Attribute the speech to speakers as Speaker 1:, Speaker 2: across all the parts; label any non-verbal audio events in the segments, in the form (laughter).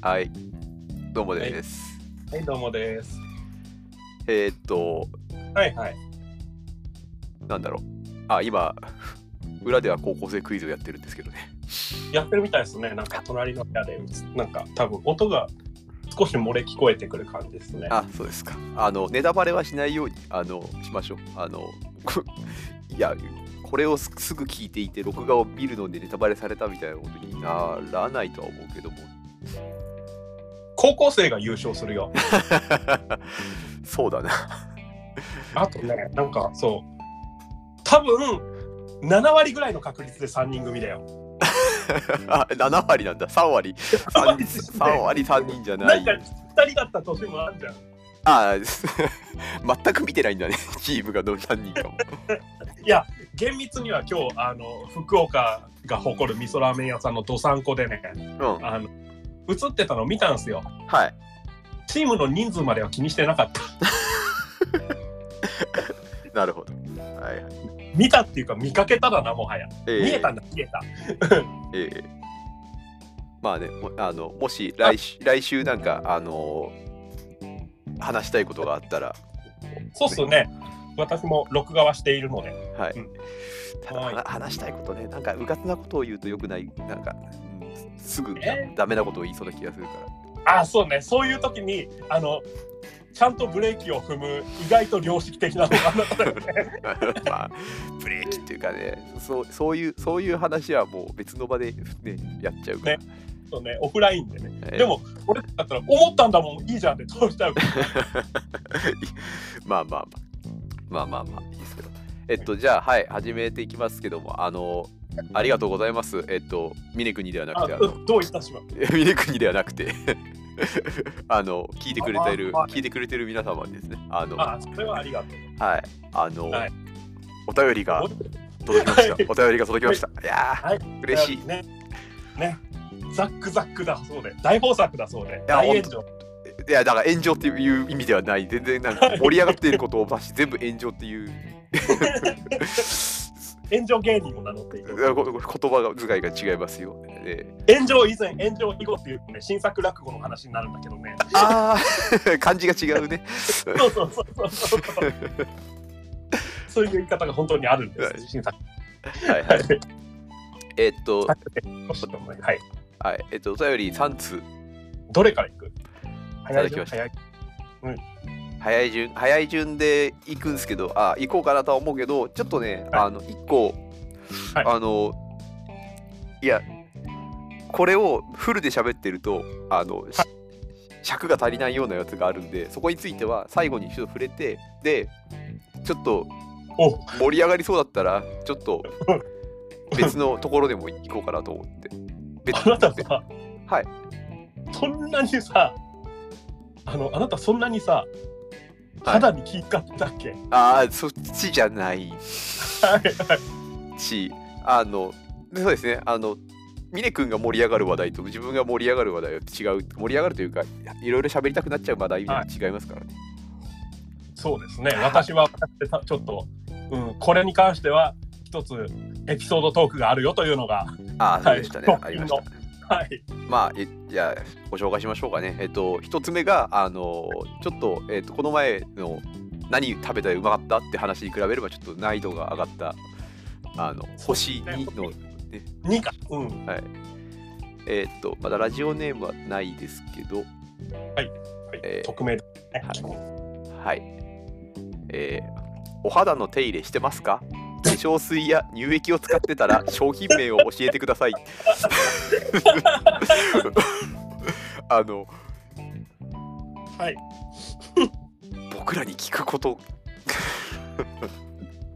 Speaker 1: はい。どうもです。
Speaker 2: はい、どうもです。
Speaker 1: えーっと、
Speaker 2: はいはい。
Speaker 1: なんだろう。あ、今、裏では高校生クイズをやってるんですけどね。
Speaker 2: やってるみたいですね。なんか隣の部屋で、なんか多分音が少し漏れ聞こえてくる感じですね。
Speaker 1: あ、そうですか。あの、ネタバレはしないように、あの、しましょう。あの、 (laughs) こいや、これをすすぐ聞いていて、録画を見るのでネタバレされたみたいなことにならないとは思うけども。 (laughs)
Speaker 2: 高校生が優勝す
Speaker 1: (laughs)
Speaker 2: るよ。
Speaker 1: そうだな。 (laughs)
Speaker 2: あとね、なんかそう、多分7割ぐらいの確率で3人組だよ。
Speaker 1: あ7割なんだ。3割。3, 割3人じゃな
Speaker 2: ないんか。2人だった年もあるじゃん。
Speaker 1: あ (laughs) 全く見てないんだね。チームがど何人かも。
Speaker 2: いや、厳密には今日、あの、福岡が誇る味噌ラーメン屋さんのどさんこでね、
Speaker 1: うん。
Speaker 2: あの、映ってたの見たんすよ。
Speaker 1: はい。
Speaker 2: チームの人数までは気にしてなかった。
Speaker 1: なるほど。はいはい。
Speaker 2: 見たっていうか見かけただな、もはや。
Speaker 1: えー
Speaker 2: 見えたんだ、見えた。
Speaker 1: ええまあね、もあのもし来週来週なんか、あのー話したいことがあったら、
Speaker 2: そうっすね。私も録画はしているので。
Speaker 1: はい。
Speaker 2: うん
Speaker 1: ただ
Speaker 2: はい
Speaker 1: は話したいことね、なんかうかつなことを言うとよくない、なんか、うんすぐ
Speaker 2: え
Speaker 1: ダメなことを言いそうな気がするから。
Speaker 2: (laughs) ああ、そうね。そういう時に、あの、ちゃんとブレーキを踏む、意外と良識的なのが
Speaker 1: (laughs)
Speaker 2: あなただよね
Speaker 1: まあ、ブレーキっていうかねそうそういうそういう話はもう別の場で、ね、やっちゃうから、
Speaker 2: そうね。オフラインでね。
Speaker 1: えー
Speaker 2: でも、俺だったら、思ったんだもん、いいじゃん
Speaker 1: (laughs)
Speaker 2: って通しちゃうから。
Speaker 1: まあまあまあまあまあまあいいですけどえっとじゃあはい始めていきますけどもあのありがとうございますえっと峰国ではな
Speaker 2: あ
Speaker 1: くてあの (laughs)
Speaker 2: どういたします
Speaker 1: 峰国ではなくて (laughs) あの聞いてくれてる
Speaker 2: あはい
Speaker 1: 聞いてくれてる皆様にですねあのは
Speaker 2: ああ、それはありがとう。
Speaker 1: いあの、
Speaker 2: はい
Speaker 1: お便りが届きました
Speaker 2: はい
Speaker 1: お便りが届きましたいやー、
Speaker 2: はい
Speaker 1: 嬉しい
Speaker 2: ね。ね。ザックザックだそうで、大豊作だそうで、
Speaker 1: や
Speaker 2: 大炎上。
Speaker 1: いやだから炎上っていう意味ではない全然なんか盛り上がっていることを出し全部炎上っていう (laughs)
Speaker 2: 炎上芸人も名乗っている。
Speaker 1: こ言葉遣いが違いますよ、えー
Speaker 2: 炎上以前、炎上以後っていうね、新作落語の話になるんだけどね。
Speaker 1: ああ (laughs) 漢字が違うね
Speaker 2: (laughs) そうそうそうそうそう。そういう言い方が本当にあるんです。新作
Speaker 1: はいはい (laughs) えっと
Speaker 2: はいはい。
Speaker 1: はいえっとお便り3通
Speaker 2: どれからいく
Speaker 1: ただきました
Speaker 2: 早い。
Speaker 1: 早い順早い順で行くんですけどあ行こうかなとは思うけどちょっとね、
Speaker 2: はい
Speaker 1: あの1個、
Speaker 2: はい
Speaker 1: あのいやこれをフルで喋ってるとあの、し尺が足りないようなやつがあるんでそこについては最後に一度触れてでちょっと
Speaker 2: お
Speaker 1: 盛り上がりそうだったらちょっ
Speaker 2: (laughs)
Speaker 1: と別のところでも行こうかなと思って別
Speaker 2: あなたさ、
Speaker 1: はい。
Speaker 2: そんなにさ、あの、あなたそんなにさ、
Speaker 1: はい
Speaker 2: 肌に気使ってたっけ、
Speaker 1: ああそっちじゃないしあのでそうですねあの峰君が盛り上がる話題と自分が盛り上がる話題は違う盛り上がるというかいいろいろ喋りたくなっちゃう話題みたいな違いますからね、
Speaker 2: そうですね。私は私でたちょっと、うん、これに関しては、一つエピソードトークがあるよというのが、
Speaker 1: ああそうでしたね、
Speaker 2: は
Speaker 1: あ
Speaker 2: い
Speaker 1: りました
Speaker 2: はい。
Speaker 1: まあえじゃあご紹介しましょうかねえっと一つ目があのちょっと,、えっとこの前の何食べたらうまかったって話に比べればちょっと難易度が上がったあの星2の
Speaker 2: 2か。うん。
Speaker 1: えーっと、まだラジオネームはないですけど、
Speaker 2: はい
Speaker 1: えー
Speaker 2: 匿名ですね。
Speaker 1: はい。えーお肌の手入れしてますか化粧水や乳液を使ってた
Speaker 2: (laughs)
Speaker 1: ら商品名を教えてください。 (laughs) あの、
Speaker 2: はい。
Speaker 1: 僕らに聞くこと、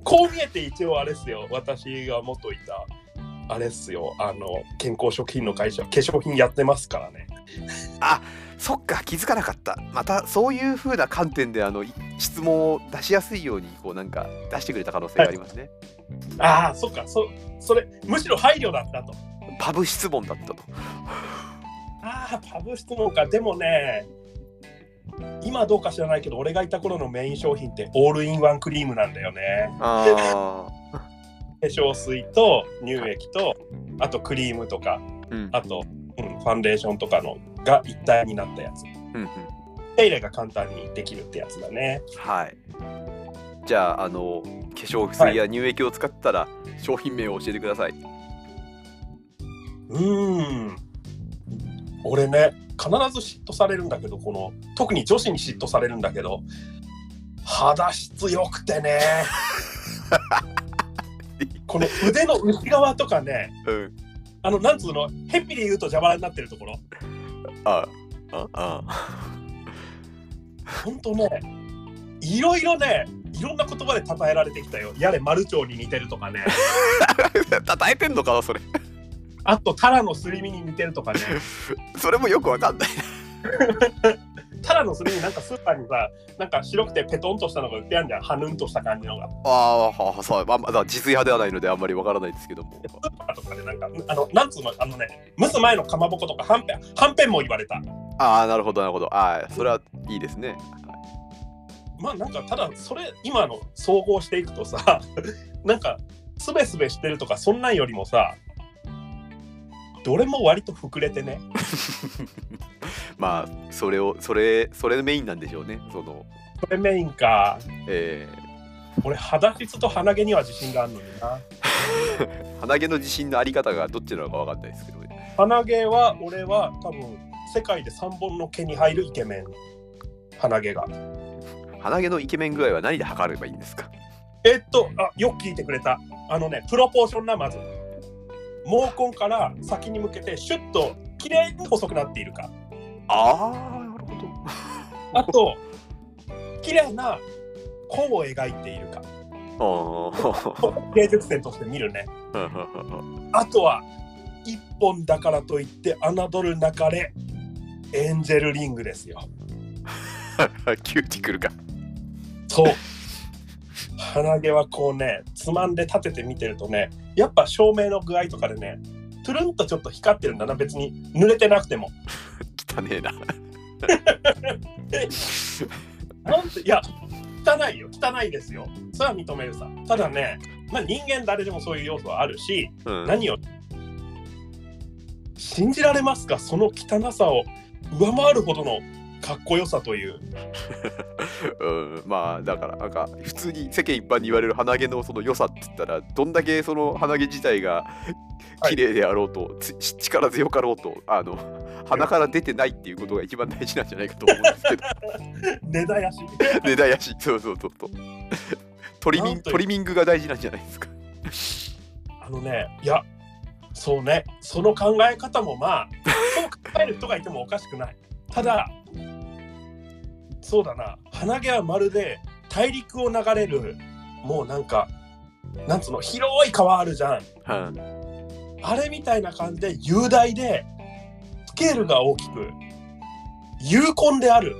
Speaker 2: こう見えて一応あれっすよ私が元いたあれっすよあの健康食品の会社化粧品やってますからね
Speaker 1: そっか、気づかなかった。また、そういう風な観点で、あの、い質問を出しやすいように、こう、なんか、出してくれた可能性がありますね。
Speaker 2: ああそっかそそれむしろ配慮だったと
Speaker 1: パブ質問だった
Speaker 2: (laughs)
Speaker 1: と。
Speaker 2: ああパブ質問かでもね今どうか知らないけど俺がいた頃のメイン商品ってオールインワンクリームなんだよね
Speaker 1: あ
Speaker 2: 化粧水と乳液とあとクリームとか
Speaker 1: ーうん。
Speaker 2: あと、うん、ファンデーションとかのが一体になったやつ。
Speaker 1: うんうん
Speaker 2: 手入れが簡単にできるってやつだね。
Speaker 1: はいじゃああの化粧水や乳液を使ったら商品名を教えてください、
Speaker 2: うーん。俺ね、必ず嫉妬されるんだけど、この、特に女子に嫉妬されるんだけど、肌質良くてね。この腕の内側とかね、
Speaker 1: うん
Speaker 2: あの、なんつうの、ヘビで言うと邪魔になってるところ。
Speaker 1: ああ (laughs) あ
Speaker 2: ほんとね、いろいろね、いろんな言葉で称えられてきたよ。やれ、丸蝶に似てるとかね。
Speaker 1: たたえてんのかなそれ (laughs)
Speaker 2: あと、タラのすり身に似てるとかね。
Speaker 1: それもよくわかんない
Speaker 2: タラのすり身、なんかスーパーにさ、なんか白くてペトンとしたのが売ってあるじゃん。はぬんとした感じのが。
Speaker 1: あーはあそうまあまだ自炊派ではないのであんまりわからないですけども
Speaker 2: スーパーとかでなんか、あの、なんつうの、あのね、蒸す前のかまぼことか、はんぺん、はんぺんも言われた。
Speaker 1: ああなるほどなるほどああそれはいいですね
Speaker 2: まあなんか、ただ、それ、今の総合していくとさ、 (laughs) なんか、すべすべしてるとか、そんなんよりもさ、どれも割と膨れてね。
Speaker 1: まあそれをそれそれメインなんでしょうねその
Speaker 2: それメインか。
Speaker 1: え
Speaker 2: 俺、肌質と鼻毛には自信があるのにな。
Speaker 1: ー鼻毛の自信のあり方がどっちなのかわかんないですけどね
Speaker 2: 鼻毛は、俺は多分、世界で3本の毛に入るイケメン。鼻毛が。
Speaker 1: 鼻毛のイケメン具合は何で測ればいいんですか
Speaker 2: えっと、あよく聞いてくれた。あのね、プロポーションな、まず。毛根から先に向けて、シュッと綺麗に細くなっているか。
Speaker 1: ああなるほど
Speaker 2: あと、綺麗な弧を描いているか。
Speaker 1: あ
Speaker 2: 芸術点として見るね。
Speaker 1: ー (laughs)
Speaker 2: あとは、一本だからといって侮るなかれ、エンジェルリングですよ。
Speaker 1: キューティクルか
Speaker 2: そう。鼻毛はこうね、つまんで立てて見てるとね、やっぱ照明の具合とかでね、トゥルンとちょっと光ってるんだな、別に濡れてなくても。
Speaker 1: 汚ねえな
Speaker 2: なんていや汚いよ汚いですよそれは認めるさただねまあ人間誰でもそういう要素はあるし
Speaker 1: うん
Speaker 2: 何を信じられますかその汚さを上回るほどのかっこよさという
Speaker 1: うん、まあだからなんか普通に世間一般に言われる鼻毛のその良さって言ったらどんだけその鼻毛自体が
Speaker 2: は
Speaker 1: 綺
Speaker 2: い
Speaker 1: 麗であろうと、つ力強かろうとあの鼻から出てないっていうことが一番大事なんじゃないかと思うんです
Speaker 2: (laughs)
Speaker 1: けど
Speaker 2: 根絶やし
Speaker 1: 根絶やしそうそうそうそうトリミ
Speaker 2: な
Speaker 1: ン
Speaker 2: んという
Speaker 1: トリミングが大事なんじゃないですか
Speaker 2: あのねいやそうねその考え方もまあそう考える人がいてもおかしくないただそうだな鼻毛はまるで大陸を流れるもうなんかなんつうの広い川あるじゃん
Speaker 1: うん
Speaker 2: あれみたいな感じで雄大でスケールが大きく有根である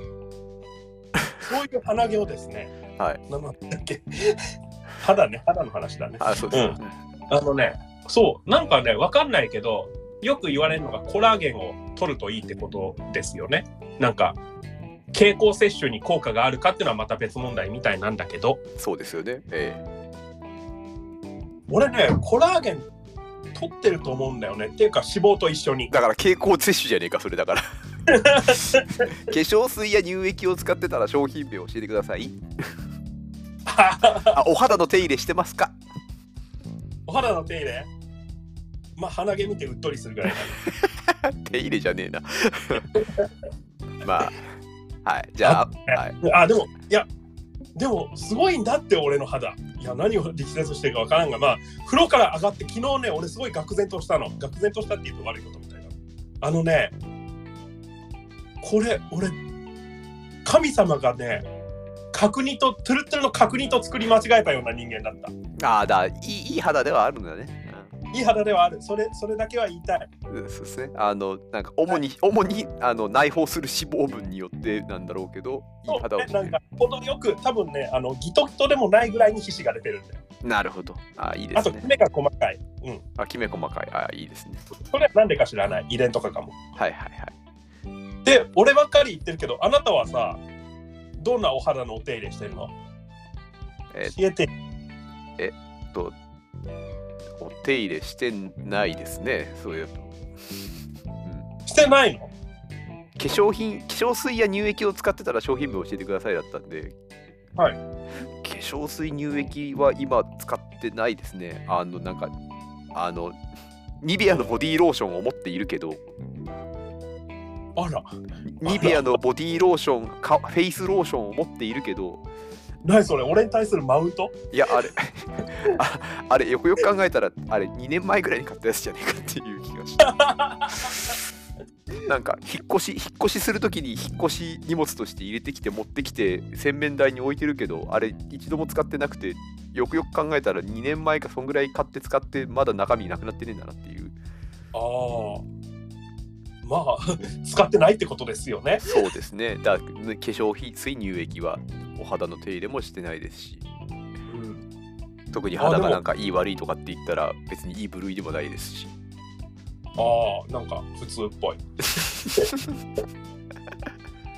Speaker 2: そういう鼻毛をですね
Speaker 1: はい
Speaker 2: ななんだっけ (laughs) 肌ね肌の話だね
Speaker 1: あそうです、
Speaker 2: うんあのねそうなんかねわかんないけどよく言われるのがコラーゲンを取るといいってことですよねなんか経口摂取に効果があるかっていうのはまた別問題みたいなんだけど
Speaker 1: そうですよねえ
Speaker 2: 俺ねコラーゲン取ってると思うんだよねっていうか脂肪と一緒に (laughs)
Speaker 1: えだから蛍光摂取じゃねえかそれだから化粧水や乳液を使ってたら商品名を教えてくだ
Speaker 2: (laughs)
Speaker 1: さいあお肌の手入れしてますか
Speaker 2: お肌の手入れまあ鼻毛見てうっとりするぐらい
Speaker 1: 手入れじゃねえな (laughs) まあはいじゃあはい
Speaker 2: だねあでもいやでもすごいんだって俺の肌いや何を力説してるかわからんがまあ風呂から上がって昨日ね俺すごい愕然としたの愕然としたって言うと悪いことみたいなあのねこれ俺神様がね角煮とトゥルトゥルの角煮と作り間違えたような人間だった
Speaker 1: ああだいいいい肌ではあるんだね、
Speaker 2: いい肌ではあるそれそれだけは言いたい
Speaker 1: うん、そうですねあのなんか主に、主にあの内包する脂肪分によってなんだろうけどいい肌を
Speaker 2: そうねなんか程よく多分ねあのギトギトでもないぐらいに皮脂が出てるんだよ
Speaker 1: なるほどああいいで
Speaker 2: あ
Speaker 1: す
Speaker 2: と、
Speaker 1: ね
Speaker 2: 目が細かい。うん。
Speaker 1: あきめ細かいああいいですね
Speaker 2: それはなんでか知らない。遺伝とかかも。
Speaker 1: はいはいはい
Speaker 2: で、俺ばっかり言ってるけど、あなたはさ、どんなお肌のお手入れしてるの
Speaker 1: え
Speaker 2: 冷えて、
Speaker 1: っとお手入れしてないですねそういう
Speaker 2: してないの
Speaker 1: 粧品化粧水や乳液を使ってたら商品名教えてくださいだったんで
Speaker 2: はい
Speaker 1: 化粧水乳液は今使ってないですねあのなんかあのニベアのボディーローションを持っているけ
Speaker 2: (laughs)
Speaker 1: ど
Speaker 2: あら、
Speaker 1: ニベアのボディーローションかフェイスローションを持っているけど
Speaker 2: 何それ、俺に対するマウント
Speaker 1: いやあれ (laughs) ああれよくよく考えたらあれ2年前ぐらいに買ったやつじゃねえかっていう気がしてなんか引っ越し引っ越しするときに引っ越し荷物として入れてきて持ってきて洗面台に置いてるけどあれ一度も使ってなくてよくよく考えたら2年前かそんぐらい買って使ってまだ中身なくなってねえんだなっていう
Speaker 2: ああ。まあ、 (laughs) 使ってないってことですよね。
Speaker 1: そうですねだから化粧品水乳液はお肌の手入れもしてないですし
Speaker 2: うん、
Speaker 1: 特に
Speaker 2: あで
Speaker 1: 肌
Speaker 2: も
Speaker 1: がなんかいい悪いとかって言ったら別にいい部類でもないですし
Speaker 2: ああ、なんか普通っぽい。 (laughs)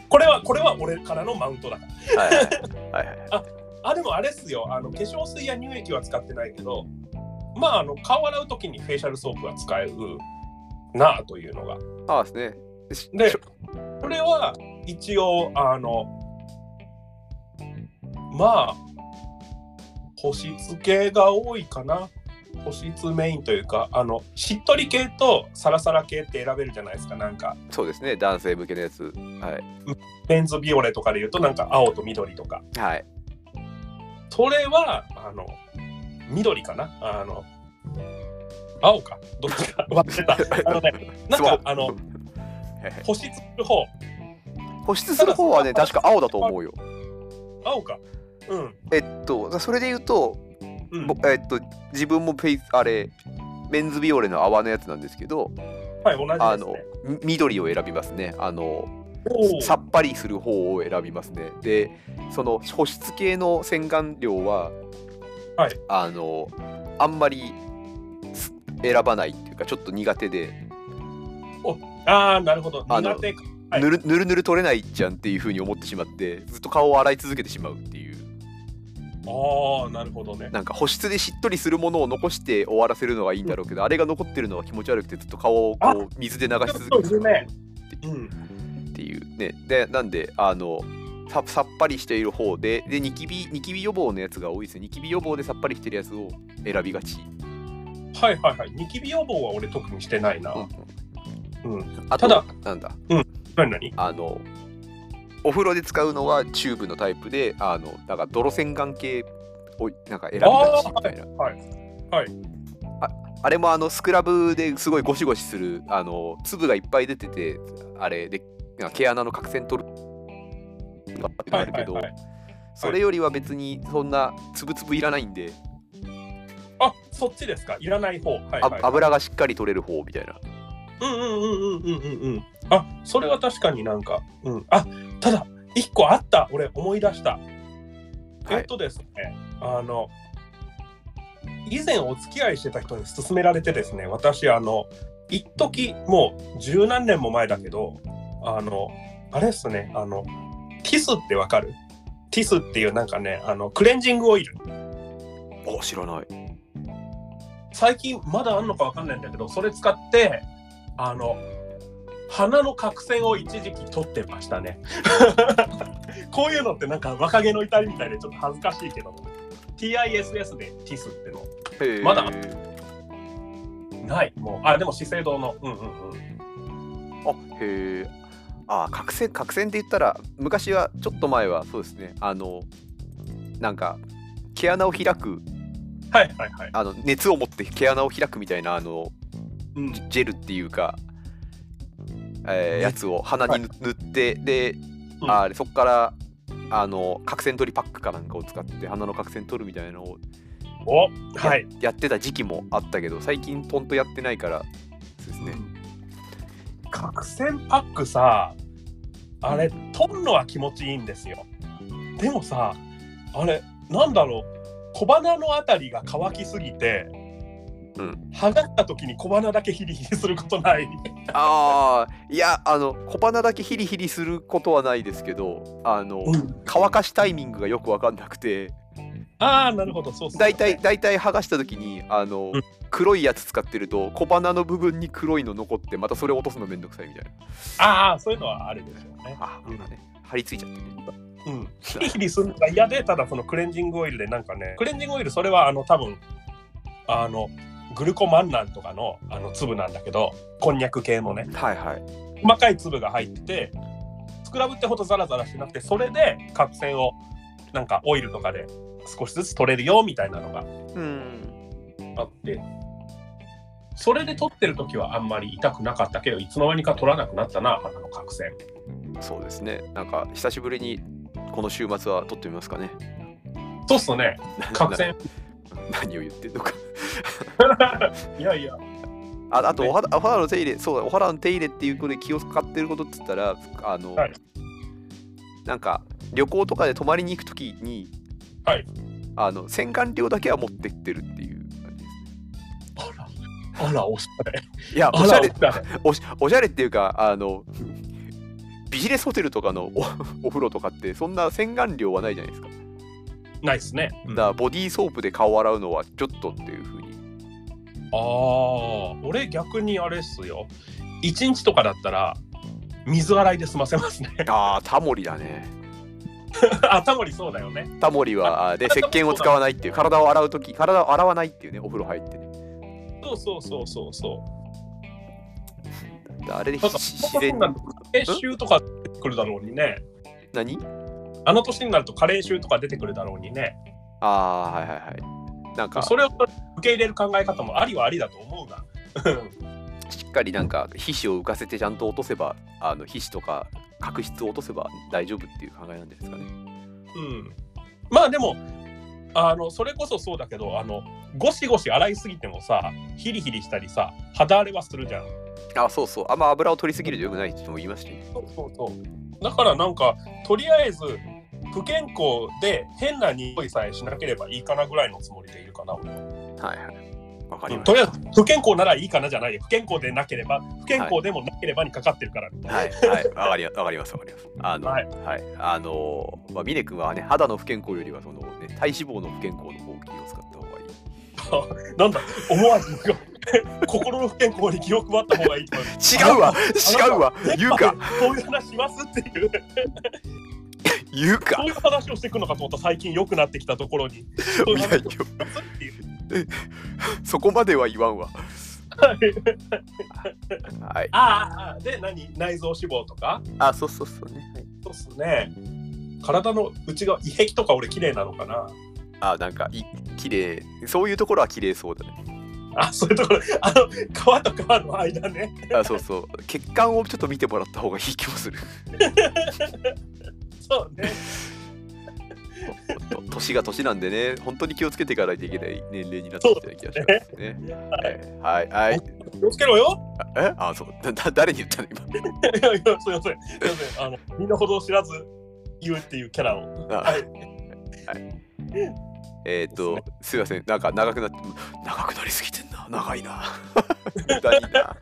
Speaker 2: これは、これは俺からのマウントだ。
Speaker 1: はいはいはいはい
Speaker 2: あ、でもあれっすよ。あの、化粧水や乳液は使ってないけど、まあ、あの、顔洗うときにフェイシャルソープは使えるなあというのが。
Speaker 1: ああですね。
Speaker 2: で
Speaker 1: しょ
Speaker 2: これは一応あのまあ保湿系が多いかな保湿メインというかあのしっとり系とサラサラ系って選べるじゃないですかなんか
Speaker 1: そうですね、男性向けのやつ。はい。
Speaker 2: レンズビオレとかで言うとなんか青と緑とか
Speaker 1: はい。
Speaker 2: それはあの緑かなあの青かどっ
Speaker 1: (laughs)
Speaker 2: ちか忘れたあのねなんかあの
Speaker 1: はいはい
Speaker 2: 保湿する方
Speaker 1: 保湿する方はね、
Speaker 2: ただ
Speaker 1: 確か青だと思うよ。
Speaker 2: 青かうん
Speaker 1: えっと、それで言うと、
Speaker 2: うん
Speaker 1: ぼえっと、自分もフェイス、あれ、メンズビオレの泡のやつなんですけど、
Speaker 2: はい同
Speaker 1: あ
Speaker 2: じ
Speaker 1: の
Speaker 2: で、
Speaker 1: み緑を選びますね。あの、
Speaker 2: すねおー
Speaker 1: さっぱりする方を選びますね。で、その保湿系の洗顔料は、
Speaker 2: はい
Speaker 1: あの、あんまりす選ばないっていうか、ちょっと苦手で。
Speaker 2: ああなるほど
Speaker 1: あの
Speaker 2: 苦手かはい
Speaker 1: ぬるぬるぬる取れないじゃんっていう風に思ってしまってずっと顔を洗い続けてしまうっていう
Speaker 2: ああなるほどね
Speaker 1: なんか保湿でしっとりするものを残して終わらせるのがいいんだろうけど、あれが残ってるのは気持ち悪くてずっと顔を
Speaker 2: あ
Speaker 1: こう水で流し続けてしまう
Speaker 2: うん
Speaker 1: っていうねでなんであのささっぱりしている方ででニキビニキビ予防のやつが多いですねニキビ予防でさっぱりしてるやつを選びがち、
Speaker 2: はいはいはいニキビ予防は俺特にしてないな、うん
Speaker 1: あと
Speaker 2: ただ
Speaker 1: なんだ
Speaker 2: 何何
Speaker 1: あのお風呂で使うのはチューブのタイプであのなんか泥洗顔系をなんか選びがちみたいなあ,、
Speaker 2: はいはいはい
Speaker 1: あれもあのスクラブですごいゴシゴシするあの粒がいっぱい出ててあれでなんか毛穴の角栓取るとかっていうのあるけど、
Speaker 2: はいはいはい
Speaker 1: それよりは別にそんな粒々いらないんで、
Speaker 2: あそっちですかいらない方はい
Speaker 1: あ
Speaker 2: はい
Speaker 1: 油がしっかり取れる方みたいな
Speaker 2: うんうんうんうんうんうんうんあそれは確かになんかうんあただ一個あった俺思い出した、
Speaker 1: は
Speaker 2: えっ
Speaker 1: い
Speaker 2: とですねあの以前お付き合いしてた人に勧められてですね私あの一時もう十何年も前だけどあのあれですねあのティスってわかるティスっていうなんかねあのクレンジングオイル
Speaker 1: あ知らない
Speaker 2: 最近まだあんのかわかんないんだけどそれ使ってあの鼻の角栓を一時期取ってましたね (laughs) こういうのってなんか若気の至りみたいでちょっと恥ずかしいけど TISS で TIS っての
Speaker 1: へー
Speaker 2: まだないもうあでも資生堂のうんうんうん
Speaker 1: あへえ。あ角栓角栓って言ったら昔はちょっと前はそうですねあのなんか毛穴を開く
Speaker 2: はいはいはい、
Speaker 1: あの熱を持って毛穴を開くみたいなあの
Speaker 2: うん
Speaker 1: ジ、ジェルっていうか、えー
Speaker 2: ね
Speaker 1: やつを鼻に塗塗って、で、
Speaker 2: うん
Speaker 1: あれそっからあの角栓取りパックかなんかを使って鼻の角栓取るみたいなのを
Speaker 2: おはい
Speaker 1: やってた時期もあったけど最近ポンとやってないからそうですね、
Speaker 2: 角栓パックさあれ取るのは気持ちいいんですよでもさあれなんだろう小鼻のあたりが乾きすぎて、
Speaker 1: うん
Speaker 2: 剥がった時に小鼻だけヒリヒリすることない
Speaker 1: ああいやあの小鼻だけヒリヒリすることはないですけどあの、乾かしタイミングがよく分かんなくて
Speaker 2: ああなるほどそうそう
Speaker 1: 大体大体剥がした時にあの、
Speaker 2: うん
Speaker 1: 黒いやつ使ってると小鼻の部分に黒いの残ってまたそれ落とすのめんどくさいみたいな
Speaker 2: ああ、そういうのはあるでしょうね。
Speaker 1: ああ、
Speaker 2: うん
Speaker 1: ね張り付いちゃってね
Speaker 2: うん。ヒリヒリするのが嫌で、ただそのクレンジングオイルでなんかね、クレンジングオイル、それはあの多分、あの、グルコマンナンとかのあの粒なんだけど、こんにゃく系のね、
Speaker 1: はいはい
Speaker 2: 細かい粒が入ってて、スクラブってほどザラザラしなくて、それで角栓をなんかオイルとかで少しずつ取れるよみたいなのが
Speaker 1: うん
Speaker 2: あって、それで取ってる時はあんまり痛くなかったけど、いつの間にか取らなくなったな、鼻の角栓。
Speaker 1: そうですねなんか久しぶりにこの週末は撮ってみますかね
Speaker 2: そうっすね、角栓。
Speaker 1: (laughs) 何を言ってんのか
Speaker 2: いやいや、
Speaker 1: ああとお肌お肌の手入れそうだお肌の手入れっていうことで気を使ってることっつったらあの、
Speaker 2: はい
Speaker 1: なんか旅行とかで泊まりに行くときに、
Speaker 2: はい
Speaker 1: あの洗顔料だけは持ってってるっていう感じで
Speaker 2: あら、あら、おしゃれ。
Speaker 1: すいや
Speaker 2: あ
Speaker 1: おしゃ
Speaker 2: ら、お
Speaker 1: れ
Speaker 2: しゃ
Speaker 1: おしおしゃれっていうかあのビジネスホテルとかのおお (laughs) 風呂とかってそんな洗顔料はないじゃないですかだか
Speaker 2: れ。ないっすね。あ
Speaker 1: らボディーソープで顔洗うのはちょっとっていうふうに
Speaker 2: あー、俺逆にあれっすよ。一日とかだったら、水洗いで済ませますね。 (laughs)
Speaker 1: ああタモリだね
Speaker 2: あ、タモリそうだよね。
Speaker 1: タモリはあーで石鹸を使わないっていう体を洗う時体を洗わないっていうねお風呂入ってね
Speaker 2: そうそうそうそうそう。
Speaker 1: あれで
Speaker 2: なんか、
Speaker 1: し
Speaker 2: こ
Speaker 1: 自然
Speaker 2: の年に
Speaker 1: に
Speaker 2: なるとカレー臭とか出てくるだろうにね。
Speaker 1: 何
Speaker 2: あの年になるとカレー臭とか出てくるだろうにね。
Speaker 1: ああはいはいはいなんか
Speaker 2: それを受け入れる考え方もありはありだと思うが。
Speaker 1: しっかりなんか皮脂を浮かせてちゃんと落とせばあの皮脂とか角質を落とせば大丈夫っていう考えなんじゃないですかね
Speaker 2: うん。まあでも、あの、それこそそうだけど、あの、ゴシゴシ洗いすぎてもさ、ヒリヒリしたりさ、肌荒れはするじゃん。
Speaker 1: あそうそうあんま油を取りすぎるとよくないって人も言いますしね
Speaker 2: そうそうそう。だからなんか、とりあえず、不健康で変な匂いさえしなければいいかなぐらいのつもりでいるかな、俺は
Speaker 1: はいはい。わかり
Speaker 2: うん
Speaker 1: まし
Speaker 2: とりあえず、不健康ならいいかなじゃないよ。不健康でなければ、不健康でもなければにかかってるから。
Speaker 1: た。はいはい。わかりわかりますわかります。あの、
Speaker 2: は
Speaker 1: はいい、あのーまあミネ君はね肌の不健康よりはそのね体脂肪の不健康の方を気を使った方がいい。
Speaker 2: なんだ、思わず、心の不健康に気を配った方がいいと思う。
Speaker 1: 違うわ違うわ
Speaker 2: あなた
Speaker 1: 言うか。
Speaker 2: そういう話しますっていう。
Speaker 1: 言うか
Speaker 2: そういう話をしていくのかと思ったら最近良くなってきたところに。そういう
Speaker 1: い
Speaker 2: 話
Speaker 1: や
Speaker 2: を
Speaker 1: い
Speaker 2: し
Speaker 1: や
Speaker 2: ますっていう
Speaker 1: そこまでは言わんわ。
Speaker 2: はい
Speaker 1: はい。
Speaker 2: ああああ、で、何内臓脂肪とか
Speaker 1: あそうそうそうね。はい
Speaker 2: そうっすね。体の内側、胃壁とか俺綺麗なのかな
Speaker 1: あなんかい綺麗そういうところは綺麗そうだね。
Speaker 2: あ、そういうところ、あの、皮と皮の間ね。
Speaker 1: あそうそう血管をちょっと見てもらった方がいい気もする。
Speaker 2: そうね。
Speaker 1: ほんと年が年なんでね本当に気をつけていかないといけない年齢になってきた気がしますね。はいはい。はい
Speaker 2: 気をつけろよ。
Speaker 1: えあそうだだ誰に言ったの今
Speaker 2: いやいや、すいません。すいません。あの、みんなほど知らず言うっていうキャラを。
Speaker 1: あ
Speaker 2: はい。
Speaker 1: えっ、
Speaker 2: そう
Speaker 1: と
Speaker 2: です
Speaker 1: いませんなんか長くなって長くなりすぎてんな長いな (laughs) 無駄にな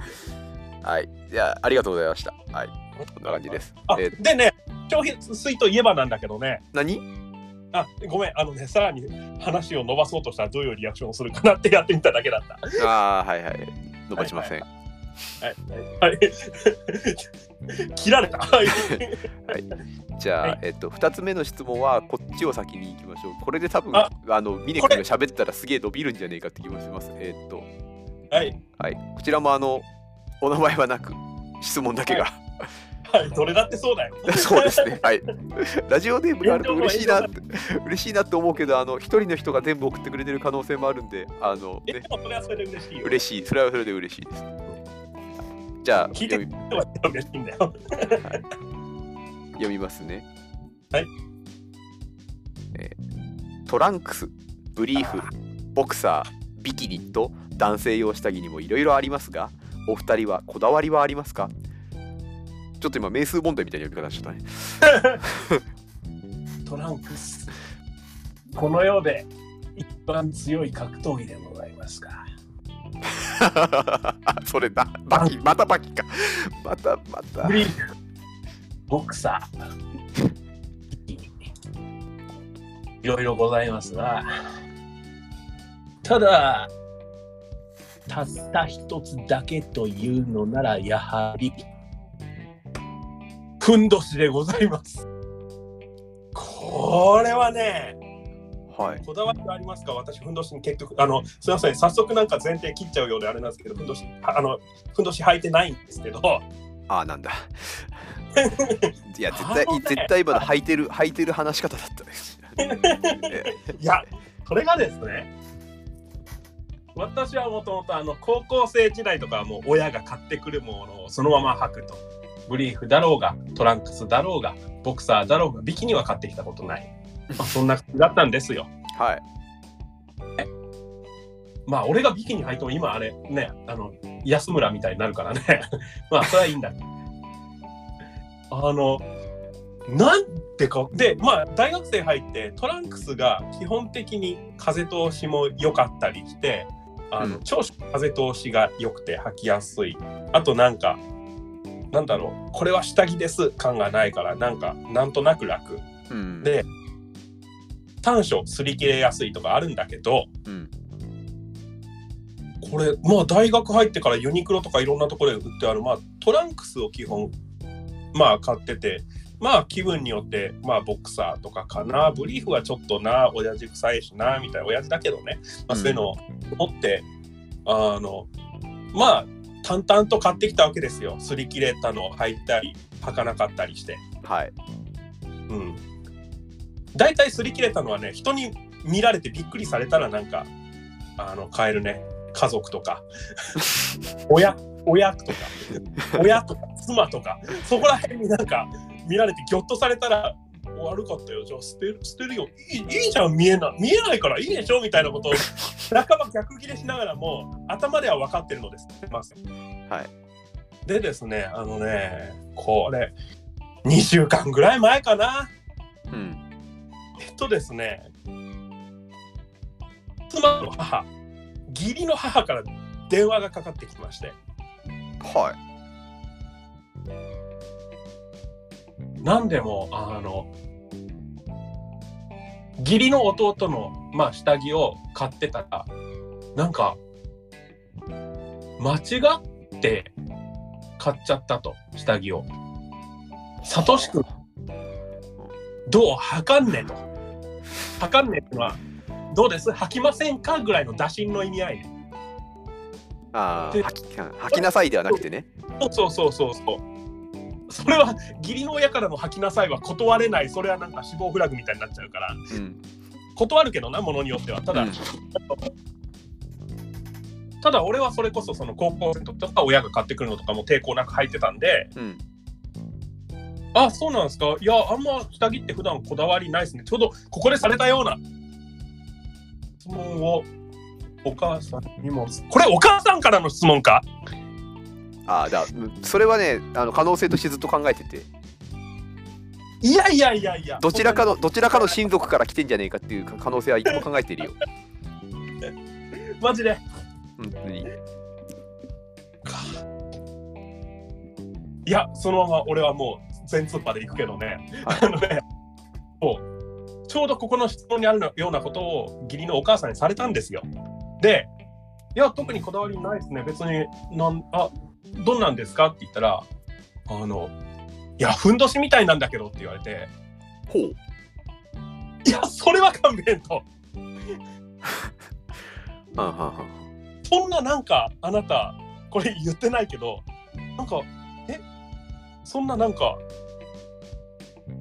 Speaker 1: はいじゃあありがとうございましたはいこんな感じです
Speaker 2: あ、
Speaker 1: えー
Speaker 2: でね、消費水といえばなんだけどね。
Speaker 1: 何
Speaker 2: あ、ごめん。あのね、さらに話を伸ばそうとしたらどういうリアクションをするかなってやってみただけだった。
Speaker 1: あーはいはい伸ばしませんは
Speaker 2: はい。はい。切られた。はい。
Speaker 1: いじゃあ、
Speaker 2: はい
Speaker 1: えっ、と2つ目の質問はこっちを先に行きましょうこれで多分
Speaker 2: あ
Speaker 1: あの峰
Speaker 2: こ
Speaker 1: 君
Speaker 2: れ
Speaker 1: が喋ったらすげえ伸びるんじゃねえかって気もしますえっ、と
Speaker 2: はい。
Speaker 1: はいこちらもあのお名前はなく質問だけが、
Speaker 2: はい。どれだってそうだよ。
Speaker 1: (laughs) そうですね。はい。ラジオネームがあると嬉しいなって、嬉しいなって思うけど、あの一人の人が全部送ってくれてる可能性もあるんで、あの、
Speaker 2: (laughs) え、で
Speaker 1: ね、
Speaker 2: もそれはそれで嬉しいよ。
Speaker 1: 嬉しい。それはそれで嬉しいです。じゃあ
Speaker 2: 聞いて
Speaker 1: 読
Speaker 2: くれ
Speaker 1: み
Speaker 2: ては嬉しいんだ
Speaker 1: (laughs)
Speaker 2: よ。
Speaker 1: 読みますね。
Speaker 2: はい。
Speaker 1: えートランクス、ブリーフ、ボクサー、ビキニと男性用下着にもいろいろありますが、お二人はこだわりはありますか？ちょっと今名数問題みたいな読み方しちゃったね。
Speaker 2: トランクス。この世で一番強い格闘技でございますか。
Speaker 1: (laughs) それだ、バキ、またバキか。またまた
Speaker 2: ブ。リーフ、ボクサー。いろいろございますが、ただ、たった一つだけというのならやはりふんどしでございますこれはね
Speaker 1: はい。
Speaker 2: こだわりがありますか私ふんどしに結局あのすいません早速なんか前提切っちゃうようであれなんですけどふんどしあのふんどし履いてないんですけど
Speaker 1: ああ、なん
Speaker 2: (laughs)
Speaker 1: だ。いや、絶対
Speaker 2: あのね、
Speaker 1: 絶対今の履いてる、履いてる話し方だったね。
Speaker 2: (laughs)
Speaker 1: (laughs)
Speaker 2: いや、これがですね、私はもともとあの高校生時代とかはもう親が買ってくるものをそのまま履くと。ブリーフだろうが、トランクスだろうが、ボクサーだろうが、ビキニは買ってきたことない。まあ、そんな感じだったんですよ。
Speaker 1: はい。
Speaker 2: まあ、俺がビキニ履いても今あれ、ね、あの、安村みたいになるからね。 (laughs) まあ、それはいいんだ。あの、なんてか、で、まあ、大学生入って、トランクスが基本的に風通しも良かったりして、あの、
Speaker 1: うん
Speaker 2: 長所風通しが良くて履きやすい。あと、なんか、なんだろう、これは下着です感がないから、なんか、なんとなく楽。
Speaker 1: うん。
Speaker 2: で短所擦り切れやすいとかあるんだけど、
Speaker 1: うん。
Speaker 2: これまあ大学入ってからユニクロとかいろんなところで売ってある、まあ、トランクスを基本まあ買っててまあ気分によってまあボクサーとかかなブリーフはちょっとな親父臭いしなみたいな親父だけどね、まあ、そういうのを持って、あのまあ淡々と買ってきたわけですよ擦り切れたのを履いたり履かなかったりして。
Speaker 1: はい。
Speaker 2: うん、大体擦り切れたのはね人に見られてびっくりされたらなんかあの変えるね家族と
Speaker 1: (laughs)
Speaker 2: か親親とか親とか妻とかそこら辺になんか見られてぎょっとされたら悪かったよじゃあ捨てる捨てるよいいいいじゃん見えない見えないからいいでしょみたいなことを半ば逆切れしながらも頭では分かってるのですまず
Speaker 1: はい
Speaker 2: でですねあのねこれ2週間ぐらい前かな
Speaker 1: うん。
Speaker 2: えっとですね、妻の母、義理の母から電話がかかってきまして、
Speaker 1: はい。
Speaker 2: なんでも、あの、義理の弟の、まあ、下着を買ってたら、なんか、間違って買っちゃったと、下着を。サトシ君、どうはかんねえと。はかんねえってのは、どうですはきませんかぐらいの打診の意味合いね。
Speaker 1: ああ、
Speaker 2: で
Speaker 1: 履き、履きなさいではなくてね。
Speaker 2: そうそうそうそう。それは義理の親からの吐きなさいは断れないそれはなんか死亡フラグみたいになっちゃうから
Speaker 1: うん。
Speaker 2: 断るけどなものによってはただ、
Speaker 1: うん
Speaker 2: ただ俺はそれこそその高校生とか親が買ってくるのとかも抵抗なく入ってたんで
Speaker 1: うん。
Speaker 2: あそうなんですかいやあんま下着って普段こだわりないですねちょうどここでされたような質問をお母さんにもこれお母さんからの質問か
Speaker 1: ああ、だ、それはね、あの可能性としてずっと考えてて。
Speaker 2: いやいやいやいや
Speaker 1: どちらかの、どちらかの親族から来てんじゃねえかっていう可能性はいつも考えてるよ。
Speaker 2: マジで
Speaker 1: 本当に。
Speaker 2: いや、そのまま俺はもう全突破で行くけどね。
Speaker 1: はい
Speaker 2: あのね、もう、ちょうどここの質問にあるようなことを義理のお母さんにされたんですよ。で、いや、特にこだわりないですね。別に、なんあ、どんなんですかって言ったら、あの、いや、ふんどしみたいなんだけどって言われて、
Speaker 1: ほう。
Speaker 2: いや、それは勘弁と。
Speaker 1: うん、うん、うん。
Speaker 2: そんななんかあなたこれ言ってないけどなんかえそんななんか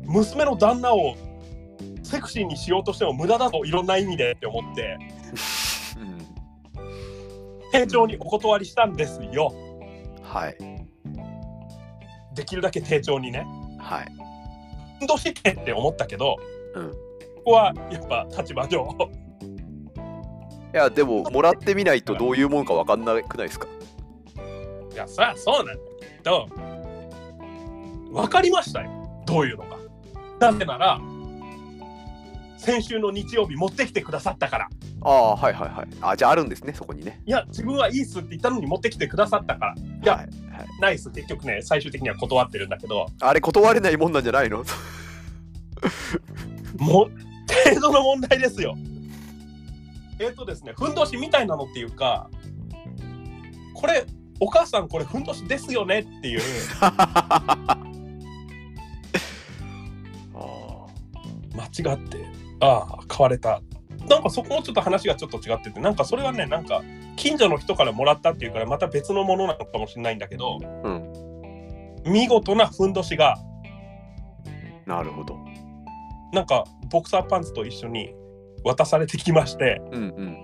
Speaker 2: 娘の旦那をセクシーにしようとしても無駄だといろんな意味でって思って
Speaker 1: うん
Speaker 2: 丁重にお断りしたんですよ
Speaker 1: はい。
Speaker 2: できるだけ丁重にね
Speaker 1: はい。
Speaker 2: 運動してけって思ったけど、
Speaker 1: うん
Speaker 2: ここはやっぱ立場上
Speaker 1: いや、でも、もらってみないとどういうもんかわかんなくないですか。
Speaker 2: いやそりゃそうなんだけど分かりましたよどういうのかなぜなら先週の日曜日持ってきてくださったから
Speaker 1: ああ、はいはいはい。あじゃああるんですね、そこにね。
Speaker 2: いや自分はいいっすって言ったのに持ってきてくださったからいや
Speaker 1: はいはい、
Speaker 2: ナイスって結局ね最終的には断ってるんだけど
Speaker 1: あれ、断れないもんなんじゃないの (laughs)
Speaker 2: も程度の問題ですよえっ、とですねふんどしみたいなのっていうかこれお母さんこれふんどしですよねっていう
Speaker 1: あ
Speaker 2: 間違ってああ買われたなんかそこもちょっと話がちょっと違っててなんかそれはねなんか近所の人からもらったっていうからまた別のものなのかもしれないんだけど、見事なふんどしが
Speaker 1: ーなるほど。
Speaker 2: なんかボクサーパンツと一緒に渡されてきまして
Speaker 1: うんうん。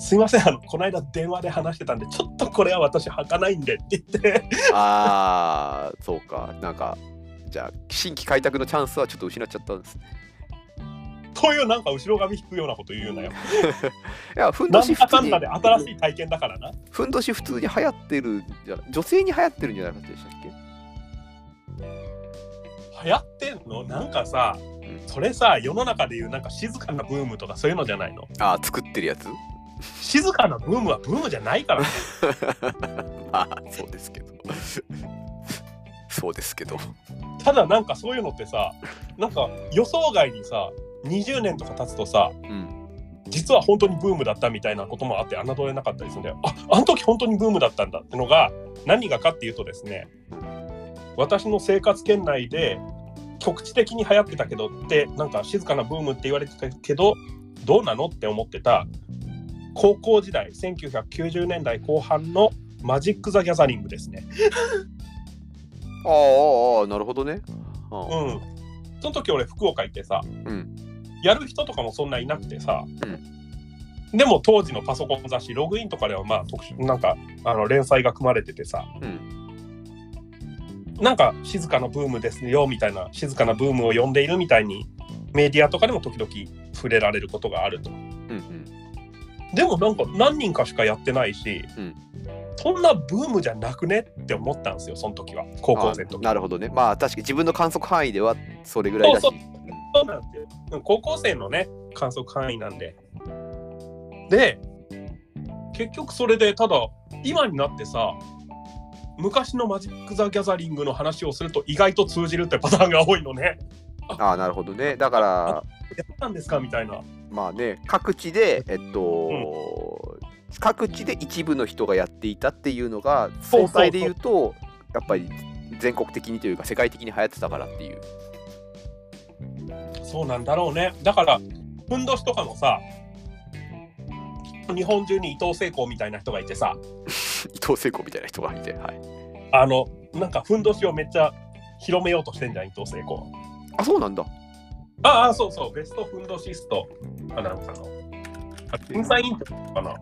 Speaker 2: すいませんあのこの間電話で話してたんでちょっとこれは私履かないんでって言って
Speaker 1: ああ、そうか。なんか、じゃあ、新規開拓のチャンスはちょっと失っちゃったんですね。
Speaker 2: こういうなんか後ろ髪引くようなこと言うなよ。
Speaker 1: いや、ふんど
Speaker 2: なん
Speaker 1: し
Speaker 2: だ
Speaker 1: 普
Speaker 2: か
Speaker 1: 通
Speaker 2: ん
Speaker 1: に
Speaker 2: だで、新しい体験だからな。
Speaker 1: ふんどし普通に流行ってるんじゃない、女性に流行ってるんじゃなかったでしたっけ
Speaker 2: 流行ってんのなんかさそれさ世の中でいうなんか静かなブームとかそういうのじゃないの
Speaker 1: ああ、作ってるやつ
Speaker 2: 静かなブームはブームじゃないからね
Speaker 1: ま (laughs) あ、そうですけど。 (laughs) そうですけど。
Speaker 2: ただなんかそういうのってさなんか予想外にさ20年とか経つとさ
Speaker 1: うん。
Speaker 2: 実は本当にブームだったみたいなこともあって侮れなかったりするんだよああの時本当にブームだったんだってのが何がかっていうとですね私の生活圏内で局地的に流行ってたけどってなんか静かなブームって言われてたけどどうなのって思ってた高校時代1990年代後半のマジック・ザ・ギャザリングですね。
Speaker 1: ああ、ああ、なるほどね。あ
Speaker 2: う
Speaker 1: あ
Speaker 2: ん、その時俺福岡行ってさ、
Speaker 1: ん
Speaker 2: やる人とかもそんないなくてさ、
Speaker 1: う
Speaker 2: でも当時のパソコン雑誌ログインとかではまあ特殊なんかあの連載が組まれててさ
Speaker 1: うん。
Speaker 2: なんか静かなブームですよみたいな静かなブームを呼んでいるみたいにメディアとかでも時々触れられることがあると
Speaker 1: うんうん。
Speaker 2: でもなんか何人かしかやってないし、
Speaker 1: うん
Speaker 2: そんなブームじゃなくねって思ったんですよその時は高校生の
Speaker 1: あ
Speaker 2: 時
Speaker 1: なるほどね。まあ、確かに自分の観測範囲ではそれぐらいだし。
Speaker 2: そうそうなんですよ。うん高校生のね、観測範囲なんで。で、結局それで、ただ、今になってさ、昔のマジック・ザ・ギャザリングの話をすると意外と通じるってパターンが多いのね。
Speaker 1: ああ、なるほどね。だから、
Speaker 2: やったんですかみたいな。
Speaker 1: まあね、各地で、えっと、各地で一部の人がやっていたっていうのが、
Speaker 2: そうそうそう
Speaker 1: 総体で言うと、やっぱり全国的にというか、世界的に流行ってたからっていう。
Speaker 2: そうなんだろうね。だから、ふんどしとかもさ、日本中に伊藤聖子みたいな人がいてさ、
Speaker 1: 伊藤聖子みたいな人がいて、はい。
Speaker 2: あの、なんかふんどしをめっちゃ広めようとしてんじゃん、伊藤聖子。
Speaker 1: あ、そうなんだ。
Speaker 2: ああ、そうそう、ベストフンドシストかなんかの。あ審査委員長かな。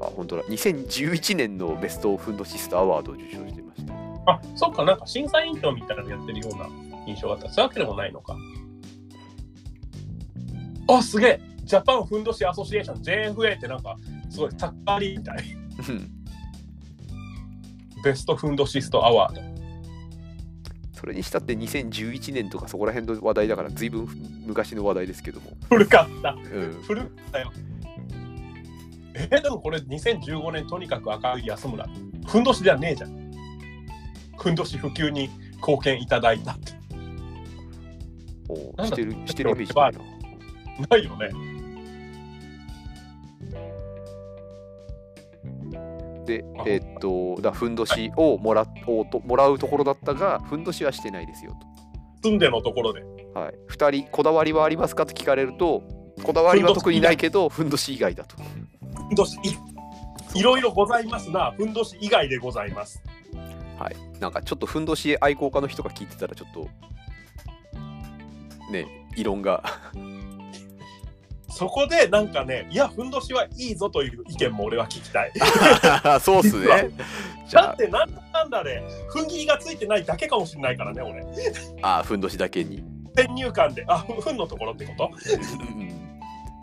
Speaker 1: あ、本当だ。2011年のベストフンドシストアワードを受賞していました。
Speaker 2: あ、そっか、なんか審査委員長みたいなのやってるような印象があった。そういうわけでもないのか。あ、すげえジャパンフンドシアソシエーション JFA ってなんか、すごいサッカーリーグみたい。
Speaker 1: うん
Speaker 2: ベストフンドシストアワード。
Speaker 1: それにしたって2011年とかそこら辺の話題だから、ずいぶん昔の話題ですけども。
Speaker 2: 古かった。
Speaker 1: うん。
Speaker 2: 古かったよ。えーでもこれ2015年とにかく明るい安村。ふんどしじゃねえじゃん。ふんどし普及に貢献いただいたって。
Speaker 1: お
Speaker 2: なんだ
Speaker 1: してる、してるイメージないな。
Speaker 2: ないよね。
Speaker 1: で
Speaker 2: あ、
Speaker 1: えっと、だからふんどしをもらおうともらうところだったが、ふんどしはしてないですよ
Speaker 2: 住んでのところで。
Speaker 1: と。はい、2人、こだわりはありますかと聞かれると、こだわりは特にないけど、ふんどし以外だと。
Speaker 2: ふんどしいいろいろございますな。ふんどし以外でございます。
Speaker 1: はい、なんかちょっとふんどし愛好家の人が聞いてたら、ちょっと、ね、異論 (laughs) が。
Speaker 2: そこでなんかね、いや、ふんどしはいいぞという意見も俺は聞きたい。
Speaker 1: そうっすね。じ
Speaker 2: だ
Speaker 1: ゃ
Speaker 2: ってなんだかんだで、ふんぎりがついてないだけかもしれないからね、俺。
Speaker 1: あ、あふんどしだけに。
Speaker 2: 先入観で、あ、ふんのところってこと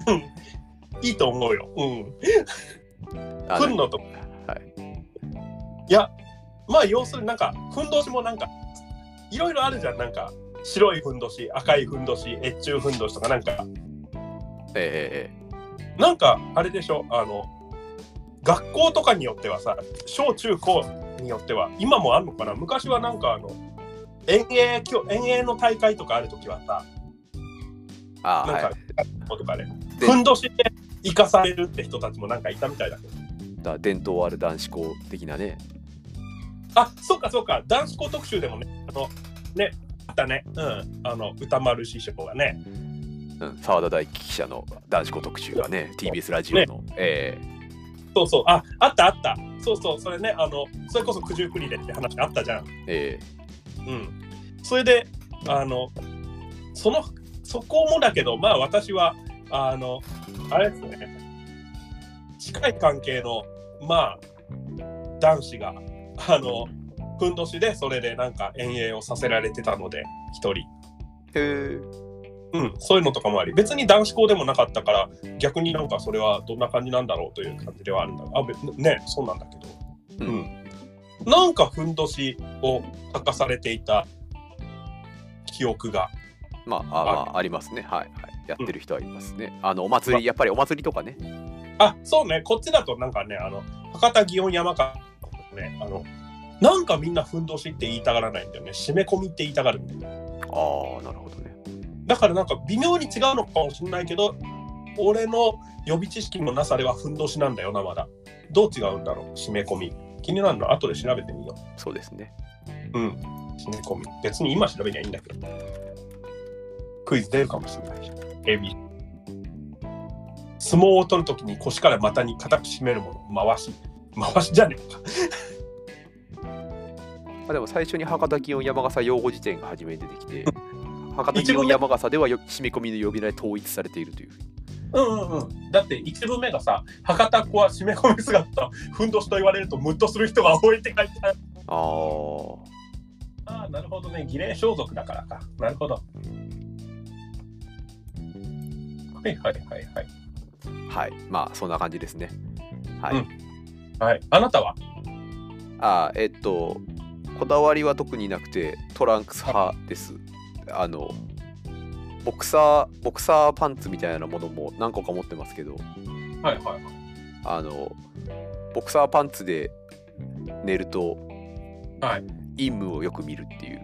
Speaker 1: うん
Speaker 2: いいと思うよ。うん。
Speaker 1: あ
Speaker 2: ふんのところ。
Speaker 1: はい、
Speaker 2: いや、まあ要するになんか、ふんどしもなんか、いろいろあるじゃん。なんか、白いふんどし、赤いふんどし、越中ふんどしとかなんか。
Speaker 1: え
Speaker 2: なんかあれでしょあの学校とかによってはさ小中高によっては今もあるのかな昔はなんかあの遠泳きょ遠泳の大会とかある時はさ
Speaker 1: えええあ
Speaker 2: なん
Speaker 1: はい
Speaker 2: か学校とかで、
Speaker 1: で
Speaker 2: ふんどしで生かされるって人たちもなんかいたみたいだけど。
Speaker 1: だ伝統ある男子校的なね
Speaker 2: あ、そうかそうか。男子校特集でもね、あの、ね、あったね。うん。あの、歌丸師匠がね。
Speaker 1: うん澤田大樹記者の男子校特集がね TBS ラジオの、え
Speaker 2: そうそう。あ、あったあった。そうそう。それね、あの、それこそ九十九里でって話があったじゃん。
Speaker 1: ーえ
Speaker 2: うん。それで、あの、その、そこもだけど、まあ私は、あの、あれですね、近い関係の、まあ、男子が、あの、ふんどしで、それでなんか遠泳をさせられてたので、一人。
Speaker 1: ーへー
Speaker 2: うん、そういうのとかもあり、別に男子校でもなかったから、逆になんかそれはどんな感じなんだろうという感じではあるんだあべね、そうなんだけど。
Speaker 1: うん
Speaker 2: なんかふんどしを書かされていた記憶が。
Speaker 1: まああ,、まあ、ありますねはい、はい、やってる人はいますね、あのお祭りやっぱりお祭りとかね
Speaker 2: あそうね、こっちだとなんかね、あの博多祇園山かね、あのなんかみんなふんどしって言いたがらないんだよね、締め込みって言いたがるんだよね。
Speaker 1: ああなるほどね
Speaker 2: だからなんか微妙に違うのかもしれないけど、俺の予備知識のなさではふんどしなんだよな、まだ。どう違うんだろう、締め込み。気になるの後で調べてみよ
Speaker 1: そうですね
Speaker 2: う。うん、締め込み。別に今調べりゃいいんだけど。クイズ出るかもしれないし。エビ。相撲を取るときに腰から股に固く締めるもの、回し。回しじゃねえか。
Speaker 1: まあ、でも最初に博多祇園山笠用語辞典が初めに出てき (laughs) て、博多祇園山笠ではよ締め込みの呼び名で統一されているという。
Speaker 2: うんうんうん、だって一文目がさ「博多っ子は締め込み姿ふんどし」と言われるとムッとする人が多いって書いてある
Speaker 1: ああ、
Speaker 2: ああ、なるほどね。儀礼装束だからか。なるほど。はいはいはいはい。
Speaker 1: はい。まあそんな感じですね。はい。
Speaker 2: うんはい、あなたは
Speaker 1: ああ、えっと、こだわりは特になくてトランクス派です。あの、ボクサー、ボクサーパンツみたいなものも何個か持ってますけど、
Speaker 2: はいはい
Speaker 1: あの、ボクサーパンツで寝ると、
Speaker 2: はい。
Speaker 1: 陰夢をよく見るっていう。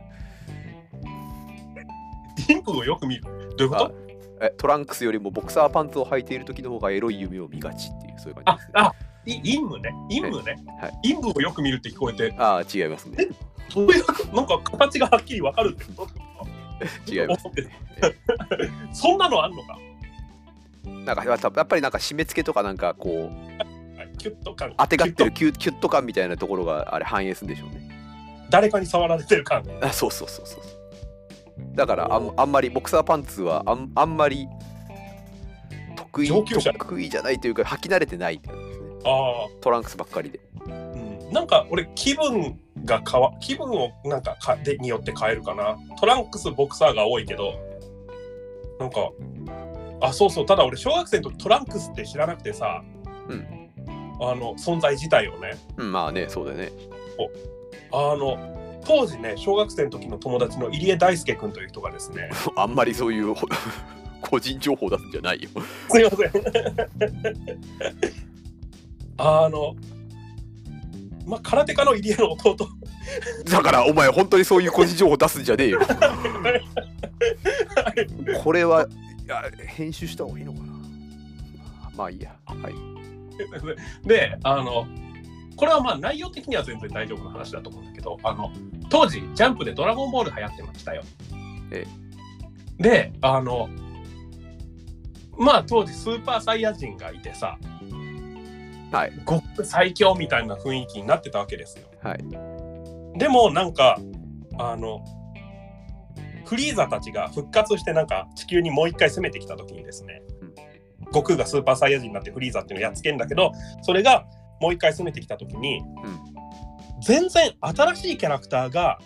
Speaker 2: ピンクをよく見る。どういうこ
Speaker 1: あ
Speaker 2: と
Speaker 1: えトランクスよりもボクサーパンツを履いている時の方がエロい夢を見がちっていうそういう感
Speaker 2: あ
Speaker 1: じです、ね、
Speaker 2: あ、い陰夢ね。陰夢ね。
Speaker 1: は
Speaker 2: 陰夢をよく見るって聞こえて、
Speaker 1: ああ違いますね
Speaker 2: どういうことなんか形がはっきりわかるってこと
Speaker 1: 違います
Speaker 2: 思ってたそんなのあんのか
Speaker 1: (laughs) なんかやっぱやっぱりなんか締め付けとかなんかこう
Speaker 2: はいキュッと感。
Speaker 1: 当てがってる
Speaker 2: キュッ
Speaker 1: キュキュッと感みたいなところがあれ反映するんでしょうね
Speaker 2: と誰かに触られてる感。
Speaker 1: あそうそうそうそうだからあんあんまりボクサーパンツはあんあんまり得意
Speaker 2: 上級者
Speaker 1: 得意じゃないというか履き慣れてないってことですね
Speaker 2: あ
Speaker 1: トランクスばっかりで
Speaker 2: あ、うん。なんか俺気分が変わ気分をなんかかでによって変えるかなトランクスボクサーが多いけどなんかあそうそうただ俺小学生の時トランクスって知らなくてさ、
Speaker 1: うん
Speaker 2: あの存在自体をね
Speaker 1: うんまあねそうだよね (laughs)
Speaker 2: あの当時ね小学生の時の友達の入江大輔君という人が (laughs) ですね
Speaker 1: あんまりそう (laughs) いうほ個人情報出すんじゃないよ
Speaker 2: すいません (laughs) あのまあ空手家の入江の弟
Speaker 1: だからお前本当にそういう個人情報出すんじゃねえ
Speaker 2: (laughs)
Speaker 1: よこれはいや編集した方がいいのかなまあいいやはい
Speaker 2: であのこれはまあ内容的には全然大丈夫な話だと思うんだけどあの当時ジャンプで「ドラゴンボール」流行ってましたよ。
Speaker 1: え
Speaker 2: であのまあ当時スーパーサイヤ人がいてさ
Speaker 1: はい
Speaker 2: 極最強みたいな雰囲気になってたわけですよ。
Speaker 1: はい
Speaker 2: でもなんかあのフリーザたちが復活してなんか地球にもう一回攻めてきた時にですね、
Speaker 1: うん
Speaker 2: 悟空がスーパーサイヤ人になってフリーザっていうのをやっつけるんだけどそれがもう一回攻めてきた時に、
Speaker 1: ん
Speaker 2: 全然新しいキャラクターが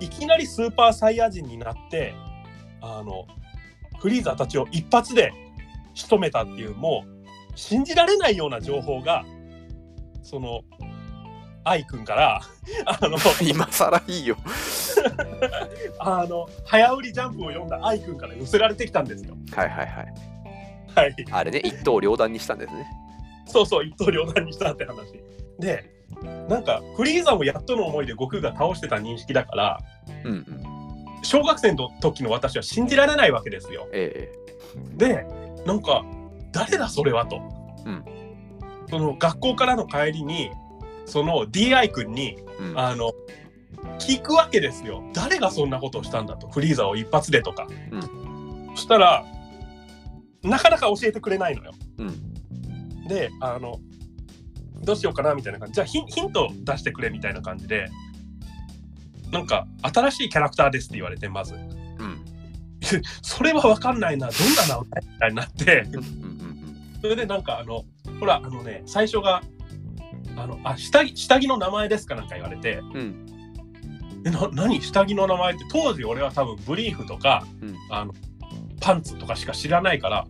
Speaker 2: いきなりスーパーサイヤ人になってあのフリーザたちを一発で仕留めたっていうもう信じられないような情報がその愛くんからあ
Speaker 1: (laughs)
Speaker 2: の
Speaker 1: 今更いいよ
Speaker 2: あの早売りジャンプを読んだ愛くんから寄せられてきたんですよ。
Speaker 1: はいはいはい
Speaker 2: はい、
Speaker 1: あれね一刀両断にしたんですね
Speaker 2: そうそう一刀両断にしたって話。でなんかフリーザもやっとの思いで悟空が倒してた認識だから
Speaker 1: うんうん
Speaker 2: 小学生の時の私は信じられないわけですよ。
Speaker 1: え
Speaker 2: でなんか誰だそれはと、
Speaker 1: うん
Speaker 2: その学校からの帰りにその DI 君に
Speaker 1: うん
Speaker 2: あの聞くわけですよ誰がそんなことをしたんだとフリーザを一発でとか、
Speaker 1: う
Speaker 2: そしたらなかなか教えてくれないのよ
Speaker 1: うん
Speaker 2: であのどうしようかなみたいな感じじゃあヒンヒント出してくれみたいな感じでなんか新しいキャラクターですって言われてまず
Speaker 1: うん
Speaker 2: それは分かんないなどんな名前みたいになって
Speaker 1: うんうん
Speaker 2: それでなんかあのほらあのね最初があのあ下着下着の名前ですかなんか言われて
Speaker 1: うんうん
Speaker 2: えな何下着の名前って当時俺は多分ブリーフとか、
Speaker 1: うん
Speaker 2: あのパンツとかしか知らないから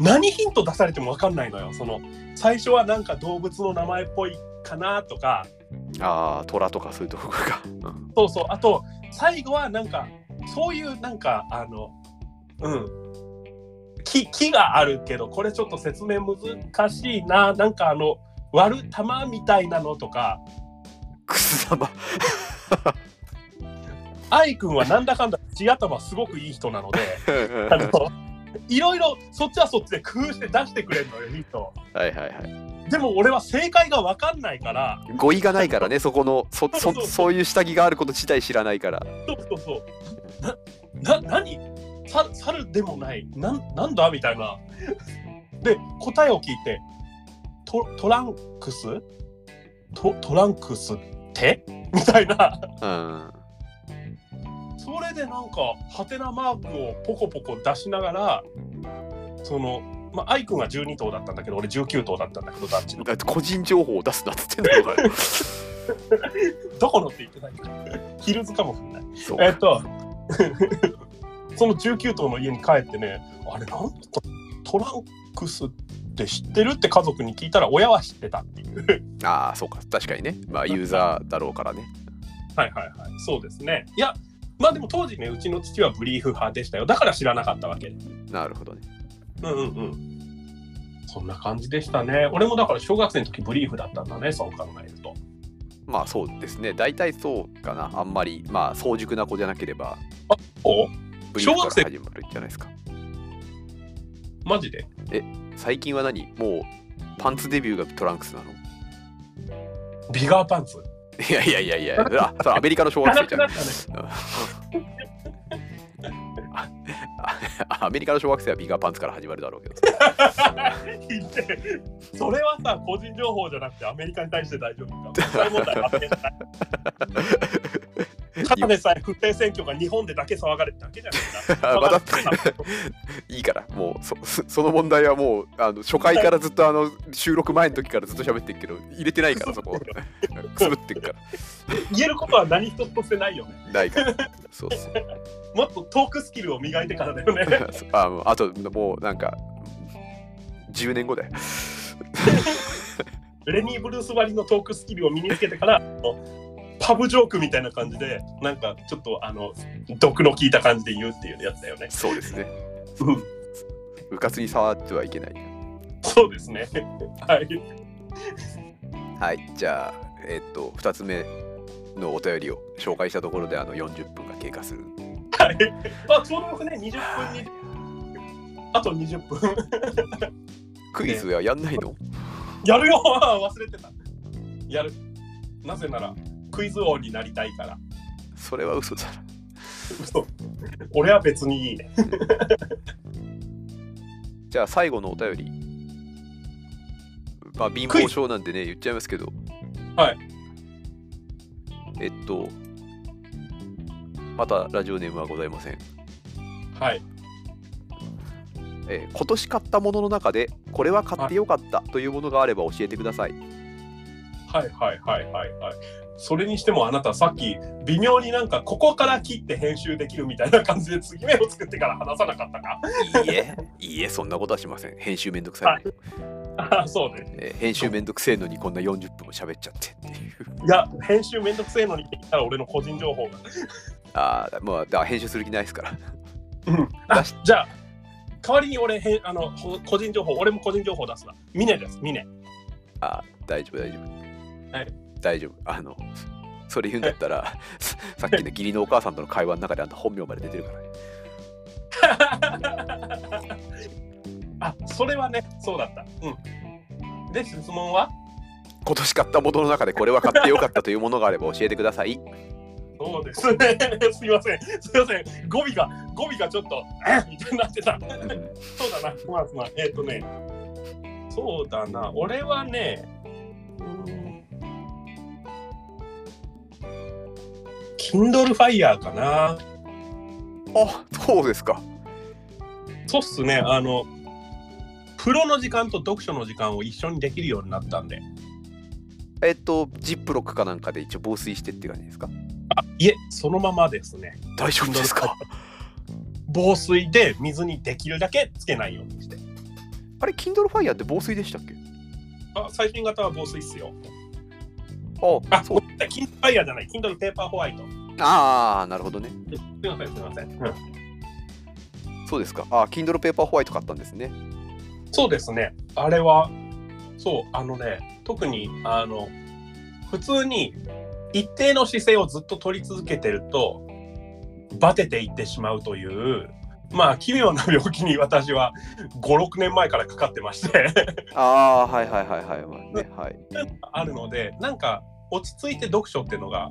Speaker 2: 何ヒント出されても分かんないのよその最初はなんか動物の名前っぽいかなとか
Speaker 1: ああ虎とかそういうとこかうん
Speaker 2: そうそうあと最後はなんかそういうなんかあのうん木木があるけどこれちょっと説明難しいななんかあの割る玉みたいなのとか
Speaker 1: くす玉
Speaker 2: 愛くんはなんだかんだ地頭すごくいい人なので (laughs) あのいろいろそっちはそっちで工夫して出してくれるのよヒント
Speaker 1: (laughs) はいはいはい
Speaker 2: でも俺は正解が分かんないから
Speaker 1: 語彙がないからねそこのそ
Speaker 2: そう
Speaker 1: そ
Speaker 2: そう
Speaker 1: そういう下着があること自体知らないから
Speaker 2: そうそうそうなな何さ猿でもないなんなんだみたいなで答えを聞いてトトランクストトランクスってみたいな
Speaker 1: うん
Speaker 2: それでなんかハテナマークをポコポコ出しながらそのまあ愛くんが12頭だったんだけど俺19頭だったんだけどどっちの
Speaker 1: だって個人情報を出すなっつってんだから (laughs)
Speaker 2: どこのって言ってないから (laughs) ヒルズかもしれない
Speaker 1: そう
Speaker 2: えっと (laughs) その19頭の家に帰ってねあれなんだったトランクスって知ってるって家族に聞いたら親は知ってたっていう
Speaker 1: ああそうか確かにねまあユーザーだろうからね
Speaker 2: はいはいはいそうですねいやまあでも当時ねうちの父はブリーフ派でしたよだから知らなかったわけ
Speaker 1: なるほどね
Speaker 2: うんうんうん。そんな感じでしたね。俺もだから小学生の時ブリーフだったんだね、そう考えると。
Speaker 1: まあそうですね大体そうかなあんまりまあ早熟な子じゃなければ
Speaker 2: お
Speaker 1: ブリー
Speaker 2: 小
Speaker 1: フ
Speaker 2: 学
Speaker 1: か
Speaker 2: 生
Speaker 1: ら始まるんじゃないですか
Speaker 2: マジで
Speaker 1: 最近は何もうパンツデビューがトランクスなの
Speaker 2: ビガーパンツ。
Speaker 1: いやいやいやいやあそれアメリカの小
Speaker 2: 行か
Speaker 1: 学
Speaker 2: な
Speaker 1: 生
Speaker 2: く
Speaker 1: じゃ
Speaker 2: (laughs)
Speaker 1: ん
Speaker 2: なったね。
Speaker 1: アメリカの小学生はビガーパンツから始まるだろうけど
Speaker 2: 聞いてそれはさ、個人情報じゃなくてアメリカに対して大丈夫か。 (laughs) 国際問題あってただでさえ不正選挙が日本でだけ騒がれてだけじゃないか
Speaker 1: またいいからもうそ (laughs) そその問題はもうあの初回からずっとあの収録前の時からずっと喋ってるけど入れてないからそこくすぶってるか
Speaker 2: 言えることは何一つとしてないよね。
Speaker 1: らないからそうそう
Speaker 2: もっとトークスキルを磨いてからだよね。
Speaker 1: あもうあともうなんか10年後だよ
Speaker 2: レニー・ブルース割りのトークスキルを身につけてから、あのパブジョークみたいな感じで、なんかちょっとあの毒の効いた感じで言うっていうやつだよね。
Speaker 1: そうですね
Speaker 2: うん
Speaker 1: うかつに触ってはいけない
Speaker 2: そうですね。はい。
Speaker 1: はいじゃあえっと2つ目のお便りを紹介したところであの40分が経過する
Speaker 2: はい。あ、ちょうど僕ね、20分に、あと20分。
Speaker 1: クイズはやんないの
Speaker 2: やるよ (laughs) 忘れてた。やる。なぜなら、クイズ王になりたいから。 (laughs)
Speaker 1: それは嘘だ
Speaker 2: 嘘。俺は別にいいね。
Speaker 1: じゃあ最後のお便り。まあ貧乏症なんでね、言っちゃいますけど。
Speaker 2: はい。
Speaker 1: えっと、またラジオネームはございません。
Speaker 2: はい。
Speaker 1: えー今年買ったものの中で、これは買ってよかったというものがあれば教えてください。
Speaker 2: はいはいはいはいはい。それにしてもあなたさっき微妙になんかここから切って編集できるみたいな感じで継ぎ目を作ってから話さなかったか
Speaker 1: いいえ、いいえ、そんなことはしません。編集めんどくさいの、
Speaker 2: ああ (laughs) そうね。
Speaker 1: えー編集めんどくせえのにこんな40分も喋っちゃってっていう。
Speaker 2: いや編集めんどくせえのにって言ったら俺の個人情報が。
Speaker 1: ああ、まあ、だから編集する気ないですから。
Speaker 2: あ
Speaker 1: 出し
Speaker 2: じゃあ代わりに俺へんあのほ個人情報俺も個人情報出すな。ミネですミネ。
Speaker 1: あ大丈夫大丈夫
Speaker 2: はい
Speaker 1: 大丈夫あのそれ言うんだった
Speaker 2: (laughs)
Speaker 1: らささっきの義理のお母さんとの会話の中であんた本名まで出てるからね
Speaker 2: あそれはねそうだったうんで質問は
Speaker 1: 今年買ったものの中でこれは買ってよかったというものがあれば教えてくだ
Speaker 2: (laughs)
Speaker 1: さい。
Speaker 2: そうです (laughs) ねすいませんすいません語尾が語尾がちょっとえっみたいになってた
Speaker 1: うん
Speaker 2: そうだな、まあまあ、えっ、とね、そうだな、俺はね、うーん Kindle Fire かな。
Speaker 1: あそうですか。
Speaker 2: そうっすね、あの、プロの時間と読書の時間を一緒にできるようになったんで、
Speaker 1: えっと、ジップロックかなんかで一応防水してって感じですか
Speaker 2: いえ、そのままですね、
Speaker 1: 大丈夫ですか
Speaker 2: 防水で水にできるだけつけないようにして。
Speaker 1: あれ、Kindle Fire って防水でしたっけ
Speaker 2: あ、最新型は防水っすよ。
Speaker 1: あ
Speaker 2: あ、
Speaker 1: そ
Speaker 2: ご
Speaker 1: う。
Speaker 2: めんなさい Kindle Fire じゃない、Kindle Paper White。
Speaker 1: ああ、なるほどね。
Speaker 2: すいません、すいません。うん
Speaker 1: そうですか。あー Kindle Paper White 買ったんですね。
Speaker 2: そうですね。あれは、そう、あのね、特に、あの、普通に一定の姿勢をずっと取り続けてると、バテていってしまうという、まあ、奇妙な病気に私は5、6年前からかかってまして、
Speaker 1: ああ、はいはいはいはい。まあね、はい。
Speaker 2: あるので、なんか、落ち着いて読書っていうのが、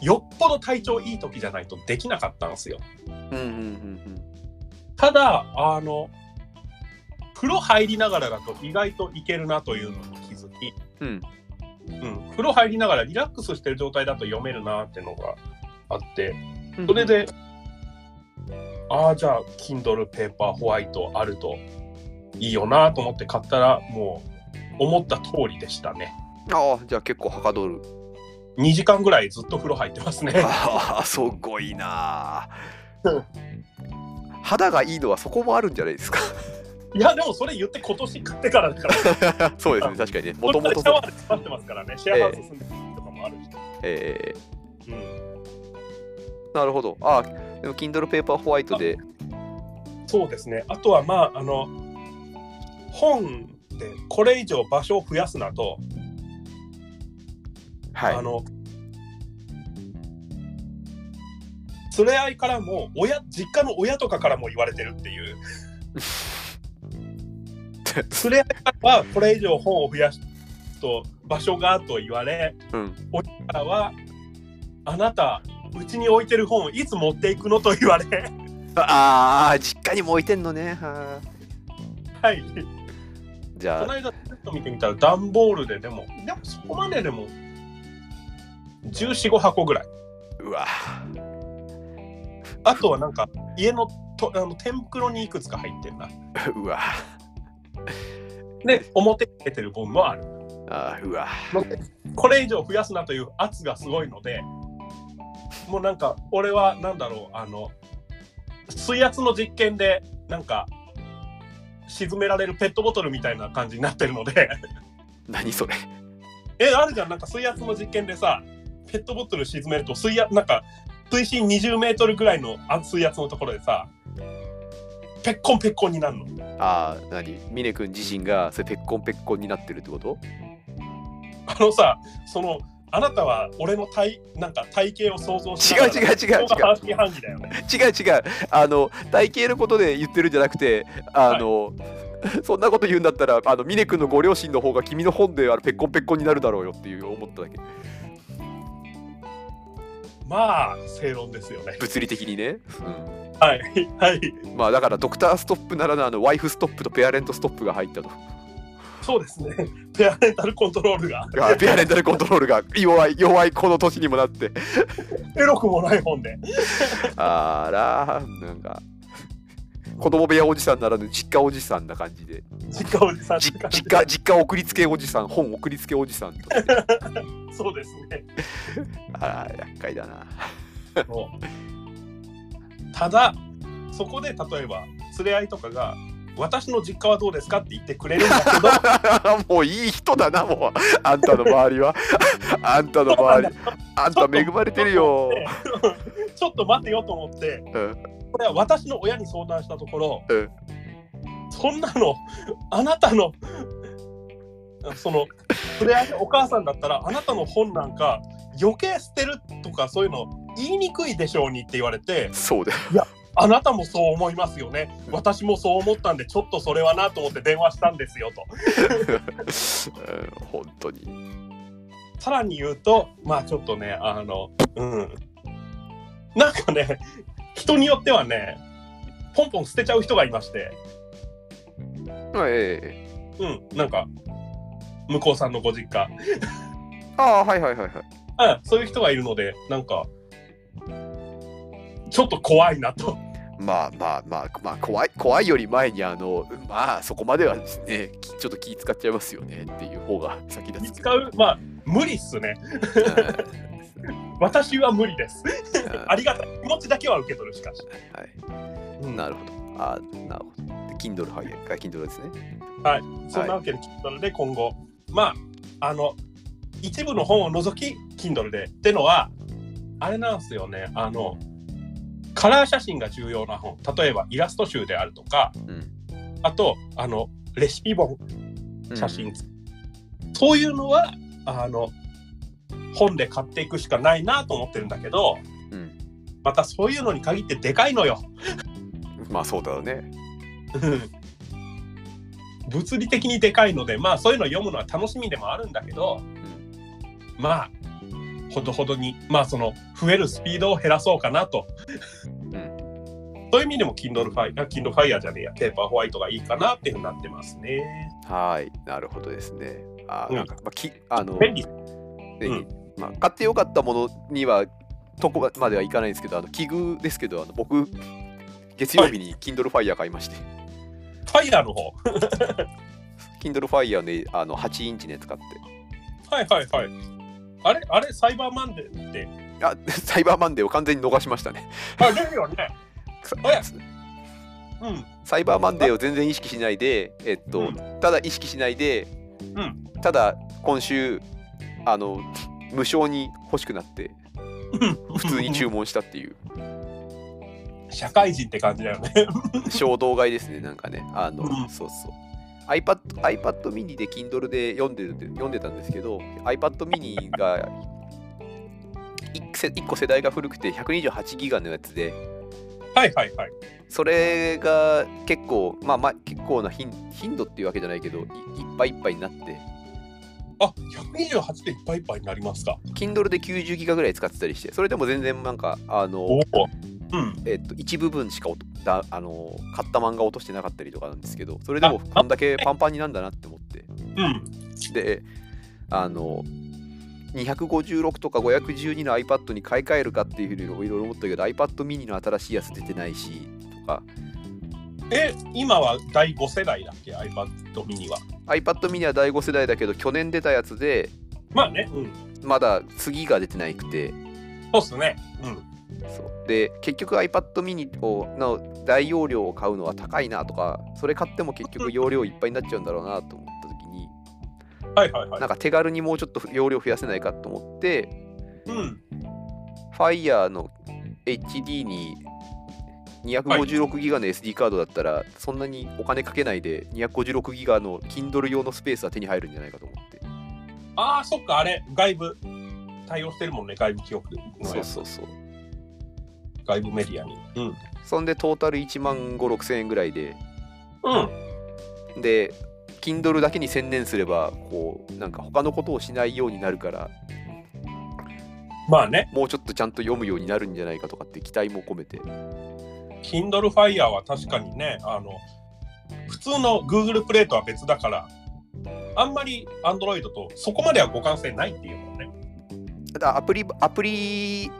Speaker 2: よっぽど体調いい時じゃないとできなかったんですよ。
Speaker 1: うんうんうん
Speaker 2: ただあの風呂入りながらだと意外といけるなというのに気づき、
Speaker 1: うん
Speaker 2: うん風呂入りながらリラックスしてる状態だと読めるなっていうのがあって
Speaker 1: うん。
Speaker 2: それで、ああじゃあ Kindle ペーパーホワイトあるといいよなと思って買ったらもう思った通りでしたね
Speaker 1: ああ、じゃあ結構はかどる。
Speaker 2: 2時間ぐらいずっと風呂入ってますね
Speaker 1: あ (laughs) あ、すごいなー。肌がいいのはそこもあるんじゃないですか。 (laughs)
Speaker 2: いやでもそれ言って今年買ってからだから
Speaker 1: そうですね、確かにね。もともと
Speaker 2: シェア、ハウス使ってますからねシェアハウス住んでる人とかもあるし、
Speaker 1: え
Speaker 2: うん
Speaker 1: ー、なるほど。あーでも Kindle Paper White で、
Speaker 2: そうですね。あとはまああの本でこれ以上場所を増やすなと、
Speaker 1: はい
Speaker 2: あ。の連れ合いからも親実家の親とかからも言われてるっていう連れ合いからはこれ以上本を増やすと場所がと言われ
Speaker 1: (laughs) うん、
Speaker 2: 親からはあなたうちに置いてる本いつ持っていくのと言われ (laughs)
Speaker 1: ああ、実家にも置いてんのね。はー
Speaker 2: はい
Speaker 1: じ
Speaker 2: こ
Speaker 1: ゃ
Speaker 2: の
Speaker 1: あ、
Speaker 2: 間ちょっと見てみたら段ボールででもでもそこまででも1415箱ぐらいう
Speaker 1: わ (laughs)
Speaker 2: あとはなんか家のとあの天袋にいくつか入ってるな
Speaker 1: ー、うわ
Speaker 2: で表に出てる分もある
Speaker 1: ー、あーうわー。
Speaker 2: これ以上増やすなという圧がすごいのでもうなんか俺はなんだろうあの水圧の実験でなんか沈められるペットボトルみたいな感じになってるので
Speaker 1: 何それ。
Speaker 2: えあるじゃんなんか水圧の実験でさペットボトル沈めると水圧なんか水深20メートルぐらいのあ水圧のところでさペッコンペッコンになるの
Speaker 1: ああ、何ミネ君自身がそれペッコンペッコンになってるってこと
Speaker 2: あのさそのあなたは俺の体なんか体型を想像しながら
Speaker 1: 違う違う違う違う
Speaker 2: (laughs) そこが半信半疑だよね
Speaker 1: (laughs) 違う違う。あの、体型のことで言ってるんじゃなくて、あの、そんなこと言うんだったら、あの、ミネ君のご両親の方が君の本であのペッコンペッコンになるだろうよっていう思っただけ。
Speaker 2: まあ正論ですよね
Speaker 1: 物理的にね。うん
Speaker 2: はいはい
Speaker 1: まあだからドクターストップならぬあのワイフストップとペアレントストップが入ったと。
Speaker 2: そうですねペアレンタルコントロールが
Speaker 1: あペアレンタルコントロールが弱い弱いこの年にもなって。
Speaker 2: エロくもない本で
Speaker 1: あら、なんか子供部屋おじさんならぬ実家おじさんな感じで。
Speaker 2: 実家おじさんって
Speaker 1: じ
Speaker 2: 感じ
Speaker 1: 実家実家送りつけおじさん、本送りつけおじさんと。
Speaker 2: そうですね
Speaker 1: あら、厄介だな。
Speaker 2: もうただそこで例えば連れ合いとかが「私の実家はどうですか?」って言ってくれるんだけど
Speaker 1: (laughs) もういい人だな、もう。あんたの周りは。あんたの周
Speaker 2: (laughs)
Speaker 1: り。あんた恵まれてるよ。
Speaker 2: ちょっと待てよと思って、
Speaker 1: うん
Speaker 2: これは私の親に相談したところ、
Speaker 1: うん
Speaker 2: そんなのあなたのその連れ合いのお母さんだったらあなたの本なんか余計捨てるとかそういうの言いにくいでしょうにって言われて
Speaker 1: そうだよ。
Speaker 2: あなたもそう思いますよね私もそう思ったんでちょっとそれはなと思って電話したんですよと
Speaker 1: うん本当に
Speaker 2: さらに言うとまあちょっとねあのうんなんかね人によってはねポンポン捨てちゃう人がいまして
Speaker 1: まあえ
Speaker 2: うんなんか向こうさんのご実家
Speaker 1: えああはいはいはいはい
Speaker 2: うん、そういう人がいるので、なんか、ちょっと怖いなと。
Speaker 1: まあまあまあまあ怖い怖いより前にあのまあそこまではですねきちょっと気使っちゃいますよねっていう方が (laughs) 先立つけど
Speaker 2: 使う、まあ、無理っすね。私は無理です。
Speaker 1: うんうん
Speaker 2: (laughs) ありがたい。気持ちだけは受け取るしかし。
Speaker 1: はい
Speaker 2: うん、
Speaker 1: なるほどあなるほどで Kindle はいはい Kindle ですね
Speaker 2: そんなわけで、Kindle で今後、まあ、あの、一部の本を除き、Kindle で。ってのは、あれなんですよね、あの、カラー写真が重要な本。例えば、イラスト集であるとか、
Speaker 1: うん
Speaker 2: あと、あの、レシピ本
Speaker 1: うん
Speaker 2: 写真、そういうのはあの本で買っていくしかないなと思ってるんだけど
Speaker 1: うん
Speaker 2: またそういうのに限ってでかいのよ
Speaker 1: まあそうだよね
Speaker 2: 物理的にでかいのでまあそういうの読むのは楽しみでもあるんだけどまあほどほどにまあその増えるスピードを減らそうかなと、そういう意味でも Kindle Fire あ Kindle Fire じゃねえやペーパーホワイトがいいかなっていうふうになってますね
Speaker 1: はいなるほどですねあ
Speaker 2: うん
Speaker 1: なんか、まあ、きあの
Speaker 2: 便利
Speaker 1: で
Speaker 2: うん
Speaker 1: まあ、買ってよかったものにはとこまではいかないんですけどあの奇遇ですけどあの僕月曜日に Kindle Fire 買いまして、
Speaker 2: Fire の方 (laughs)
Speaker 1: Kindle Fire ねあの8インチね使って
Speaker 2: はいはいはいあれあれサイバーマンデーって
Speaker 1: あ (laughs) サイバーマンデーを完全に逃しましたね
Speaker 2: あれよね。
Speaker 1: さ (laughs)
Speaker 2: えうん。
Speaker 1: サイバーマンデーを全然意識しないでえっと、
Speaker 2: うん
Speaker 1: ただ意識しないで、
Speaker 2: うん
Speaker 1: ただ今週あの無償に欲しくなって普通に注文したっていう
Speaker 2: 社会人って感じだよね。 (laughs)
Speaker 1: 衝動買いですね、なんかね。あの、
Speaker 2: うん
Speaker 1: そうそう。iPad, iPad mini で Kindle で読んでるって読んでたんですけど、iPad mini が 1, 世一個世代が古くて128ギガのやつで、
Speaker 2: はいはいはい。
Speaker 1: それが結構、まあまあ結構な頻頻度っていうわけじゃないけど、いいっぱいいっぱいになって、
Speaker 2: あ、百二十八でいっぱいいっぱいになりますか。
Speaker 1: Kindle で90ギガぐらい使ってたりして、それでも全然なんか、あの、
Speaker 2: お。うん。
Speaker 1: えっと、一部分しかおとだあの買った漫画落としてなかったりとかなんですけど、それでも
Speaker 2: あ
Speaker 1: こんだけパンパンになんだなって思って。
Speaker 2: うん。
Speaker 1: であの256とか512の iPad に買い替えるかっていうふうにいろいろ思ったけど iPad mini の新しいやつ出てないしとか
Speaker 2: え、今は第五世代だっけ、iPad mini は。
Speaker 1: iPad mini は第5世代だけど去年出たやつで
Speaker 2: まあね。うん。
Speaker 1: まだ次が出てなくて
Speaker 2: そうっすね。うん。
Speaker 1: そうで結局 iPad mini をの大容量を買うのは高いなとかそれ買っても結局容量いっぱいになっちゃうんだろうなと思った時に
Speaker 2: はいはいはい
Speaker 1: なん。か手軽にもうちょっと容量増やせないかと思って
Speaker 2: うん。
Speaker 1: Fire の HD に256ギガの SD カードだったら、そんなにお金かけないで256ギガの Kindle 用のスペースは手に入るんじゃないかと思って。
Speaker 2: ああ、そっか、あれ、外部。対応してるもんね、外部記憶の
Speaker 1: そう
Speaker 2: やつ。
Speaker 1: そうそう。
Speaker 2: 外部メディアに。うん。
Speaker 1: そんでトータル1万5、6千円ぐらいで、
Speaker 2: うん。
Speaker 1: で、Kindle だけに専念すれば、こう、なんか他のことをしないようになるから、
Speaker 2: まあね、
Speaker 1: もうちょっとちゃんと読むようになるんじゃないかとかって期待も込めて。
Speaker 2: Kindle Fire は確かにね、あの、普通の Google プレートは別だから、あんまり Android とそこまでは互換性ないっていうもんね。
Speaker 1: ただアプリ、アプリ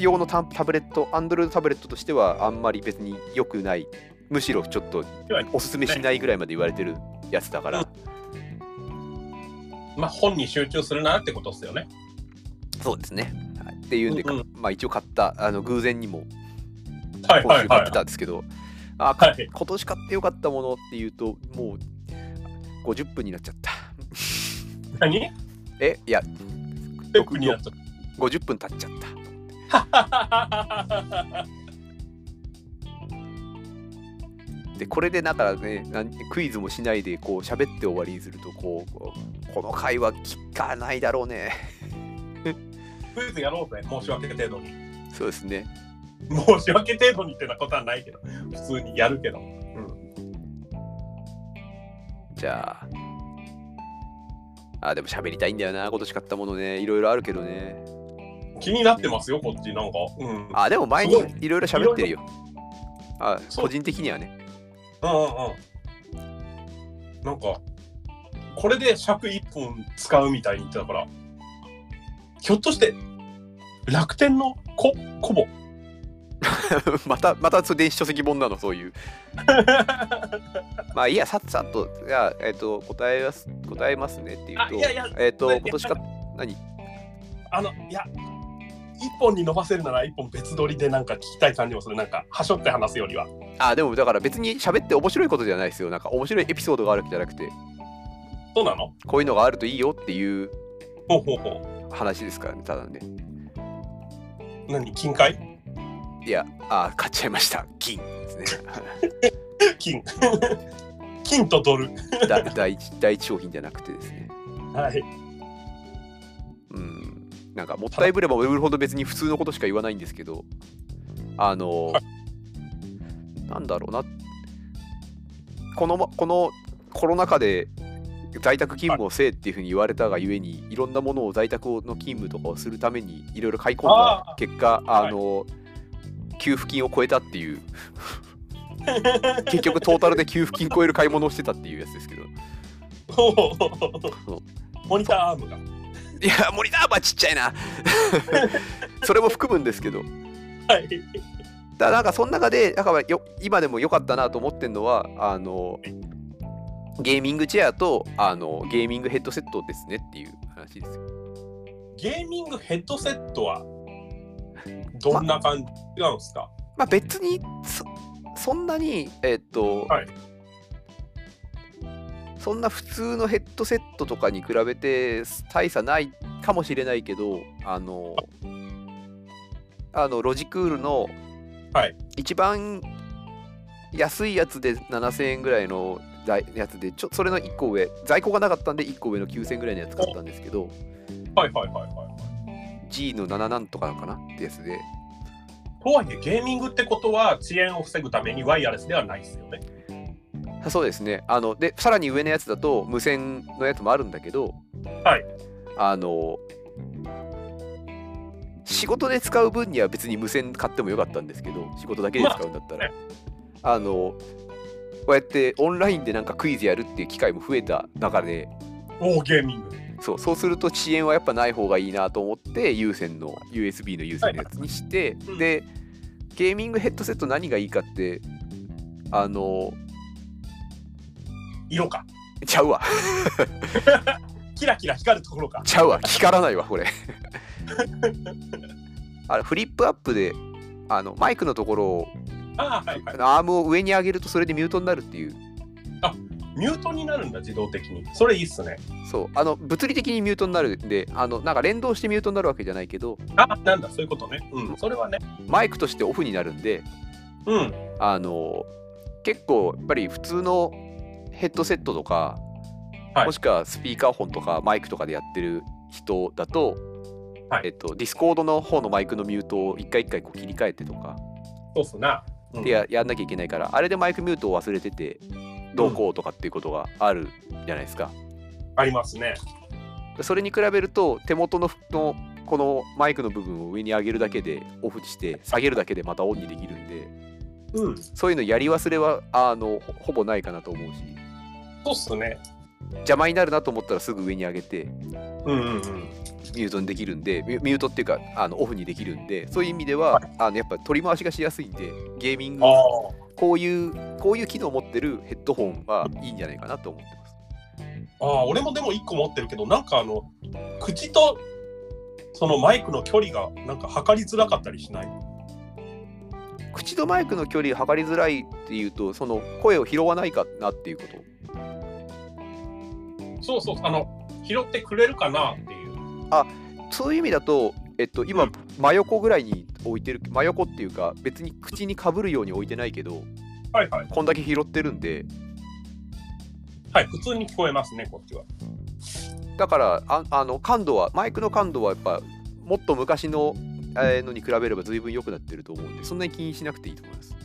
Speaker 1: 用のタンタブレット、Android タブレットとしてはあんまり別に良くない、むしろちょっとおすすめしないぐらいまで言われてるやつだから、
Speaker 2: まあ、本に集中するなってことですよね。
Speaker 1: そうですね。はい、っていうんで、
Speaker 2: うんうん
Speaker 1: まあ一応買った、あの偶然にも
Speaker 2: は
Speaker 1: 今週買ってたんですけど、あか
Speaker 2: はい
Speaker 1: 今年買ってよかったものっていうと、もう50分になっちゃった。
Speaker 2: 何
Speaker 1: え、いや、
Speaker 2: テックになっち
Speaker 1: 50分経っちゃった。
Speaker 2: ゃっ
Speaker 1: でこれでだからねなんクイズもしないでこう喋って終わりにするとこうこうこの回は聞かないだろうね (laughs)
Speaker 2: (laughs) た。クイズやろうぜ、申し訳程度に。
Speaker 1: そうですね
Speaker 2: 申し訳程度にってなことはないけど、普通にやるけど。
Speaker 1: じゃあ。あ、でも喋りたいんだよな。今年買ったものね。いろいろあるけどね。
Speaker 2: 気になってますよ、こっちなんか。うん。
Speaker 1: あ、でも前に
Speaker 2: すごい
Speaker 1: いろいろ喋ってるよ。あ、
Speaker 2: そう
Speaker 1: 個人的にはね。 (laughs)
Speaker 2: うんうんうん。なんか、これで尺1分使うみたいに言ってたから、ひょっとして、楽天のココボ
Speaker 1: また、またそれ電子書籍本なの、そう
Speaker 2: (laughs)
Speaker 1: いう。まあいいや、さっさっと、じゃあ、えっ、と、答えます、答えますねっていう
Speaker 2: あ
Speaker 1: と、
Speaker 2: いやいや
Speaker 1: えっ、と、
Speaker 2: いや
Speaker 1: 今年買っ何
Speaker 2: あの、いや、1本に伸ばせるなら1本別撮りでなんか聞きたい感じもする。なんか、はしょって話すよりは。
Speaker 1: あ、でもだから別に喋って面白いことじゃないですよ。なんか面白いエピソードがあるわけじゃなくて、
Speaker 2: そうなの
Speaker 1: こういうのがあるといいよっていう
Speaker 2: ほうほうほ
Speaker 1: 話ですからね、ただね。
Speaker 2: う。何金塊
Speaker 1: いや、あ、買っちゃいました。金ですね。 (laughs)
Speaker 2: 金。金とドル。
Speaker 1: だ第一第一商品じゃなくてですね。
Speaker 2: はい。
Speaker 1: うん、なんかもったいぶればぶるほど別に普通のことしか言わないんですけどあの、
Speaker 2: は
Speaker 1: なんだろうなこのまこのコロナ禍で在宅勤務をせえっていうふうに言われたがゆえにいろんなものを在宅の勤務とかをするためにいろいろ買い込んだ
Speaker 2: あー
Speaker 1: 結果あ
Speaker 2: はい
Speaker 1: の、給付金を超えたっていう結局トータル
Speaker 2: (laughs)
Speaker 1: で給付金超える買い物をしてたっていうやつですけど
Speaker 2: ほうほうほうほうモニターアームが。
Speaker 1: いやモニターバーちっちゃいな (laughs) それも含むんですけど
Speaker 2: はい。
Speaker 1: だからなんかその中でだからよ今でも良かったなと思ってるのはあのゲーミングチェアとあのゲーミングヘッドセットですねっていう話ですよ
Speaker 2: ゲーミングヘッドセットはどんな感じ違うんですか、
Speaker 1: まあ別にそそんなにえっと、
Speaker 2: はい
Speaker 1: そんな普通のヘッドセットとかに比べて大差ないかもしれないけどあのあのロジクールの
Speaker 2: はい
Speaker 1: 一番安いやつで7000円ぐらいの在やつでちょそれの1個上在庫がなかったんで1個上の9000円ぐらいのやつ買ったんですけど
Speaker 2: はい、はいはいはいはい
Speaker 1: G の7なんとかかなってやつで
Speaker 2: とはいえゲーミングってことは遅延を防ぐためにワイヤレスではないですよね。
Speaker 1: あそうですねあのでさらに上のやつだと無線のやつもあるんだけど
Speaker 2: はい
Speaker 1: あの仕事で使う分には別に無線買ってもよかったんですけど仕事だけで使うんだったら、あのこうやってオンラインでなんかクイズやるっていう機会も増えた中で
Speaker 2: おおゲーミング。
Speaker 1: そうそうすると遅延はやっぱない方がいいなと思って有線の USB の有線のやつにして、
Speaker 2: うん
Speaker 1: でゲーミングヘッドセット何がいいかってあの
Speaker 2: 色か。
Speaker 1: ちゃうわ
Speaker 2: キラキラ光るところか。
Speaker 1: ちゃうわ光らないわこ
Speaker 2: (laughs)
Speaker 1: れあれフリップアップであのマイクのところを
Speaker 2: ああはいは
Speaker 1: あ
Speaker 2: い。
Speaker 1: のアームを上に上げるとそれでミュートになるっていう
Speaker 2: ミュートになるんだ自動的に。それいいっすね。
Speaker 1: そうあの物理的にミュートになるんであのなんか連動してミュートになるわけじゃないけど
Speaker 2: あなんだそういうことね。うんそれはね。
Speaker 1: マイクとしてオフになるんで
Speaker 2: うん
Speaker 1: あの結構やっぱり普通のヘッドセットとか、
Speaker 2: はい
Speaker 1: もしくはスピーカーフォンとかマイクとかでやってる人だと、
Speaker 2: はい
Speaker 1: えっと、ディスコードの方のマイクのミュートを一回一回こう切り替えてとか
Speaker 2: そうっすな。うん
Speaker 1: でややんなきゃいけないからあれでマイクミュートを忘れててどうこうとかっていうことがあるじゃないですか。
Speaker 2: ありますね。
Speaker 1: それに比べると手元のふのこのマイクの部分を上に上げるだけでオフして下げるだけでまたオンにできるんで
Speaker 2: うんそ
Speaker 1: そういうのやり忘れはあのほほぼないかなと思うし
Speaker 2: うっすね。
Speaker 1: 邪魔になるなと思ったらすぐ上に上げて
Speaker 2: うんうんうん。
Speaker 1: ミュートにできるんでミュミュートっていうかあのオフにできるんでそういう意味ではあのやっぱ取り回しがしやすいんでゲーミング
Speaker 2: ああ
Speaker 1: こういうこういう機能を持ってるヘッドホンはいいんじゃないかなと思ってます。
Speaker 2: ああ俺もでも1個持ってるけどなんかあの口とそのマイクの距離がなんか測りづらかったりしない
Speaker 1: 口とマイクの距離測りづらいっていうとその声を拾わないかなっていうこと
Speaker 2: そうそうあの拾ってくれるかなっていう
Speaker 1: そういう意味だと、えっと、今、
Speaker 2: うん
Speaker 1: 真横ぐらいに置いてる真横っていうか別に口にかぶるように置いてないけど
Speaker 2: はいはい
Speaker 1: こんだけ拾ってるんで
Speaker 2: はい普通に聞こえますねこっちは
Speaker 1: だからああの感度はマイクの感度はやっぱもっと昔のえーのに比べれば随分良くなってると思うんでそんなに気にしなくていいと思います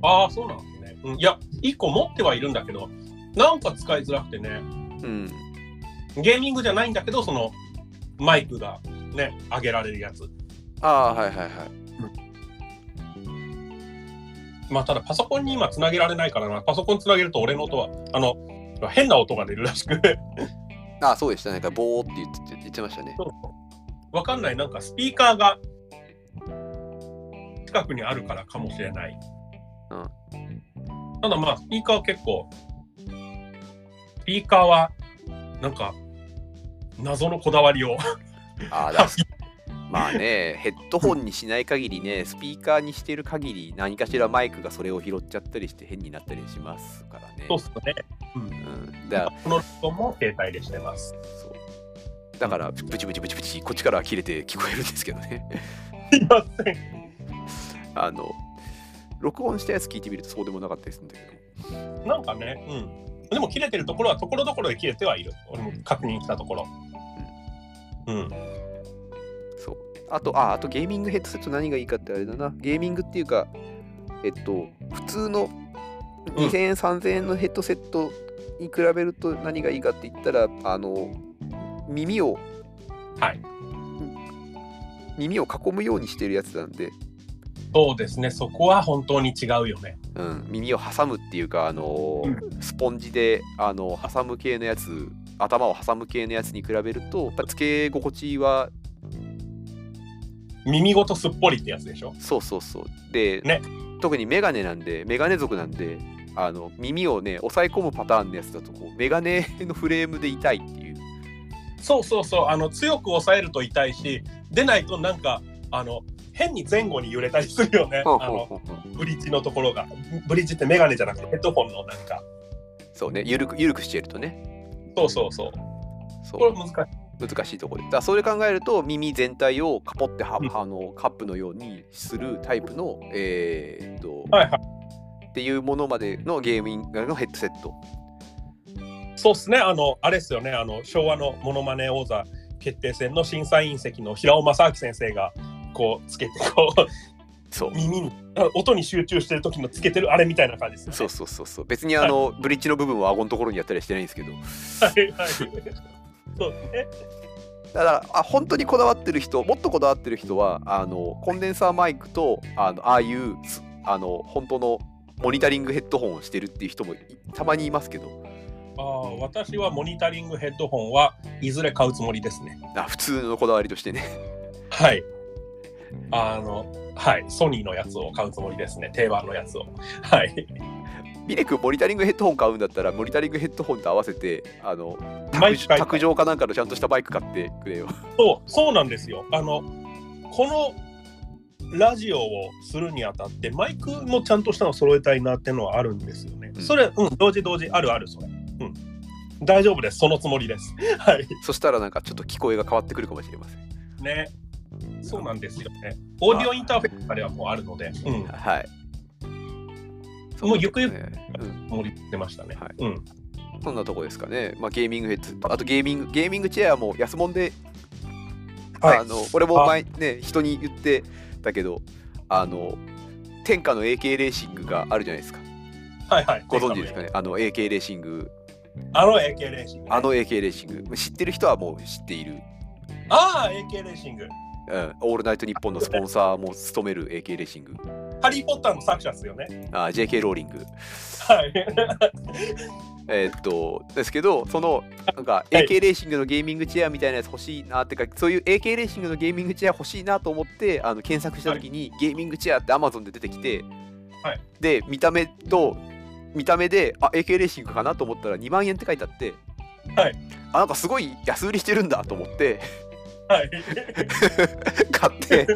Speaker 2: ああ、そうなんですね。うん、いや、1個持ってはいるんだけど、なんか使いづらくてね、
Speaker 1: うん
Speaker 2: ゲーミングじゃないんだけど、そのマイクがね、上げられるやつ。
Speaker 1: ああーはいはいはい
Speaker 2: まあ、ただパソコンに今つなげられないからな、パソコンつなげると俺の音は、あの、変な音が出るらしく、
Speaker 1: ああそうでしたねなんかボーって言って言ってましたね
Speaker 2: わかんない、なんかスピーカーが近くにあるからかもしれない。ただまあ、スピーカーは結構、スピーカーは、なんか、謎のこだわりを。
Speaker 1: ああだまあねヘッドホンにしない限りねスピーカーにしてる限り何かしらマイクがそれを拾っちゃったりして変になったりしますからね
Speaker 2: そうっすね。
Speaker 1: うん、だ
Speaker 2: この人も携帯でしてます。
Speaker 1: そうだからブチブチブチブチこっちからは切れて聞こえるんですけどね
Speaker 2: すいません。
Speaker 1: あの録音したやつ聞いてみるとそうでもなかったりするんだけど
Speaker 2: なんかね、うん。でも切れてるところはところどころで切れてはいる。俺も確認したところ。うん。
Speaker 1: そうあとああとゲーミングヘッドセット何がいいかってあれだなゲーミングっていうかえっと普通の
Speaker 2: うん
Speaker 1: 2000円、3000円のヘッドセットに比べると何がいいかって言ったらあの耳を
Speaker 2: はい
Speaker 1: 耳を囲むようにしてるやつなんで、
Speaker 2: そうですね。そこは本当に違うよね。
Speaker 1: うん、耳を挟むっていうかあの、
Speaker 2: う
Speaker 1: スポンジであの挟む系のやつ頭を挟む系のやつに比べるとやっぱつけ心地は
Speaker 2: 耳ごとすっぽりってやつでしょ。
Speaker 1: そうそうそうで、
Speaker 2: ね
Speaker 1: 特にメガネなんでメガネ族なんであの耳をね抑え込むパターンのやつだとこうメガネのフレームで痛いっていう
Speaker 2: そうそうそう。あの強く押さえると痛いし、出ないとなんかあの変に前後に揺れたりするよね。あのブリッジのところが、ブリッジってメガネじゃなくてヘッドホンのなんか。
Speaker 1: そうねゆるくゆるくしてるとね
Speaker 2: そうそうそう。こ
Speaker 1: そ
Speaker 2: れ
Speaker 1: う
Speaker 2: 難しい。
Speaker 1: 難しいところでだからそれ考えると耳全体をカポっては、
Speaker 2: うん
Speaker 1: あのカップのようにするタイプのえーっと、
Speaker 2: はいは
Speaker 1: っていうものまでのゲーミングのヘッドセット
Speaker 2: そうっすね、あの、あれっすよね、あの、昭和のモノマネ王座決定戦の審査員席の平尾正明先生が、こう、つけて、こう、
Speaker 1: そう
Speaker 2: 耳に、 (laughs) あ音に集中してる時のつけてるあれみたいな感じですよね。
Speaker 1: そうそうそうそう別にあの、ブリッジの部分は顎のところにやったりはしてないんですけど
Speaker 2: はいはい。そうね。
Speaker 1: だからあ本当にこだわってる人もっとこだわってる人はあのコンデンサーマイクとあのああいうすあの本当のモニタリングヘッドホンをしてるっていう人もいたまにいますけど
Speaker 2: ああ、私はモニタリングヘッドホンはいずれ買うつもりですね。
Speaker 1: あ普通のこだわりとしてね
Speaker 2: はい。あの、はい、ソニーのやつを買うつもりですね、定番のやつを。はい。
Speaker 1: ミレクモニタリングヘッドホン買うんだったらモニタリングヘッドホンと合わせてあの
Speaker 2: マイク買いたい
Speaker 1: 卓上かなんかのちゃんとしたバイク買ってくれよ
Speaker 2: そう、そうなんですよ。あの、このラジオをするにあたって、マイクもちゃんとしたの揃えたいなってのはあるんですよね。
Speaker 1: うん
Speaker 2: それ、うん、同時同時、あるある、それ。うん。大丈夫です、そのつもりです。 (laughs) はい。
Speaker 1: そしたらなんかちょっと聞こえが変わってくるかもしれません
Speaker 2: ね。そうなんですよね。オーディオインターフェースあれはもうあるので、うん、
Speaker 1: はい
Speaker 2: もうゆくゆく
Speaker 1: そんなとこねうん
Speaker 2: つもり出ましたね。
Speaker 1: はい
Speaker 2: うん。
Speaker 1: そんなとこですかね。まあ、ゲーミングヘッド、あとゲーミング、ゲーミングチェアも安物で、
Speaker 2: はい
Speaker 1: あの俺も前ね、人に言ってたけど、あの、天下の AK レーシングがあるじゃないですか。
Speaker 2: はいはい。
Speaker 1: ご存知ですかね、あの AK レーシング、
Speaker 2: あの AK レーシング、
Speaker 1: あ、の AK レーシング、知ってる人はもう知っている、
Speaker 2: ああ、AK レーシング。
Speaker 1: うん、オールナイトニッポンのスポンサーも務める AK レーシング、
Speaker 2: ハリー・ポッターの作者ですよね。
Speaker 1: あ JK ローリング。
Speaker 2: はい。
Speaker 1: えーっとですけどそのなんか
Speaker 2: はい
Speaker 1: AK レーシングのゲーミングチェアみたいなやつ欲しいなってかそういう AK レーシングのゲーミングチェア欲しいなと思ってあの検索した時に、ゲーミングチェアって Amazon で出てきて、
Speaker 2: はい
Speaker 1: で見た目と見た目であ AK レーシングかなと思ったら2万円って書いてあって、
Speaker 2: はい
Speaker 1: あなんかすごい安売りしてるんだと思って
Speaker 2: はい。
Speaker 1: 買って
Speaker 2: は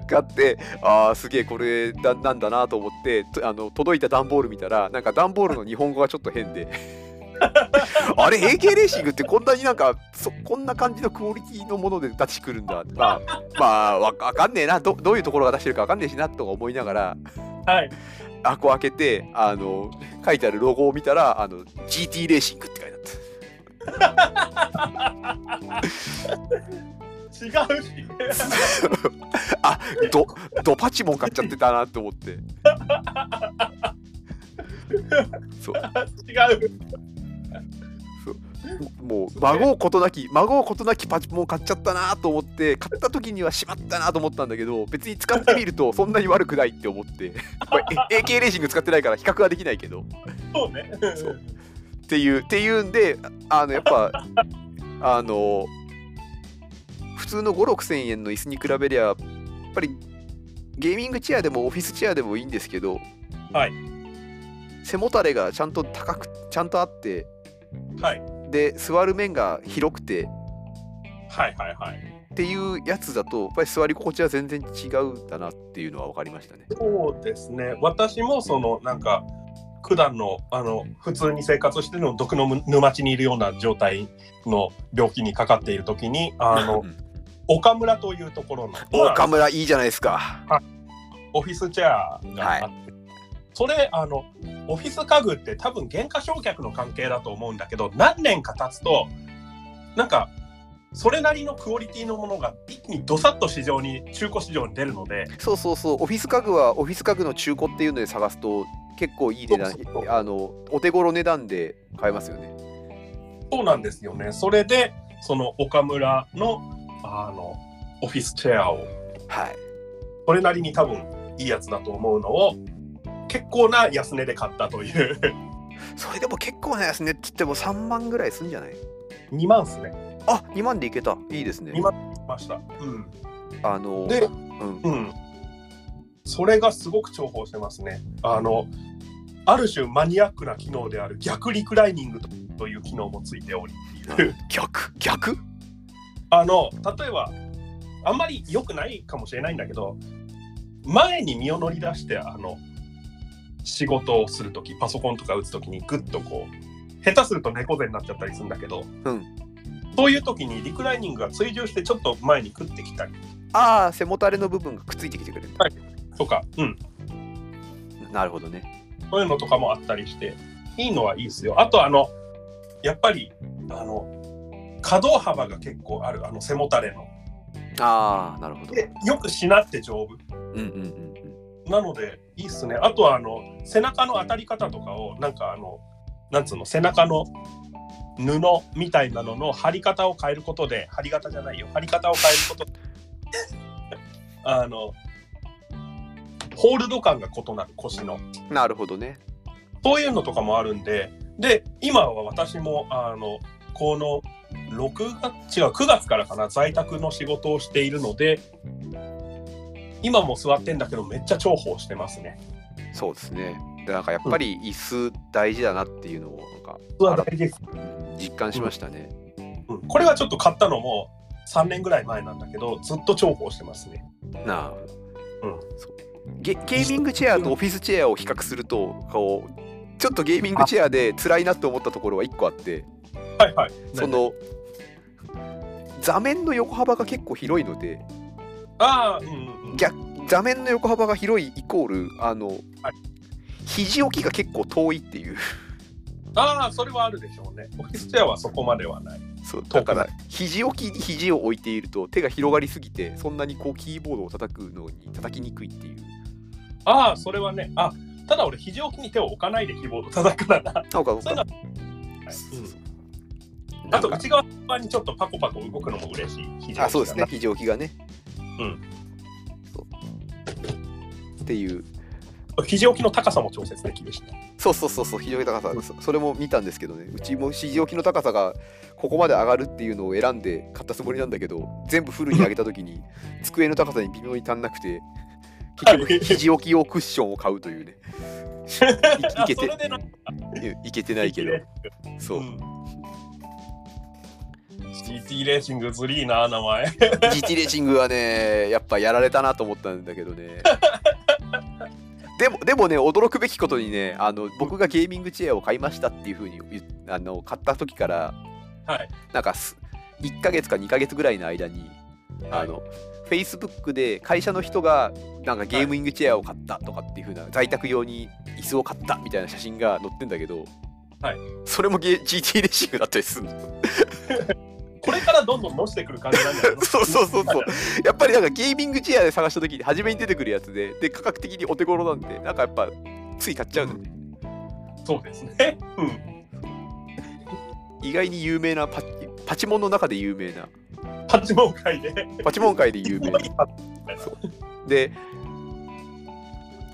Speaker 2: い
Speaker 1: 買ってあーすげえこれだなんだなと思ってとあの届いた段ボール見たらなんか段ボールの日本語がちょっと変
Speaker 2: (laughs)
Speaker 1: であれ AK レーシングってこんなになんかそこんな感じのクオリティのもので出してくるんだまあまあわわかんねえなどどういうところが出してるかわかんねえしなとか思いながら
Speaker 2: はい。
Speaker 1: 箱開けてあの書いてあるロゴを見たらあの GT レーシングって書いてあった。
Speaker 2: 違うし。
Speaker 1: ドドパチモン買っちゃってたなって思ってそう
Speaker 2: 違う。
Speaker 1: もう孫をことなき孫をことなきパチモン買っちゃったなと思って買った時にはしまったなと思ったんだけど別に使ってみるとそんなに悪くないって思って (laughs) まあえ AK レーシング使ってないから比較はできないけど
Speaker 2: そうね。
Speaker 1: そうっていうっていうんであのやっぱあの普通の5 6千円の椅子に比べりゃやっぱりゲーミングチェアでもオフィスチェアでもいいんですけど、
Speaker 2: はい
Speaker 1: 背もたれがちゃんと高くちゃんとあって
Speaker 2: はい。
Speaker 1: で座る面が広くて
Speaker 2: はいはいはい。
Speaker 1: っていうやつだとやっぱり座り心地は全然違うんだなっていうのは分かりましたね。
Speaker 2: そうですね。私もそのなんか普段のあの普通に生活してるの毒の沼地にいるような状態の病気にかかっている時に
Speaker 1: (laughs)
Speaker 2: あの岡村というところの
Speaker 1: 岡村いいじゃないですか。
Speaker 2: オフィスチェアがあって、それあのオフィス家具って多分原価償却の関係だと思うんだけど何年か経つとなんかそれなりのクオリティのものが一気にどさっと市場に中古市場に出るので
Speaker 1: そうそうそうオフィス家具はオフィス家具の中古っていうので探すと結構いい値段
Speaker 2: そうそうそう
Speaker 1: あのお手頃値段で買えますよね。
Speaker 2: そうなんですよねそれでその岡村のあのオフィスチェアを
Speaker 1: はい。
Speaker 2: それなりに多分いいやつだと思うのを結構な安値で買ったという (laughs)
Speaker 1: それでも結構な安値って言っても3万ぐらいすんじゃない
Speaker 2: 2万ですね
Speaker 1: あ2万でいけたいいですね
Speaker 2: 2。万しました。うん
Speaker 1: あの
Speaker 2: で
Speaker 1: (laughs) うん、
Speaker 2: うん、それがすごく重宝してますね。あのある種マニアックな機能である逆リクライニングという機能もついており
Speaker 1: 逆逆
Speaker 2: あの例えばあんまり良くないかもしれないんだけど前に身を乗り出してあの仕事をする時パソコンとか打つ時にグッとこう下手すると猫背になっちゃったりするんだけど、
Speaker 1: うん
Speaker 2: そういう時にリクライニングが追従してちょっと前に食ってきたり
Speaker 1: (laughs) ああ背もたれの部分がくっついてきてくれる。
Speaker 2: はいとか、うん、
Speaker 1: なるほどね。
Speaker 2: そういうのとかもあったりして、いいのはいいですよ。あと、あの、やっぱり、あの、可動幅が結構ある、あの背もたれの。
Speaker 1: ああなるほど。
Speaker 2: で、よくしなって丈夫。
Speaker 1: うんうんうんうん。
Speaker 2: なので、いいっすね。あとは、あの、背中の当たり方とかを、なんか、あの、なんつうの、背中の布みたいなのの貼り方を変えることで、貼り方じゃないよ、貼り方を変えることで、 (laughs) あの、ホールド感が異なる腰の。
Speaker 1: なるほどね。
Speaker 2: そういうのとかもあるんで、で、今は私も、あの、この、6月、違う、9月からかな、在宅の仕事をしているので、今も座ってんだけど、めっちゃ重宝してますね。
Speaker 1: そうですね。でなんかやっぱり椅子大事だなっていうのをなんか
Speaker 2: 座大事です、
Speaker 1: 実感しましたね。
Speaker 2: うん。これはちょっと買ったのも、3年ぐらい前なんだけど、ずっと重宝してますね。
Speaker 1: なあ、
Speaker 2: うん
Speaker 1: そうゲゲーミングチェアとオフィスチェアを比較するとこうちょっとゲーミングチェアで辛いなって思ったところは1個あって
Speaker 2: はいはい。
Speaker 1: その座面の横幅が結構広いので
Speaker 2: ああ、うんうんうん。
Speaker 1: 逆座面の横幅が広いイコールあの、
Speaker 2: はい
Speaker 1: 肘置きが結構遠いっていう
Speaker 2: ああ、それはあるでしょうね。オフィスチェアはそこまではない。
Speaker 1: そうだから肘置きに肘を置いていると手が広がりすぎてそんなにこうキーボードを叩くのに叩きにくいっていう
Speaker 2: ああ、それはね、あただ俺、肘置きに手を置かないでキーボード叩くからな。
Speaker 1: なんかなん
Speaker 2: そういう
Speaker 1: か
Speaker 2: のははいうん
Speaker 1: な
Speaker 2: あ
Speaker 1: ん
Speaker 2: と
Speaker 1: か
Speaker 2: 内側にちょっとパコパコ動くのも嬉しい。非常に
Speaker 1: あそうですね。非常機がね
Speaker 2: うん
Speaker 1: そうっていう
Speaker 2: 非常機の高さも調節できるし、
Speaker 1: そうそうそうそう非常機高さそそれも見たんですけどねうちも非常機の高さがここまで上がるっていうのを選んで買ったつもりなんだけど全部フルに上げた時に机の高さに微妙に足んなくて結
Speaker 2: はい
Speaker 1: 局肘置き用クッションを買うというねいいけて
Speaker 2: あそれでなん
Speaker 1: いいけてないけどそう、
Speaker 2: GT レーシングずりーな、名前。 (laughs)
Speaker 1: GT レーシングはねやっぱやられたなと思ったんだけどねでもでもね驚くべきことにねあの僕がゲーミングチェアを買いましたっていうふうに言っあの買った時から
Speaker 2: はい。
Speaker 1: なんかす1ヶ月か2ヶ月ぐらいの間にあの、Facebook で会社の人がなんかゲーミングチェアを買ったとかっていう風な、在宅用に椅子を買ったみたいな写真が載ってんだけど、
Speaker 2: はい
Speaker 1: それもゲ GT レーシングだったりするの
Speaker 2: これからどんどん乗してくる感じなんだよ
Speaker 1: そうそうそうそう (laughs) やっぱりなんかゲーミングチェアで探した時に初めに出てくるやつでで価格的にお手頃なんでなんかやっぱつい買っちゃうの、ね
Speaker 2: そうですね。うん。
Speaker 1: 意外に有名なパパチモンの中で有名な
Speaker 2: パチモン会で。
Speaker 1: パチモン界で有名なで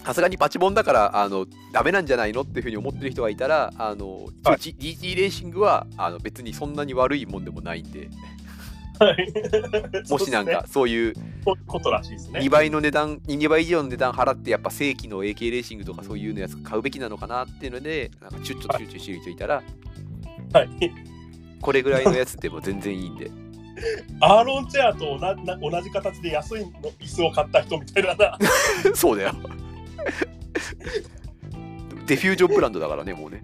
Speaker 1: さすがにパチモンだからあのダメなんじゃないのっていうふうに思ってる人がいたらあの、一応
Speaker 2: はい
Speaker 1: G- DT レーシングはあの別にそんなに悪いもんでもないんで
Speaker 2: はい。
Speaker 1: (laughs) もしなんかそういう
Speaker 2: (laughs) そういうことらしいですね。
Speaker 1: 2倍の値段2倍以上の値段払ってやっぱ正規の AK レーシングとかそういうのやつ買うべきなのかなっていうのでなんかチュッチュチュッチュしてる人いたら
Speaker 2: はい。
Speaker 1: これぐらいのやつでも全然いいんで
Speaker 2: アーロンチェアと同じな同じ形で安いの椅子を買った人みたいだな。
Speaker 1: そうだよデフュージョンブランドだからねもうね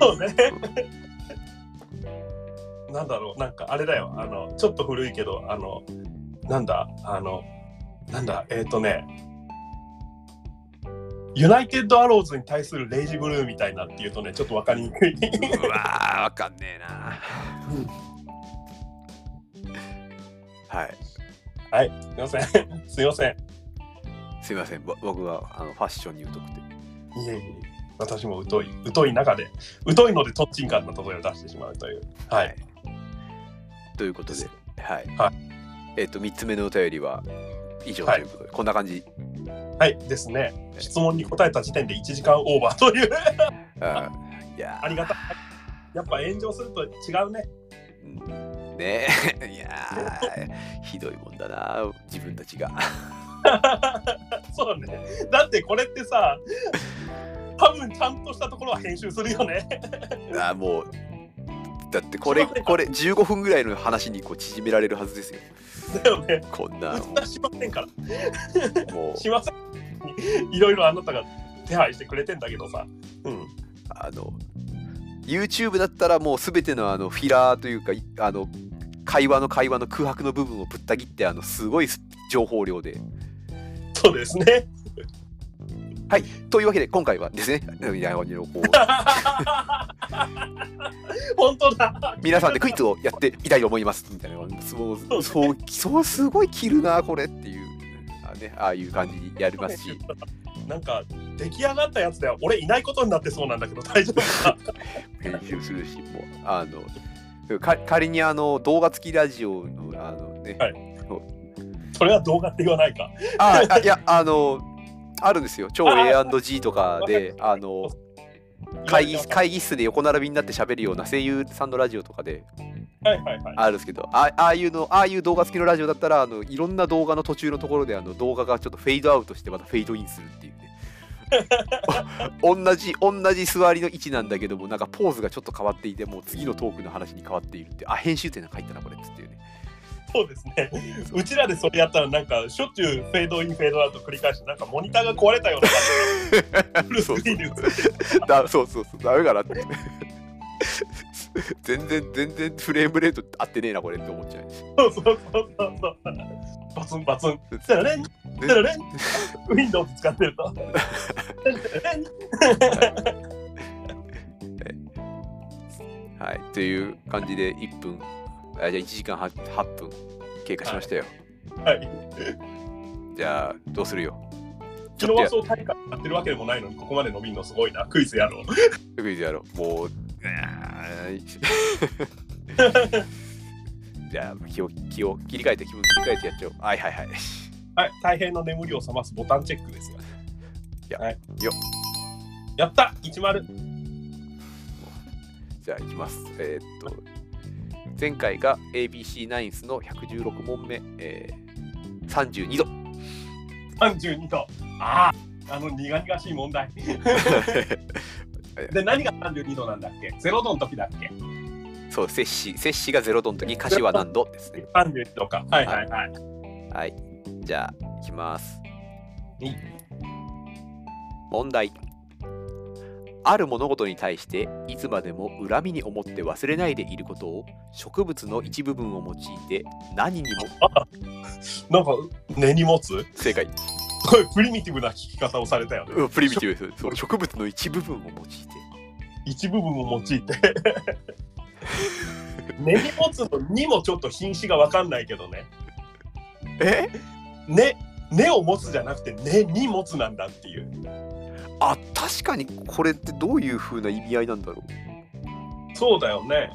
Speaker 2: そうね。なんだろう、なんかあれだよ。あの、ちょっと古いけど、あの、なんだ、あの、なんだ、えっ、ー、とね、ユナイテッドアローズに対するレイジブルーみたいなっていうとね、ちょっとわかりにくい。
Speaker 1: うわーわかんねえな
Speaker 2: うん
Speaker 1: はい
Speaker 2: すいません。すいません。
Speaker 1: すいませんぼ僕はあのファッションに疎くて
Speaker 2: いえいえ、私も疎い、疎い中で、疎いのでとっちんかんな例えを出してしまうという。はい。
Speaker 1: ということではい、
Speaker 2: は
Speaker 1: えっ、と3つ目のお便りは以上ということで、こんな感じ
Speaker 2: はい、ですね。質問に答えた時点で1時間オーバーという。
Speaker 1: あいやー
Speaker 2: ありがたい。やっぱ炎上すると違うね。
Speaker 1: うんね (laughs) えいやーひどいもんだな自分たちが
Speaker 2: そうね。だってこれってさ、多分ちゃんとしたところは編集するよね。
Speaker 1: あーもうだってこれこれ15分ぐらいの話にこう縮められるはずですよ
Speaker 2: だよね。
Speaker 1: こんな
Speaker 2: うちはしませんから。
Speaker 1: もう
Speaker 2: しません。いろいろあなたが手配してくれてんだけどさ。うん。
Speaker 1: あの YouTube だったらもう全てのあのフィラーというかいあの会話の会話の空白の部分をぶった切ってあのすごいす情報量で。
Speaker 2: そうですね。 (laughs)
Speaker 1: というわけで今回はですねいやこう (laughs)
Speaker 2: 本当だ。
Speaker 1: 皆さんでクイズをやってみたいと思いますみたいなそうそうそうそうすごい切るなこれっていうあ,、ね、ああいう感じにやりますし
Speaker 2: なんか出来上がったやつでは俺いないことになってそうなんだけど大丈夫か
Speaker 1: 編集するしもうあのか仮にあの動画付きラジオのあのね
Speaker 2: それは動画って言わないか
Speaker 1: ああいやあのあるんですよ超 A&G とかであの会議会議室で横並びになって喋るような声優さんのラジオとかで
Speaker 2: はいはいはい
Speaker 1: あるんですけどあああいうのああいう動画付きのラジオだったらあのいろんな動画の途中のところであの動画がちょっとフェードアウトしてまたフェードインするっていうねお同じ同じ座りの位置なんだけどもなんかポーズがちょっと変わっていてもう次のトークの話に変わっているってあ編集点なんか入ったなこれっつっていうね
Speaker 2: そうですねうちらでそれやったらなんかしょっちゅうフェードインフェードアウト繰り返してなんかモニターが壊れたような感じフルスクリーンで映って
Speaker 1: だそうそうそうダメかなって全然全然フレームレート合ってねえなこれって思っちゃう
Speaker 2: そうそうそうそうそうバツンバツンテラレンテラレン Windows 使ってるとテラレン
Speaker 1: はいという感じで1分あじゃあ1時間 8, 8分経過しましたよ、
Speaker 2: はい
Speaker 1: じゃあどうするよち
Speaker 2: 昨
Speaker 1: ょっと
Speaker 2: 日は
Speaker 1: や
Speaker 2: そう大会やってるわけでもないのにここまで伸びんのすごいなクイズやろう
Speaker 1: クイズやろうもうあ
Speaker 2: (laughs)
Speaker 1: ーじゃあ気を気を切り替えて気分切り替えてやっちゃおうはいはいはい
Speaker 2: はい、大変の眠りを覚ますボタンチェックですよ。
Speaker 1: や
Speaker 2: はい、
Speaker 1: よ
Speaker 2: やった10
Speaker 1: じゃあいきます。えーっと、前回が ABC ナインスの116問目、えー、32度。 (laughs)
Speaker 2: 32度。ああ、あの苦々しい問題。で、何が32度なんだっけ ?0 度の時だっけ
Speaker 1: そう、摂氏、摂氏が0度の時、歌詞は何度ですね。
Speaker 2: ?32 度か。はいはいはい。
Speaker 1: はい。じゃあ、いきます
Speaker 2: はい。
Speaker 1: 問題。ある物事に対していつまでも恨みに思って忘れないでいることを植物の一部分を用いて何にも
Speaker 2: なんか根に持つ (laughs)
Speaker 1: 正解
Speaker 2: これプリミティブな聞き方をされたよね。
Speaker 1: うんプリミティブですそう植物の一部分を用いて
Speaker 2: 一部分を用いて。根に持つのにもちょっと品種がわかんないけどね。
Speaker 1: え
Speaker 2: 根、根を持つじゃなくて根に持つなんだっていう。
Speaker 1: あ確かにこれってどういう風な意味合いなんだろう
Speaker 2: そうだよね。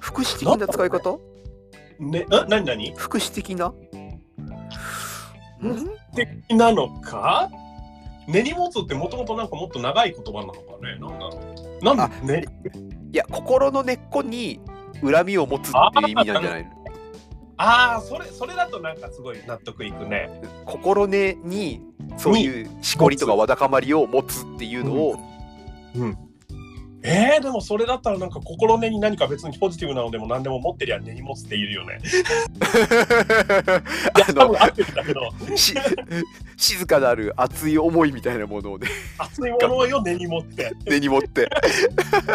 Speaker 1: 福祉的な使い方
Speaker 2: ね、あ、なになに
Speaker 1: 福祉的なうん
Speaker 2: 的なのか根に持つってもともとなんかもっと長い言葉なのかね。なんだろう。なんでね、
Speaker 1: いや心の根っこに恨みを持つっていう意味なんじゃないの
Speaker 2: ああ、それ、それだとなんかすごい納得いくね。
Speaker 1: 心根にそういうしこりとかわだかまりを持つっていうのを、 (laughs)
Speaker 2: えー、でもそれだったらなんか心根に何か別にポジティブなのでも何でも持ってりゃ根に持つっているよね。いや、
Speaker 1: あ
Speaker 2: 多
Speaker 1: の
Speaker 2: 分合ってるんだけど、
Speaker 1: し静かなる熱い思いみたいなものをね
Speaker 2: 熱い思いを根に持って。
Speaker 1: 根に持って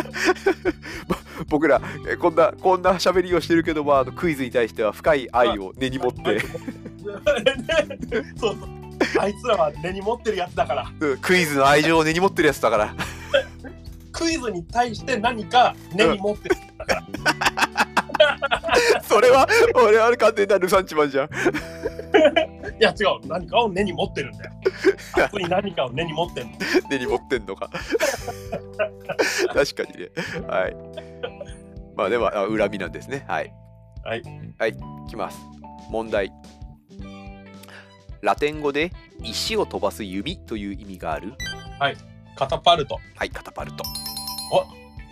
Speaker 1: (laughs) ぼ僕らえこんなこんな喋りをしてるけど、まああの、クイズに対しては深い愛を根に持って
Speaker 2: そうそうあいつらは根に持ってるやつだから
Speaker 1: うんクイズの愛情を根に持ってるやつだから (laughs)
Speaker 2: クイズに対して何か根に持ってる、
Speaker 1: それは俺は完全なルサンチマンじゃん (laughs)
Speaker 2: いや違う何かを根に持ってるん
Speaker 1: (laughs)
Speaker 2: だよ熱い何かを根に持ってる
Speaker 1: 根に持ってんのか (laughs) 確かにねはいまあでもあ恨みなんですねはい
Speaker 2: はい
Speaker 1: はいいきます問題ラテン語で石を飛ばす弓という意味がある
Speaker 2: カタパルト
Speaker 1: はいカタパル
Speaker 2: (laughs)
Speaker 1: ト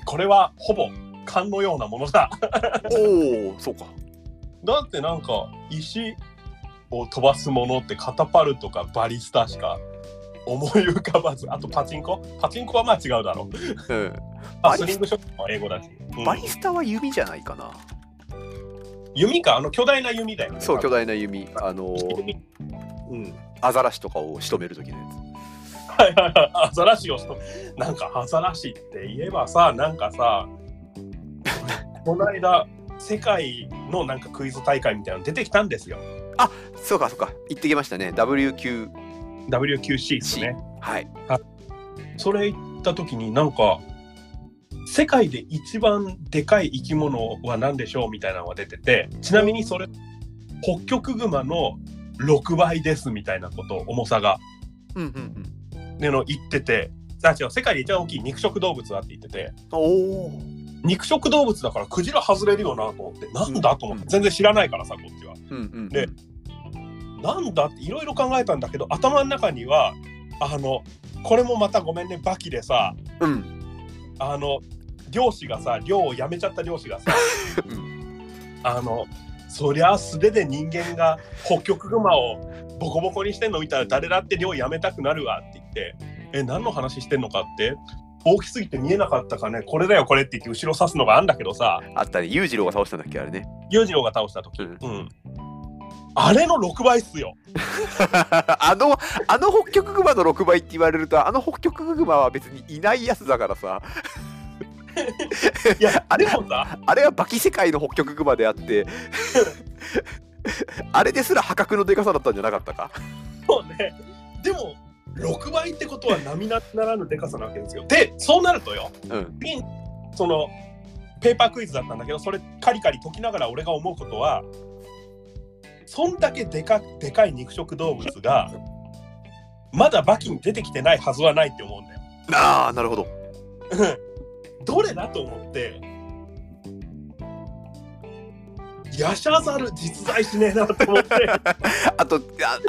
Speaker 2: これはほぼ勘のようなものだ
Speaker 1: おおそうか
Speaker 2: だってなんか石を飛ばすものってカタパルトかバリスタしか思い浮かばずあとパチンコパチンコはまあ違うだろう
Speaker 1: うんバ
Speaker 2: あ
Speaker 1: リス
Speaker 2: スリングショットは英語だし、うん
Speaker 1: バリスタは弓じゃないかな、
Speaker 2: 弓かあの巨大な弓だよね
Speaker 1: そう巨大な弓あの
Speaker 2: うん
Speaker 1: アザラシとかを仕留める時のや
Speaker 2: はいはいはいアザラシをしとなんかアザラシって言えばさなん
Speaker 1: (laughs)
Speaker 2: かさこの間世界のなんかクイズ大会みたいなの出てきたんですよ
Speaker 1: つそうかそうか行ってきましたね W 級
Speaker 2: WQC ですね
Speaker 1: はい
Speaker 2: それ行った時になんか世界で一番でかい生き物は何でしょうみたいなのが出ててちなみにそれ北極熊の6倍ですみたいなこと重さが
Speaker 1: うんうんうん
Speaker 2: での言っててあ違う世界で一番大きい肉食動物だって言ってて
Speaker 1: おお
Speaker 2: 肉食動物だからクジラ外れるよなと思ってなんだと思って
Speaker 1: うん
Speaker 2: 全然知らないからさこっちは。
Speaker 1: うんうん
Speaker 2: でなんだっていろいろ考えたんだけど頭の中にはあのこれもまたごめんねバキでさ
Speaker 1: うん
Speaker 2: あの漁師がさ漁をやめちゃった漁師がさあのそりゃ素手で人間が北極熊をボコボコにしてんの見たら誰だって漁やめたくなるわって言ってえ何の話してんのかって大きすぎて見えなかったかねこれだよこれって言って後ろ刺すのがあんだけどさ
Speaker 1: あったね裕次郎が倒したんだっけあれね
Speaker 2: 裕次郎が倒した時、
Speaker 1: う
Speaker 2: うんんあれの6倍っすよ
Speaker 1: (laughs) あのあの北極熊の6倍って言われるとあの北極熊は別にいないやつだからさ
Speaker 2: いや
Speaker 1: (laughs) あれ
Speaker 2: でもさ
Speaker 1: あれはバキ世界の北極熊であって (laughs) あれですら破格のでかさだったんじゃなかったか
Speaker 2: そうねでも6倍ってことは並々ならぬでかさなわけですよでそうなるとよ
Speaker 1: うん
Speaker 2: そのペーパークイズだったんだけどそれカリカリ解きながら俺が思うことはそんだけでかでかい肉食動物がまだバキに出てきてないはずはないって思うんだよ
Speaker 1: ああなるほど
Speaker 2: うん (laughs) どれだと思ってヤシャザル実在しねえなと思って
Speaker 1: あとあ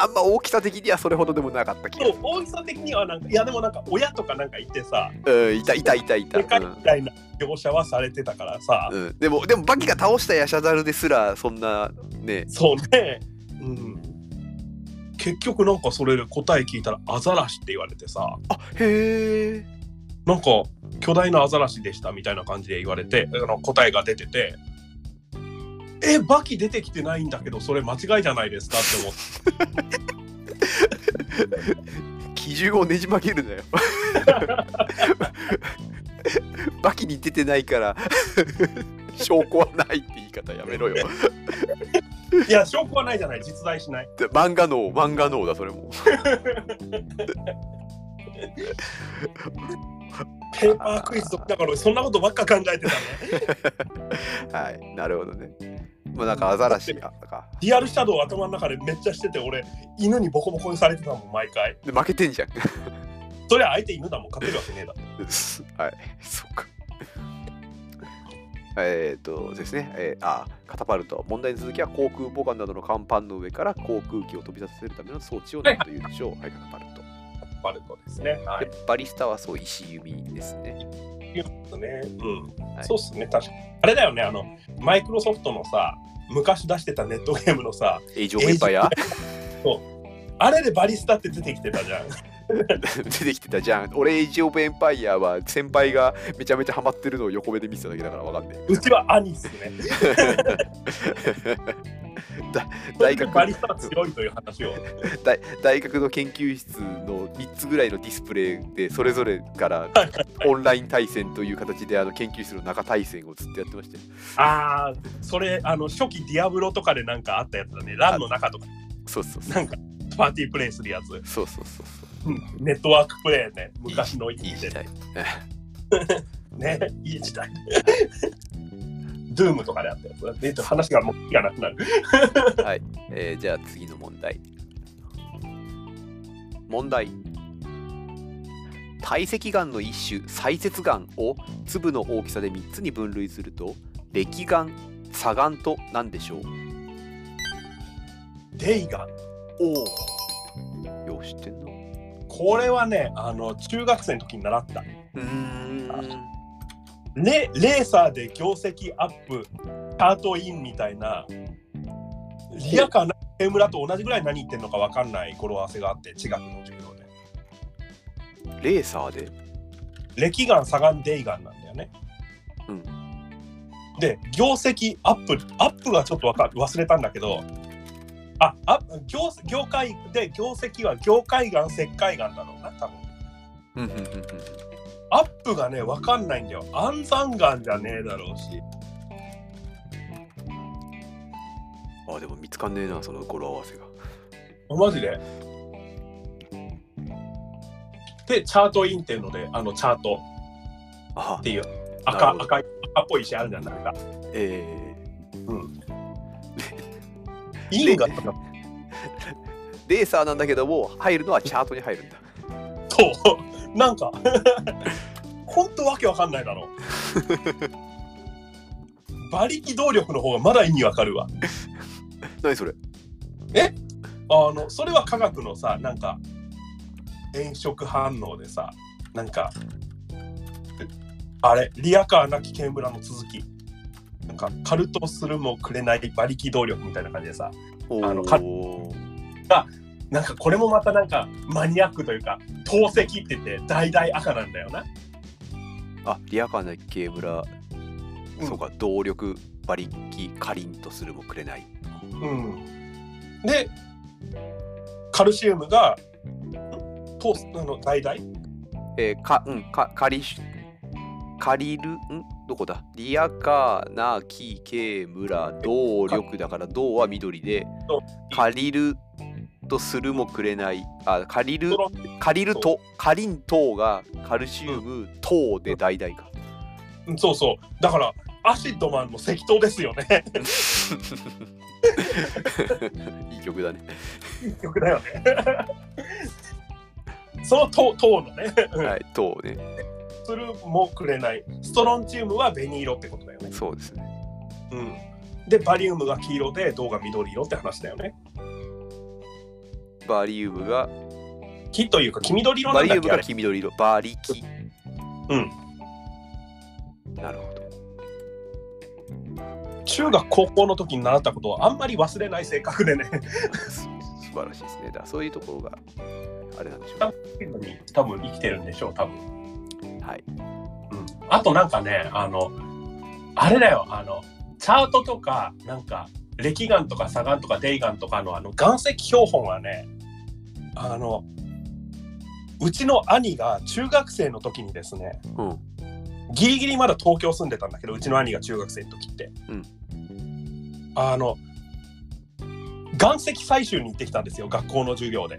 Speaker 1: あんま大きさ的にはそれほどでもなかった気が
Speaker 2: でも大きさ的にはなんかいやでもなんか親とかなんかいてさ
Speaker 1: うんいたいたいたいた、
Speaker 2: でかい
Speaker 1: うん
Speaker 2: みたいな描写はされてたからさ、
Speaker 1: うんでもでもバキが倒したヤシャザルですらそんなね
Speaker 2: そうね、うん、結局なんかそれで答え聞いたらアザラシって言われてさ
Speaker 1: あへえ
Speaker 2: なんか巨大なアザラシでしたみたいな感じで言われてあの答えが出ててえバキ出てきてないんだけどそれ間違いじゃないですかって思って。
Speaker 1: 基準をねじ曲げるなよ (laughs) バキに出てないから (laughs) 証拠はないって言い方やめろよ
Speaker 2: (laughs) いや、証拠はないじゃない、実在しない。
Speaker 1: で漫画脳漫画脳だそれも
Speaker 2: ペーパークイズとかだから俺そんなことばっか考えてたね。
Speaker 1: はい、なるほどね。まあなんかアザラシがとか。
Speaker 2: リアルシャドウ頭の中でめっちゃしてて俺犬にボコボコにされてたもん毎回。
Speaker 1: で負けてんじゃん。
Speaker 2: そりゃ相手犬だもん勝てるわけねえだろ。
Speaker 1: (laughs) はい、そうか。えっとですね、えーあカタパルトは問題の続きは航空母艦などの甲板の上から航空機を飛び出させるための装置を何というでしょう、はい、カタパルト。
Speaker 2: バルトですね。はい
Speaker 1: で。バリスタはそう石弓ですね。
Speaker 2: ねうん
Speaker 1: はい
Speaker 2: そうっすね確かあれだよねあのマイクロソフトのさ昔出してたネットゲームのさ
Speaker 1: エイジオブエンパイア
Speaker 2: あれでバリスタって出てきてた
Speaker 1: (laughs)
Speaker 2: じゃん。
Speaker 1: 出てきてたじゃん。俺エイジオブエンパイアは先輩がめちゃめちゃハマってるのを横目で見てただけだからわかんないう (laughs)
Speaker 2: ちは兄っすね。
Speaker 1: だ大学
Speaker 2: バリスタは強いという話を。
Speaker 1: 大大学の研究室の3つぐらいのディスプレイでそれぞれからオンライン対戦という形であの研究室の中対戦をずっとやってましたよ
Speaker 2: ああそれあの初期ディアブロとかでなんかあったやつだね。ランの中とか
Speaker 1: そうそうそう
Speaker 2: なんかパーティープレイするやつ。
Speaker 1: そうそうそうそ
Speaker 2: ネットワークプレイね昔の
Speaker 1: ういい
Speaker 2: 生
Speaker 1: 時
Speaker 2: きて
Speaker 1: 代
Speaker 2: ねいい時代。 (laughs) ドゥームとかであったやつだね。えっと話がもう気がなくなる。
Speaker 1: えーじゃあ次の問題問題堆積岩の一種砕屑岩を粒の大きさで3つに分類すると礫岩砂岩と何でしょう
Speaker 2: デイガン。
Speaker 1: おおよう知ってんの
Speaker 2: これはねあの中学生の時に習った。
Speaker 1: うーん
Speaker 2: ね、レーサーで業績アップ、チャートインみたいな、リアかな、江村と同じぐらい何言ってんのか分かんない語呂合わせがあって、地学の授業で。
Speaker 1: レーサーで
Speaker 2: 歴眼、左眼、デイ眼なんだよね。
Speaker 1: うん
Speaker 2: で、業績アップ、アップがちょっとわか忘れたんだけど、あ、あ業業界で業績は業界眼、石灰眼だろうな、多分。
Speaker 1: うんうんうんうん
Speaker 2: アップがね、分かんないんだよ。暗算眼じゃねえだろうし。
Speaker 1: あでも見つかんねえなその語呂合わせが
Speaker 2: あマジでで、チャートインっていうので、あのチャート
Speaker 1: あ
Speaker 2: っていう
Speaker 1: な
Speaker 2: 赤
Speaker 1: るほど
Speaker 2: 赤い赤っぽい石あるじゃん、なんか。
Speaker 1: え
Speaker 2: インが
Speaker 1: でー、レーサーなんだけども入るのはチャートに入るんだ
Speaker 2: そう、なんか、 (laughs) ほんとわけわかんない
Speaker 1: (laughs)
Speaker 2: だろ。馬力動力の方がまだ意味わかるわ。
Speaker 1: 何それ
Speaker 2: あの、それは科学のさ、なんか、炎色反応でさ、なんか、あれ、リアカーな危険村の続き。なんか、カルトするもくれない馬力動力みたいな感じでさ、
Speaker 1: お
Speaker 2: あの
Speaker 1: ー
Speaker 2: かなんかこれもまたなんかマニアックというか、透析って言って、大々赤なんだよな。
Speaker 1: あリアカーなケーブラ、
Speaker 2: うん
Speaker 1: そうか動力馬力カリンとするもくれない
Speaker 2: うん。で、カルシウムが、ん透あの大々
Speaker 1: えー、かうんかカリシ借りるんどこだリアカーなキケームラ動力だから動は緑で
Speaker 2: そう
Speaker 1: 借りるとするもくれないあ借りるカリルとカリン糖がカルシウム糖で代々か。
Speaker 2: うんそうそう。だから、アシッドマンの石灯ですよね。
Speaker 1: いい曲だね。
Speaker 2: 曲だよね。 (laughs) その糖糖のね、
Speaker 1: はい、糖ね。
Speaker 2: するもくれない。ストロンチウムは紅色ってことだよね。
Speaker 1: そうですね。
Speaker 2: うん。で、バリウムが黄色で、銅が緑色って話だよね。
Speaker 1: バリウムが、
Speaker 2: 黄というか、黄緑色
Speaker 1: バ
Speaker 2: なん
Speaker 1: リ
Speaker 2: だ
Speaker 1: ウ
Speaker 2: っ
Speaker 1: ム
Speaker 2: けあ
Speaker 1: が
Speaker 2: れ
Speaker 1: 黄緑色、バリキ。
Speaker 2: うん。
Speaker 1: なるほど。
Speaker 2: 中学高校の時に習ったことをあんまり忘れない性格でね
Speaker 1: す (laughs) 素晴らしいですね。だからそういうところが、あれなんでしょうね。
Speaker 2: 多分生きてるんでしょう多分、
Speaker 1: はい。
Speaker 2: うん、あとなんかねあのあれだよあのチャートとかなんか歴眼とか砂眼とか泥眼とかのあの岩石標本はねあのうちの兄が中学生の時にですね
Speaker 1: うん。
Speaker 2: ギリギリまだ東京住んでたんだけどうちの兄が中学生の時って、
Speaker 1: うん
Speaker 2: あの岩石採集に行ってきたんですよ学校の授業で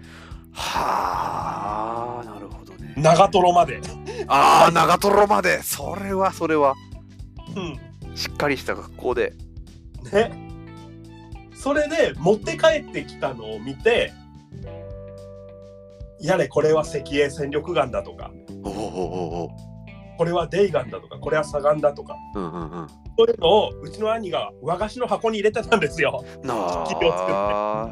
Speaker 1: はあ、なるほどね。
Speaker 2: 長瀞まで
Speaker 1: ああ長瀞までそれはそれは
Speaker 2: うん
Speaker 1: しっかりした格好で
Speaker 2: ねそれで持って帰ってきたのを見てやれこれは赤鋭戦力眼だとか
Speaker 1: おおおおお
Speaker 2: これはデイガンだとかこれはサガンだとか
Speaker 1: うんうんうん
Speaker 2: そういうのをうちの兄が和菓子の箱に入れてたんですよ
Speaker 1: な
Speaker 2: 気をつけて
Speaker 1: あ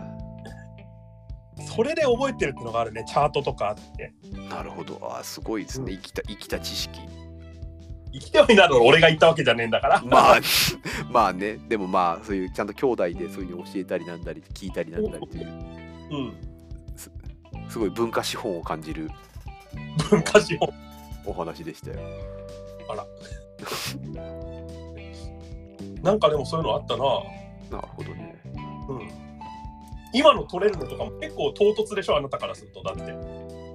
Speaker 2: それで覚えてるってのがあるねチャートとかあって
Speaker 1: なるほどあーすごいですね生きた生きた知識
Speaker 2: 生きてはいないの俺が言ったわけじゃねえんだか
Speaker 1: (laughs)
Speaker 2: ら
Speaker 1: (laughs) まあまあねでもまあそういうちゃんと兄弟でそういうの教えたりなんだり聞いたりなんだりという
Speaker 2: うん
Speaker 1: すごい文化資本を感じる
Speaker 2: 文化資本
Speaker 1: お話でしたよ
Speaker 2: なんかでもそういうのあったな
Speaker 1: なるほどね
Speaker 2: うん今の取れるのとかも結構唐突でしょあなたからするとだって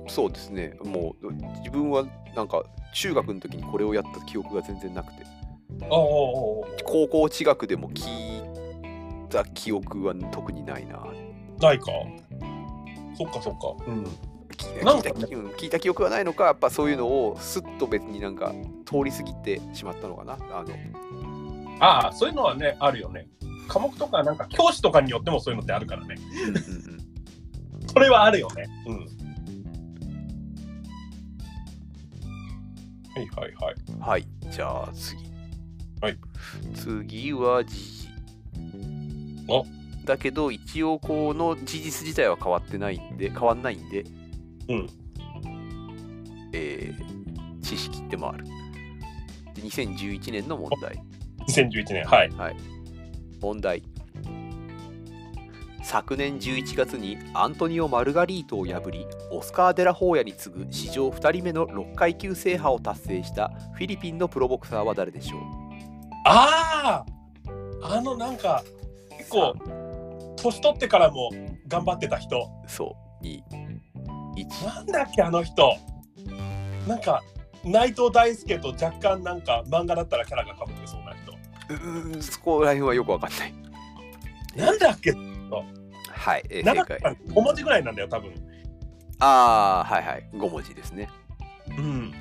Speaker 1: そうですねもう自分はなんか中学の時にこれをやった記憶が全然なくて
Speaker 2: ああああ
Speaker 1: 高校地学でも聞いた記憶は特にないな
Speaker 2: ないか。そっかそっか。うん。
Speaker 1: 聞
Speaker 2: なん
Speaker 1: い
Speaker 2: か
Speaker 1: た聞
Speaker 2: ね
Speaker 1: いたうん聞いた記憶がないのかやっぱそういうのをすっと別になんか通り過ぎてしまったのかなあの
Speaker 2: ああ、そういうのはね、あるよね。科目とか、なんか教師とかによってもそういうのってあるからね。それはあるよね。うん。はいはいはい。
Speaker 1: はいじゃあ次
Speaker 2: はい
Speaker 1: 次は時事
Speaker 2: お
Speaker 1: だけど一応この事実自体は変わってないんで変わんないんで
Speaker 2: うん
Speaker 1: えー知識ってもあるで2011年の問題
Speaker 2: 2011年、はい。
Speaker 1: 問題昨年11月にアントニオ・マルガリートを破りオスカー・デラホーヤに次ぐ史上2人目の6階級制覇を達成したフィリピンのプロボクサーは誰でしょう
Speaker 2: あああの、なんか、結構、年取ってからも頑張ってた人。
Speaker 1: そう2
Speaker 2: なんだっけ、あの人。なんか、内藤大輔と若干、なんか、漫画だったらキャラがかぶってそうな人。
Speaker 1: 1そこら辺はよくわかんない
Speaker 2: なんだっけ
Speaker 1: はい、えー
Speaker 2: 長
Speaker 1: 正
Speaker 2: かっ
Speaker 1: 解
Speaker 2: た5文字ぐらいなんだよ多分
Speaker 1: ああはいはい5文字ですね
Speaker 2: うん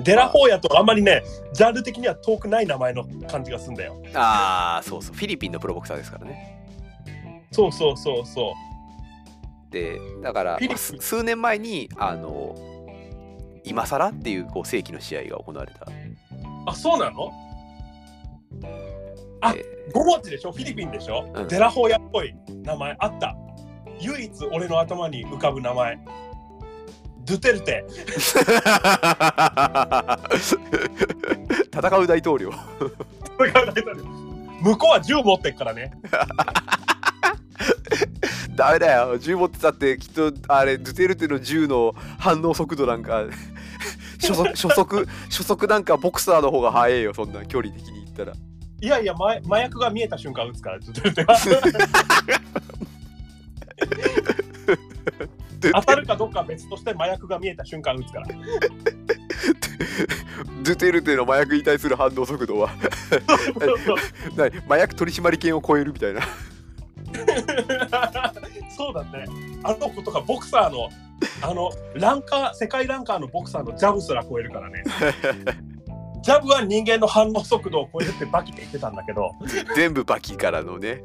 Speaker 2: デラホーヤとあんまりねジャンル的には遠くない名前の感じがすんだよ
Speaker 1: ああそうそうフィリピンのプロボクサーですからね
Speaker 2: そうそうそうそ
Speaker 1: でだから
Speaker 2: フィ
Speaker 1: ま
Speaker 2: リピン
Speaker 1: あす数年前にあの今更っていうこう世紀の試合が行われた、
Speaker 2: うあそうなのあ
Speaker 1: え
Speaker 2: 5文字でしょフィリピンでしょ、
Speaker 1: うん
Speaker 2: デラホーヤっぽい名前あった唯一俺の頭に浮かぶ名前ドゥテルテ (laughs)
Speaker 1: ー (laughs) 戦う大統領
Speaker 2: これから大統領向こうは銃持ってっからね
Speaker 1: ダメだよ銃持ってたってきっとあれドゥテルテの銃の反応速度なんか (laughs) 初速初速初速なんかボクサーの方が速いよそんな距離的に言ったら
Speaker 2: いやいや麻麻薬が見えた瞬間撃つからドゥテルテは当たるかどうかは別として麻薬が見えた瞬間撃
Speaker 1: (laughs)
Speaker 2: つから
Speaker 1: ドゥテルテの麻薬に対する反応速度は (laughs)
Speaker 2: そうそう
Speaker 1: なに麻薬取締権を超えるみたいな (laughs)
Speaker 2: そうだね。あの子とかボクサーの、あの、ランカー、世界ランカーのボクサーのジャブすら超えるからね。ジャブは人間の反応速度を超えるってバキって言ってたんだけど、
Speaker 1: 全部バキからのね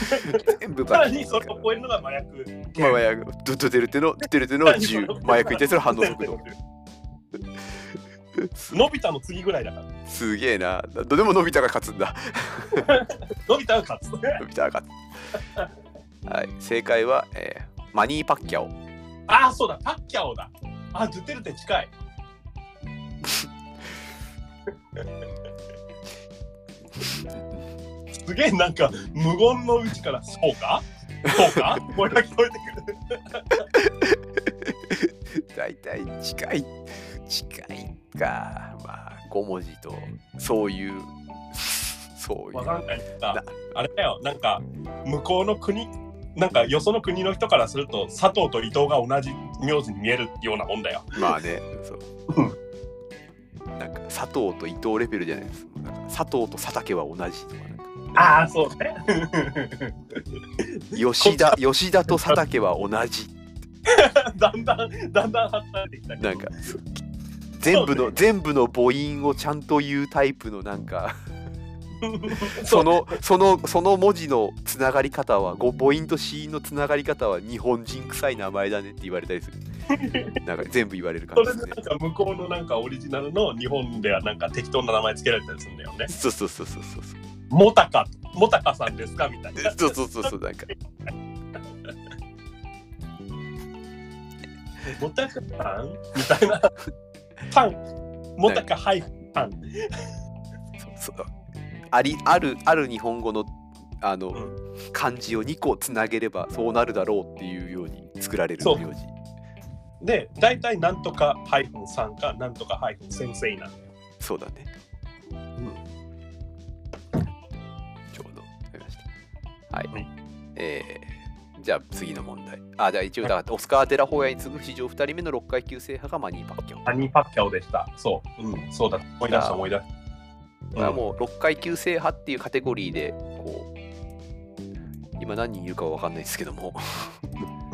Speaker 1: (laughs) 全部
Speaker 2: さ
Speaker 1: バ
Speaker 2: ら
Speaker 1: キ
Speaker 2: にそれを超えるのが麻薬。
Speaker 1: まあ麻薬ドゥドゥテルテのドゥテルテの銃麻薬に対する反応
Speaker 2: (laughs)
Speaker 1: 速度。
Speaker 2: のび太の次ぐらいだから。
Speaker 1: すげえなどでものび太が勝つんだ
Speaker 2: のび太が勝つ。
Speaker 1: のび太が勝つはい正解は、えーマニーパッキャオ
Speaker 2: ああ、そうだ、パッキャオだ。あ、ズテルテ近い。すげえなんか無言のうちから、そうかそうか声が聞こえてくる。
Speaker 1: 大体近い近いかまあ5文字とそういうそうい
Speaker 2: わ
Speaker 1: う
Speaker 2: かんない
Speaker 1: な
Speaker 2: さ。あれだよ、なんか向こうの国、なんかよその国の人からすると、佐藤と伊藤が同じ名字に見えるようなもんだよ。
Speaker 1: まあねそうなんか佐藤と伊藤レベルじゃないですなんか佐藤と佐竹は同じとかなんか
Speaker 2: ああ、そうね。 (laughs)
Speaker 1: 吉田吉田と佐竹は同じ
Speaker 2: だんだん、だんだん発散してきたけど
Speaker 1: なんか全部の全部の母音をちゃんと言うタイプのなん
Speaker 2: (laughs)
Speaker 1: かそのそのその文字のつながり方はご母音と子音のつながり方は日本人臭い名前だねって言われたりするなんか全部言われる
Speaker 2: そ
Speaker 1: 感じ
Speaker 2: れ
Speaker 1: で
Speaker 2: ですなん
Speaker 1: ね
Speaker 2: か向こうのなんかオリジナルの日本ではなんか適当な名前つけられたりするんだよね。
Speaker 1: そうそうそうそうそうそ
Speaker 2: モタカ、モタカさんですかみたいな。
Speaker 1: うそうそうそうなんか
Speaker 2: モタカさんみたいな。パン、モタカハイフンパン。
Speaker 1: そうありあるある日本語のあの、
Speaker 2: う
Speaker 1: 漢字を2個つなげればそうなるだろうっていうように作られる
Speaker 2: そ
Speaker 1: 名
Speaker 2: う
Speaker 1: 字
Speaker 2: で、大体なんとかハイフンさんか、なんとかハイフン先生なの。
Speaker 1: そうだね。ちょうどわかりました。はい。
Speaker 2: はい
Speaker 1: えーじゃあ次の問題。あ、じゃあ一応だから、オスカー・デラホーヤに次ぐ史上2人目の6階級制覇がマニー・パッキャオ。
Speaker 2: ハニーパッキャオでした。そう、うん、そうだ。思い出した思い出し
Speaker 1: これ
Speaker 2: た。
Speaker 1: は
Speaker 2: うん
Speaker 1: もう6階級制覇っていうカテゴリーで、こう、今何人いるかわかんないですけども、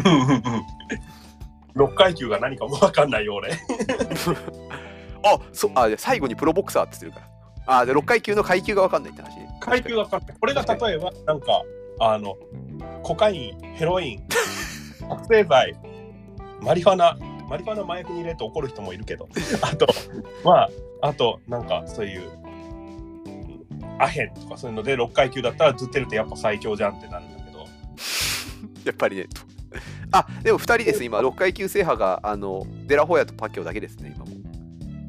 Speaker 2: うんうんうん六階級が何かもわかんないよ俺。
Speaker 1: あそあ最後にプロボクサーって言ってるから。あ、で6階級の階級がわかんないって話ね。
Speaker 2: 階級が分かんない。これが例えば、なんか、あの、コカイン、ヘロ
Speaker 1: (laughs)
Speaker 2: イン、覚醒剤、マリファナ、マリファナ麻薬に入れて怒る人もいるけど、あと、まあ、あと、なんか、そういう、アヘンとかそういうので、6階級だったら、ずってるってやっぱ最強じゃんってなるんだけど、
Speaker 1: やっぱりね。とあでも2人です、今、6階級制覇があのデラホヤとパッキャオだけですね、今も。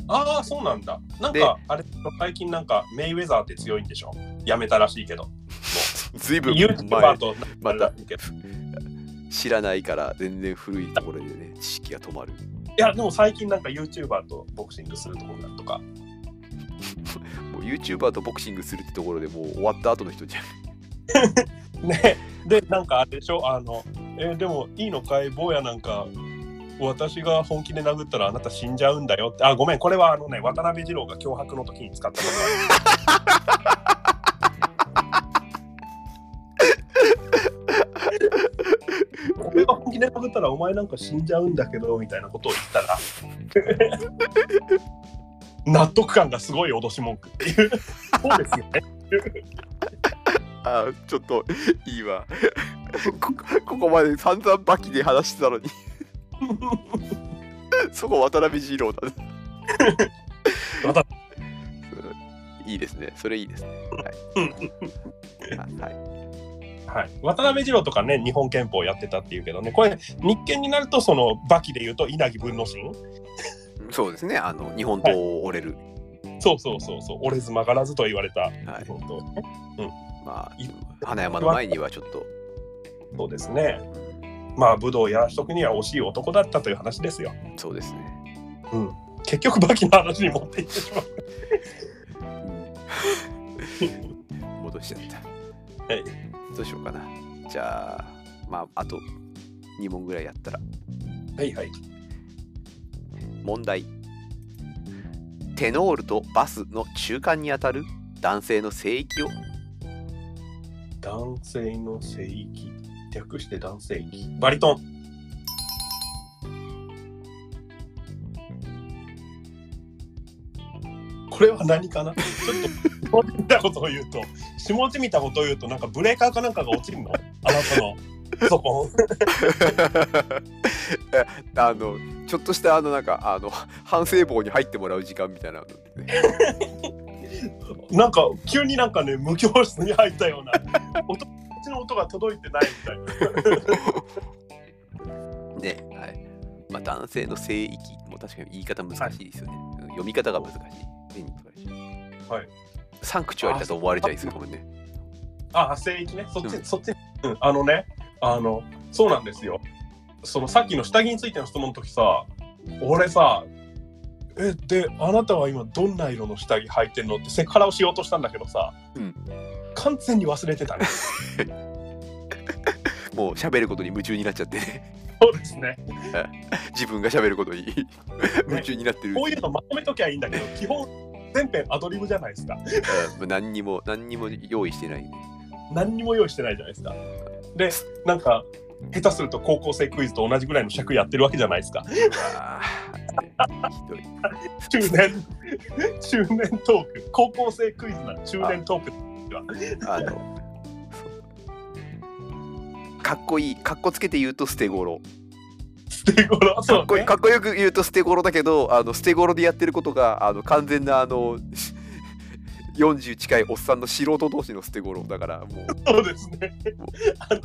Speaker 2: ああ、そうなんだ。なん
Speaker 1: で
Speaker 2: か、あれ、最近なんか、メイウェザーって強いんでしょやめたらしいけど、
Speaker 1: ずいぶん前
Speaker 2: YouTuber となんか
Speaker 1: ま
Speaker 2: あれ
Speaker 1: た
Speaker 2: らしいけど、
Speaker 1: 知らないから全然古いところでね知識が止まる
Speaker 2: いや、でも最近なんか YouTuber とボクシングするところだとか、
Speaker 1: もう YouTuber とボクシングするってところでもう終わった後の人じゃん (laughs)
Speaker 2: ねでなんかあれでしょあのえーでもいいのかい坊やなんか私が本気で殴ったらあなた死んじゃうんだよってあごめんこれはあのね渡辺二郎が脅迫の時に使ったこと俺が本気で殴ったらお前なんか死んじゃうんだけどみたいなことを言ったら納得感がすごい脅し文句っていうそうですよね
Speaker 1: あーちょっといいわ (laughs) こここまで散々バキで話してたのに (laughs) そこ渡辺二郎だ
Speaker 2: (laughs)
Speaker 1: な
Speaker 2: 渡
Speaker 1: (laughs) いいですねそれいいですね
Speaker 2: (laughs)
Speaker 1: はい、あはい、
Speaker 2: はい、渡辺二郎とかね日本憲法やってたっていうけどねこれ日憲になるとその「バキ」で言うと稲城文之進
Speaker 1: そうですねあの日本刀を折れる、
Speaker 2: そうそうそうそう折れず曲がらずと言われた
Speaker 1: はい
Speaker 2: 本当
Speaker 1: ま
Speaker 2: い
Speaker 1: あ花山の前にはちょっと
Speaker 2: そうですねまあ武道をやらしとくには惜しい男だったという話ですよ
Speaker 1: そうですね
Speaker 2: 結局バキの話に持っていってしまう
Speaker 1: (laughs) 戻しちゃった
Speaker 2: はい
Speaker 1: どうしようかな。じゃあ、まあ、あと2問ぐらいやったら。
Speaker 2: はいはい
Speaker 1: 問題。テノールとバスの中間に当たる男性の聖域を
Speaker 2: 男性の聖域略して男性域バリトンこれは何かなちょっと下地見たことを言うと下地見たことを言うとなんかブレーカーかなんかが落ちるのあなたのパソコン
Speaker 1: え (laughs) あのちょっとしたあのなんかあの反省棒に入ってもらう時間みたいなのね
Speaker 2: なんか急になんかね無教室に入ったような音こっちの音が届いてないみたいな
Speaker 1: ねはいまあ、男性の聖域も確かに言い方難しいですよね、うん読み方が難しい目に取られちゃう
Speaker 2: はい
Speaker 1: サンクチュアリだと思われちゃいそうかもね
Speaker 2: あ、聖域ね。そっち、
Speaker 1: うん
Speaker 2: そっち、うん、あのね、あの、そうなんですよ。そのさっきの下着についての質問の時さ、俺さ、え、で、あなたは今どんな色の下着履いてんのってセクハラをしようとしたんだけどさ、
Speaker 1: うん
Speaker 2: 完全に忘れてたね。
Speaker 1: もう喋ることに夢中になっちゃってね
Speaker 2: (laughs)
Speaker 1: (laughs)
Speaker 2: そうですね。
Speaker 1: 自分が喋ることに夢中になってるうちに
Speaker 2: こういうのまとめときゃいいんだけど、基本、全編アドリブじゃないですか。
Speaker 1: うんもう何にも何にも用意してない
Speaker 2: 何にも用意してないじゃないですか。で、なんか、下手すると高校生クイズと同じぐらいの尺やってるわけじゃないですか。
Speaker 1: あひどい。
Speaker 2: 中年中年トーク高校生クイズな中年トーク
Speaker 1: あのそうかっこいいかっこつけて言うと捨て頃
Speaker 2: 捨て頃
Speaker 1: かっこいい、
Speaker 2: ね
Speaker 1: かっこよく言うと捨て頃だけどあの捨て頃でやってることがあの完全なあの40近いおっさんの素人同士の捨て頃だからも
Speaker 2: (laughs)
Speaker 1: う
Speaker 2: そうですねあの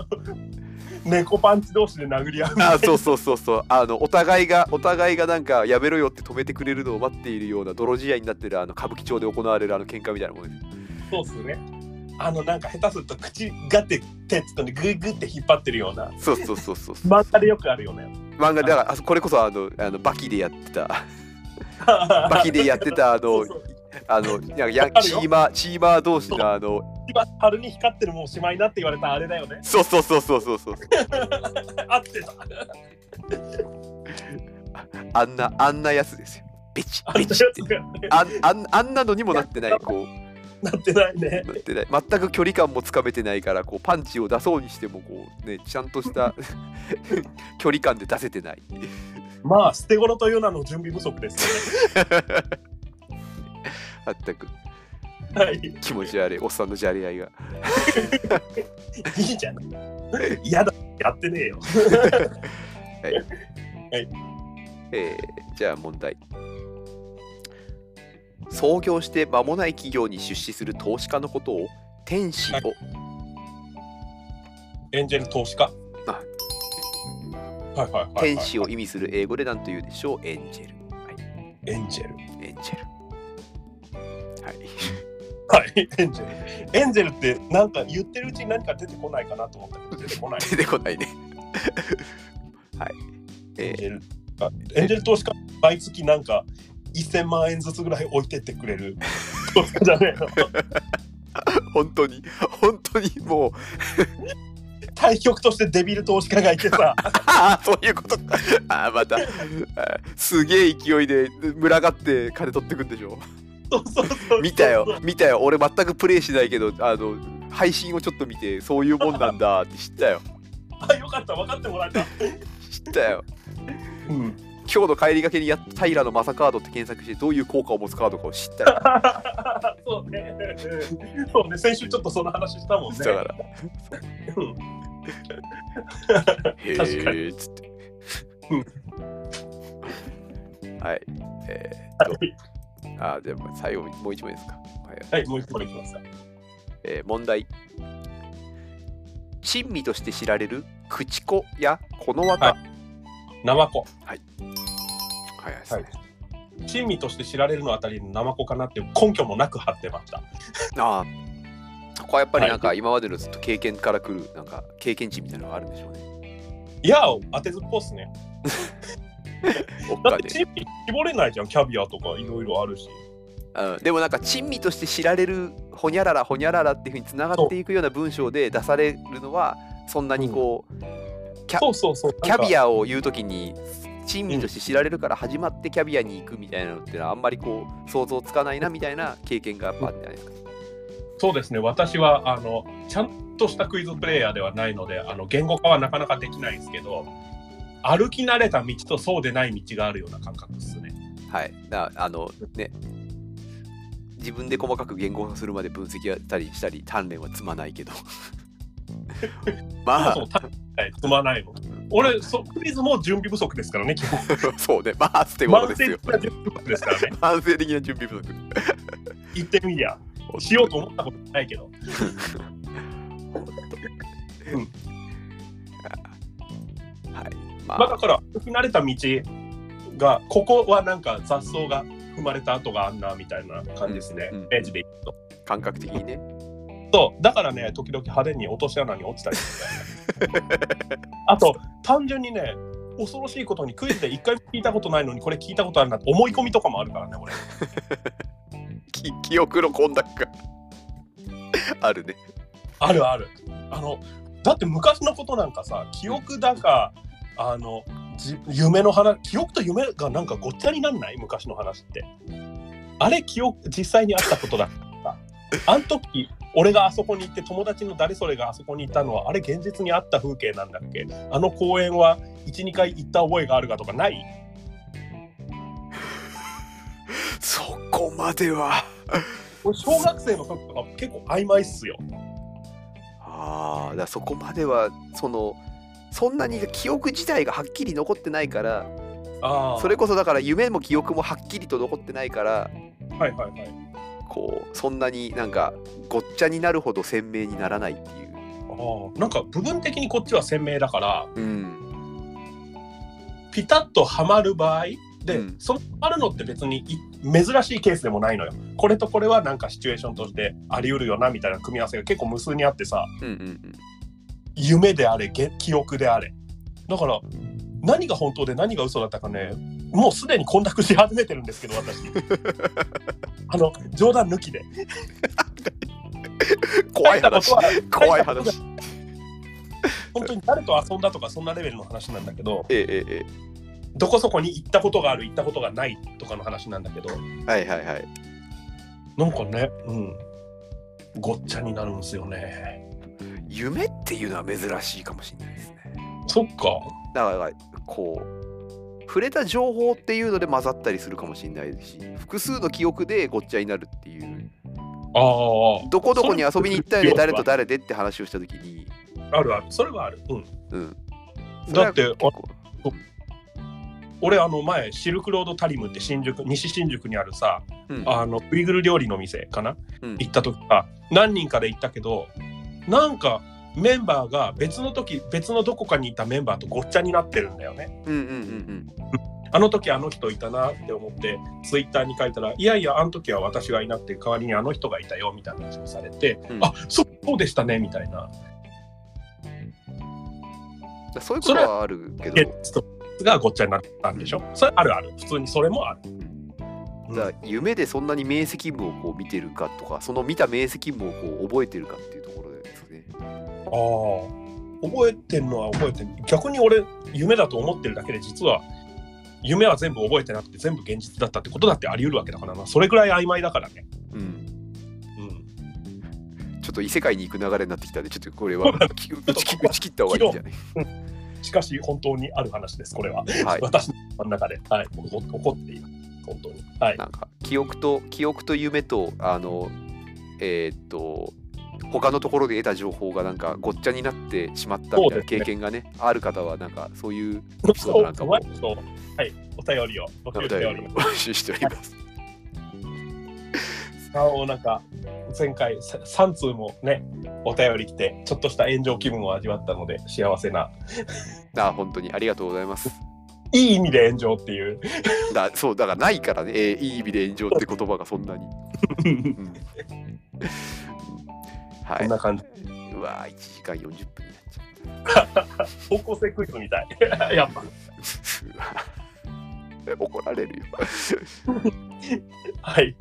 Speaker 2: 猫パンチ同士で殴り合う
Speaker 1: あそうそうそうそうあのお互いがお互いがなんかやめろよって止めてくれるのを待っているような泥仕合になってるあの歌舞伎町で行われるあの喧嘩みたいなもんです
Speaker 2: そうですねあのなんか下手すると口がって手つとねグーグーって引っ張ってるような
Speaker 1: そうそうそうそう
Speaker 2: (laughs)
Speaker 1: そう
Speaker 2: 漫画でよくあるよね
Speaker 1: 漫画でだからあこれこそあのあのバキでやってた (laughs)
Speaker 2: (laughs)
Speaker 1: バ
Speaker 2: バ
Speaker 1: キでやってたあ
Speaker 2: そ
Speaker 1: の
Speaker 2: うそう
Speaker 1: あのなんかや
Speaker 2: わかる
Speaker 1: チ
Speaker 2: よ
Speaker 1: ーマーチーマー同士のあの
Speaker 2: 今春に光ってるもうおしまいなって言われたあれだよね (laughs)
Speaker 1: そうそうそうそうそうそう
Speaker 2: あってた
Speaker 1: あんなあんなやつですよベチ
Speaker 2: あん
Speaker 1: ベ
Speaker 2: なや
Speaker 1: チ
Speaker 2: つ
Speaker 1: って
Speaker 2: が
Speaker 1: あんあんあんなのにもなってないこ
Speaker 2: なってないね
Speaker 1: うなってない全く距離感もつかめてないからこうパンチを出そうにしてもこうねちゃんとした距離感で出せてない
Speaker 2: まあ捨て頃という名の準備不足です
Speaker 1: 全く
Speaker 2: よねはい
Speaker 1: 気持ち悪いおっさんのじゃれ合いが
Speaker 2: いいじゃない。嫌だ、やってねえよ。
Speaker 1: えーじゃあ問題創業して間もない企業に出資する投資家のことを天使を
Speaker 2: エンジェル投資家。
Speaker 1: あ
Speaker 2: はいはいはい、はい。
Speaker 1: 天使を意味する英語で何と言うでしょうエンジェル。はい、
Speaker 2: エンジェル。
Speaker 1: エンジェル。はい。 (laughs)
Speaker 2: はい、エンジェル。エンジェルって、なんか言ってるうちに何か出てこないかなと思ったけど、出てこない。
Speaker 1: 出てこないね。はい。
Speaker 2: エ
Speaker 1: え
Speaker 2: ンジェル。あエンジェル投資家、毎月なんか1000万円ずつぐらい置いてってくれる。投資家じゃねえの。
Speaker 1: ー本当に、本当にもう、 (laughs)
Speaker 2: 対局としてデビル投資家がいてさ、
Speaker 1: ああ、そういうことか。ああ、また、あーすげえ勢いで群がって金取ってくんでし
Speaker 2: (laughs)
Speaker 1: ょ。
Speaker 2: そうそうそう
Speaker 1: 見たよ、見たよ。俺全くプレイしないけど、あの、配信をちょっと見て、そういうもんなんだって知ったよ。
Speaker 2: あ、よかった、分かってもらえた。
Speaker 1: 知ったよ。
Speaker 2: うん、
Speaker 1: 今日の帰りがけにやっと平野正カードって検索して、どういう効果を持つカードかを知った
Speaker 2: (laughs)
Speaker 1: よ。
Speaker 2: (laughs) そうね。そうね、先週ちょっとその話したもんね。
Speaker 1: だから。
Speaker 2: うん
Speaker 1: へ
Speaker 2: 確かに
Speaker 1: えっつって。はい。え
Speaker 2: はい
Speaker 1: ー、あー、でも最後にもう一問ですか。はい、
Speaker 2: はい、もう一個いきますか。
Speaker 1: えー問題。珍味として知られる口子やこの綿。
Speaker 2: はナマコ。
Speaker 1: はい、はいですね。
Speaker 2: 珍味として知られるのあたりのナマコかなっていう根拠もなく貼ってました。
Speaker 1: ああ。ここはやっぱりなんか今までのずっと経験からくるなんか経験値みたいなのがあるんでしょうね。
Speaker 2: いやー、当てずっぽうっすね。
Speaker 1: おっ
Speaker 2: だ
Speaker 1: か
Speaker 2: って
Speaker 1: で。
Speaker 2: 珍味絞れないじゃん、キャビアとかいろいろあるし。
Speaker 1: うん、でもなんか珍味として知られるほにゃららほにゃららっていうふうにつながっていくような文章で出されるのはそんなにこう、キャ
Speaker 2: そうそうそう。
Speaker 1: キャビ
Speaker 2: ア。
Speaker 1: アを言うときに珍味として知られるから始まってキャビアに行くみたいなのってのはあんまりこう想像つかないなみたいな経験がやっぱあるんじゃないですか。
Speaker 2: そうですね、私はあのちゃんとしたクイズプレイヤーではないので、あの言語化はなかなかできないんですけど、歩き慣れた道とそうでない道があるような感覚ですね。
Speaker 1: はい、だあのね自分で細かく言語化するまで分析やったりしたり鍛錬は積まないけど (laughs) まあ
Speaker 2: そうたはい積まないの。俺そ、クイズも準備不足ですからね、基本。
Speaker 1: (laughs) そうねまあ捨て頃
Speaker 2: 慢
Speaker 1: です
Speaker 2: 性
Speaker 1: よ
Speaker 2: 的な準備不足ですからね。
Speaker 1: 慢性的な準備不足。
Speaker 2: 言ってみりゃ、しようと思ったことないけど。
Speaker 1: はい。まあ、
Speaker 2: まあ、だから歩き慣れた道がここはなんか雑草が踏まれた跡があんなみたいな感じですね、
Speaker 1: うんうん
Speaker 2: イメージでいくと
Speaker 1: 感覚的にね。 (laughs)
Speaker 2: そうだからね時々派手に落とし穴に落ちたりす
Speaker 1: (laughs)
Speaker 2: るあと単純にね恐ろしいことにクイズで一回も聞いたことないのにこれ聞いたことあるなって思い込みとかもあるからね俺
Speaker 1: き記憶の混濁が (laughs) あるね。
Speaker 2: あるあるあのだって昔のことなんかさ記憶だかあのじ夢の話記憶と夢がなんかごっちゃになんない昔の話ってあれ記憶実際にあったことだ (laughs) からさあん時俺があそこに行って友達の誰それがあそこに行ったのはあれ現実にあった風景なんだっけあの公園は12回行った覚えがあるかとかない
Speaker 1: そこまでは
Speaker 2: 俺小学生の時とか結構曖昧っすよ。
Speaker 1: ああだからそこまではそのそんなに記憶自体がはっきり残ってないから
Speaker 2: あ
Speaker 1: それこそだから夢も記憶もはっきりと残ってないから
Speaker 2: はいはいはい。
Speaker 1: こうそんなになんかごっちゃになるほど鮮明にならないっていう。
Speaker 2: ああなんか部分的にこっちは鮮明だから
Speaker 1: うん、
Speaker 2: ピタッとはまる場合で、
Speaker 1: うん
Speaker 2: そのはまるのって別にい珍しいケースでもないのよ。これとこれはなんかシチュエーションとしてあり得るよなみたいな組み合わせが結構無数にあってさ
Speaker 1: うんうん
Speaker 2: 夢であれげ記憶であれだから何が本当で何が嘘だったかねもうすでに混濁し始めてるんですけど
Speaker 1: (laughs)
Speaker 2: 私あの冗談抜きで
Speaker 1: うん、怖い
Speaker 2: 書たこと
Speaker 1: 話
Speaker 2: は
Speaker 1: 怖い話
Speaker 2: 本当に誰と遊んだとかそんなレベルの話なんだけど
Speaker 1: えええええ
Speaker 2: どこそこに行ったことがある行ったことがないとかの話なんだけど
Speaker 1: えはいはいはい
Speaker 2: なんかねうんごっちゃになるんですよね
Speaker 1: 夢っていうのは珍しいかもしれないですね
Speaker 2: そっか
Speaker 1: だからこう触れた情報っていうので混ざったりするかもしれないし複数の記憶でごっちゃになるっていう
Speaker 2: ああ
Speaker 1: どこどこに遊びに行ったよね
Speaker 2: それ
Speaker 1: 誰と誰でって話をした時に、
Speaker 2: あるあるそれはあるうん
Speaker 1: うん、
Speaker 2: だっ
Speaker 1: そ
Speaker 2: て
Speaker 1: れは結構
Speaker 2: 俺あの前シルクロードタリムって新宿西新宿にあるさ
Speaker 1: うん
Speaker 2: あのウイグル料理の店かな、
Speaker 1: うん
Speaker 2: 行った時は何人かで行ったけどなんかメンバーが別の時別のどこかにいたメンバーとごっちゃになってるんだよね
Speaker 1: うんうんうん
Speaker 2: あの時あの人いたなって思ってツイッターに書いたらいやいやあの時は私がいなくて代わりにあの人がいたよみたいな話をされて、
Speaker 1: うん
Speaker 2: あそうそうでしたねみたいな
Speaker 1: うんそういうことはあるけど
Speaker 2: ゲストがごっちゃになったんでしょそれあるある普通にそれもある、うん
Speaker 1: だから夢でそんなに明晰夢をこう見てるかとかその見た明晰夢をこう覚えてるかっていうところですね
Speaker 2: ああ覚えてるのは覚えてる逆に俺夢だと思ってるだけで実は夢は全部覚えてなくて全部現実だったってことだってあり得るわけだからなそれぐらい曖昧だからね
Speaker 1: うん
Speaker 2: うん
Speaker 1: ちょっと異世界に行く流れになってきたんでちょっとこ (laughs) れは打ち打ち切打ち切った方がいいんじゃない
Speaker 2: しかし本当にある話ですこれ
Speaker 1: (laughs)
Speaker 2: は、
Speaker 1: はい
Speaker 2: 私の真ん中ではい起こ起こっている本当にはい
Speaker 1: なんか記憶と記憶と夢とあのえーっと他のところで得た情報がなんかごっちゃになってしまったみたいな経験がねある方はなんかそういう
Speaker 2: (laughs) そう
Speaker 1: そうなんかもう
Speaker 2: はいお便りを
Speaker 1: (laughs)
Speaker 2: お
Speaker 1: お
Speaker 2: 便
Speaker 1: 便り
Speaker 2: りを
Speaker 1: を募集しております。
Speaker 2: あのなんか前回さ3通もねお便り来てちょっとした炎上気分を味わったので幸せな
Speaker 1: あ本当にありがとうございます。
Speaker 2: いい意味で炎上って (laughs) いう
Speaker 1: だそうだからないからね、えーいい意味で炎上って言葉がそんなに。うんは
Speaker 2: こん
Speaker 1: い。
Speaker 2: な感じ
Speaker 1: うわー1時間40分になっちゃった。
Speaker 2: 方向性クイズみたい (laughs) やっぱ
Speaker 1: うわ (laughs) 怒られるよ。
Speaker 2: はい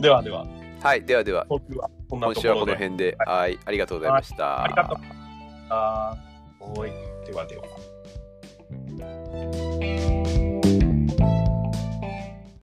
Speaker 2: ではでは
Speaker 1: はい、ではでは
Speaker 2: 今週はこんな
Speaker 1: 今
Speaker 2: とこ
Speaker 1: 週はこ
Speaker 2: ろ
Speaker 1: の
Speaker 2: で
Speaker 1: 辺で、はい、ありがとうございました。
Speaker 2: ありがとうあーおいではでは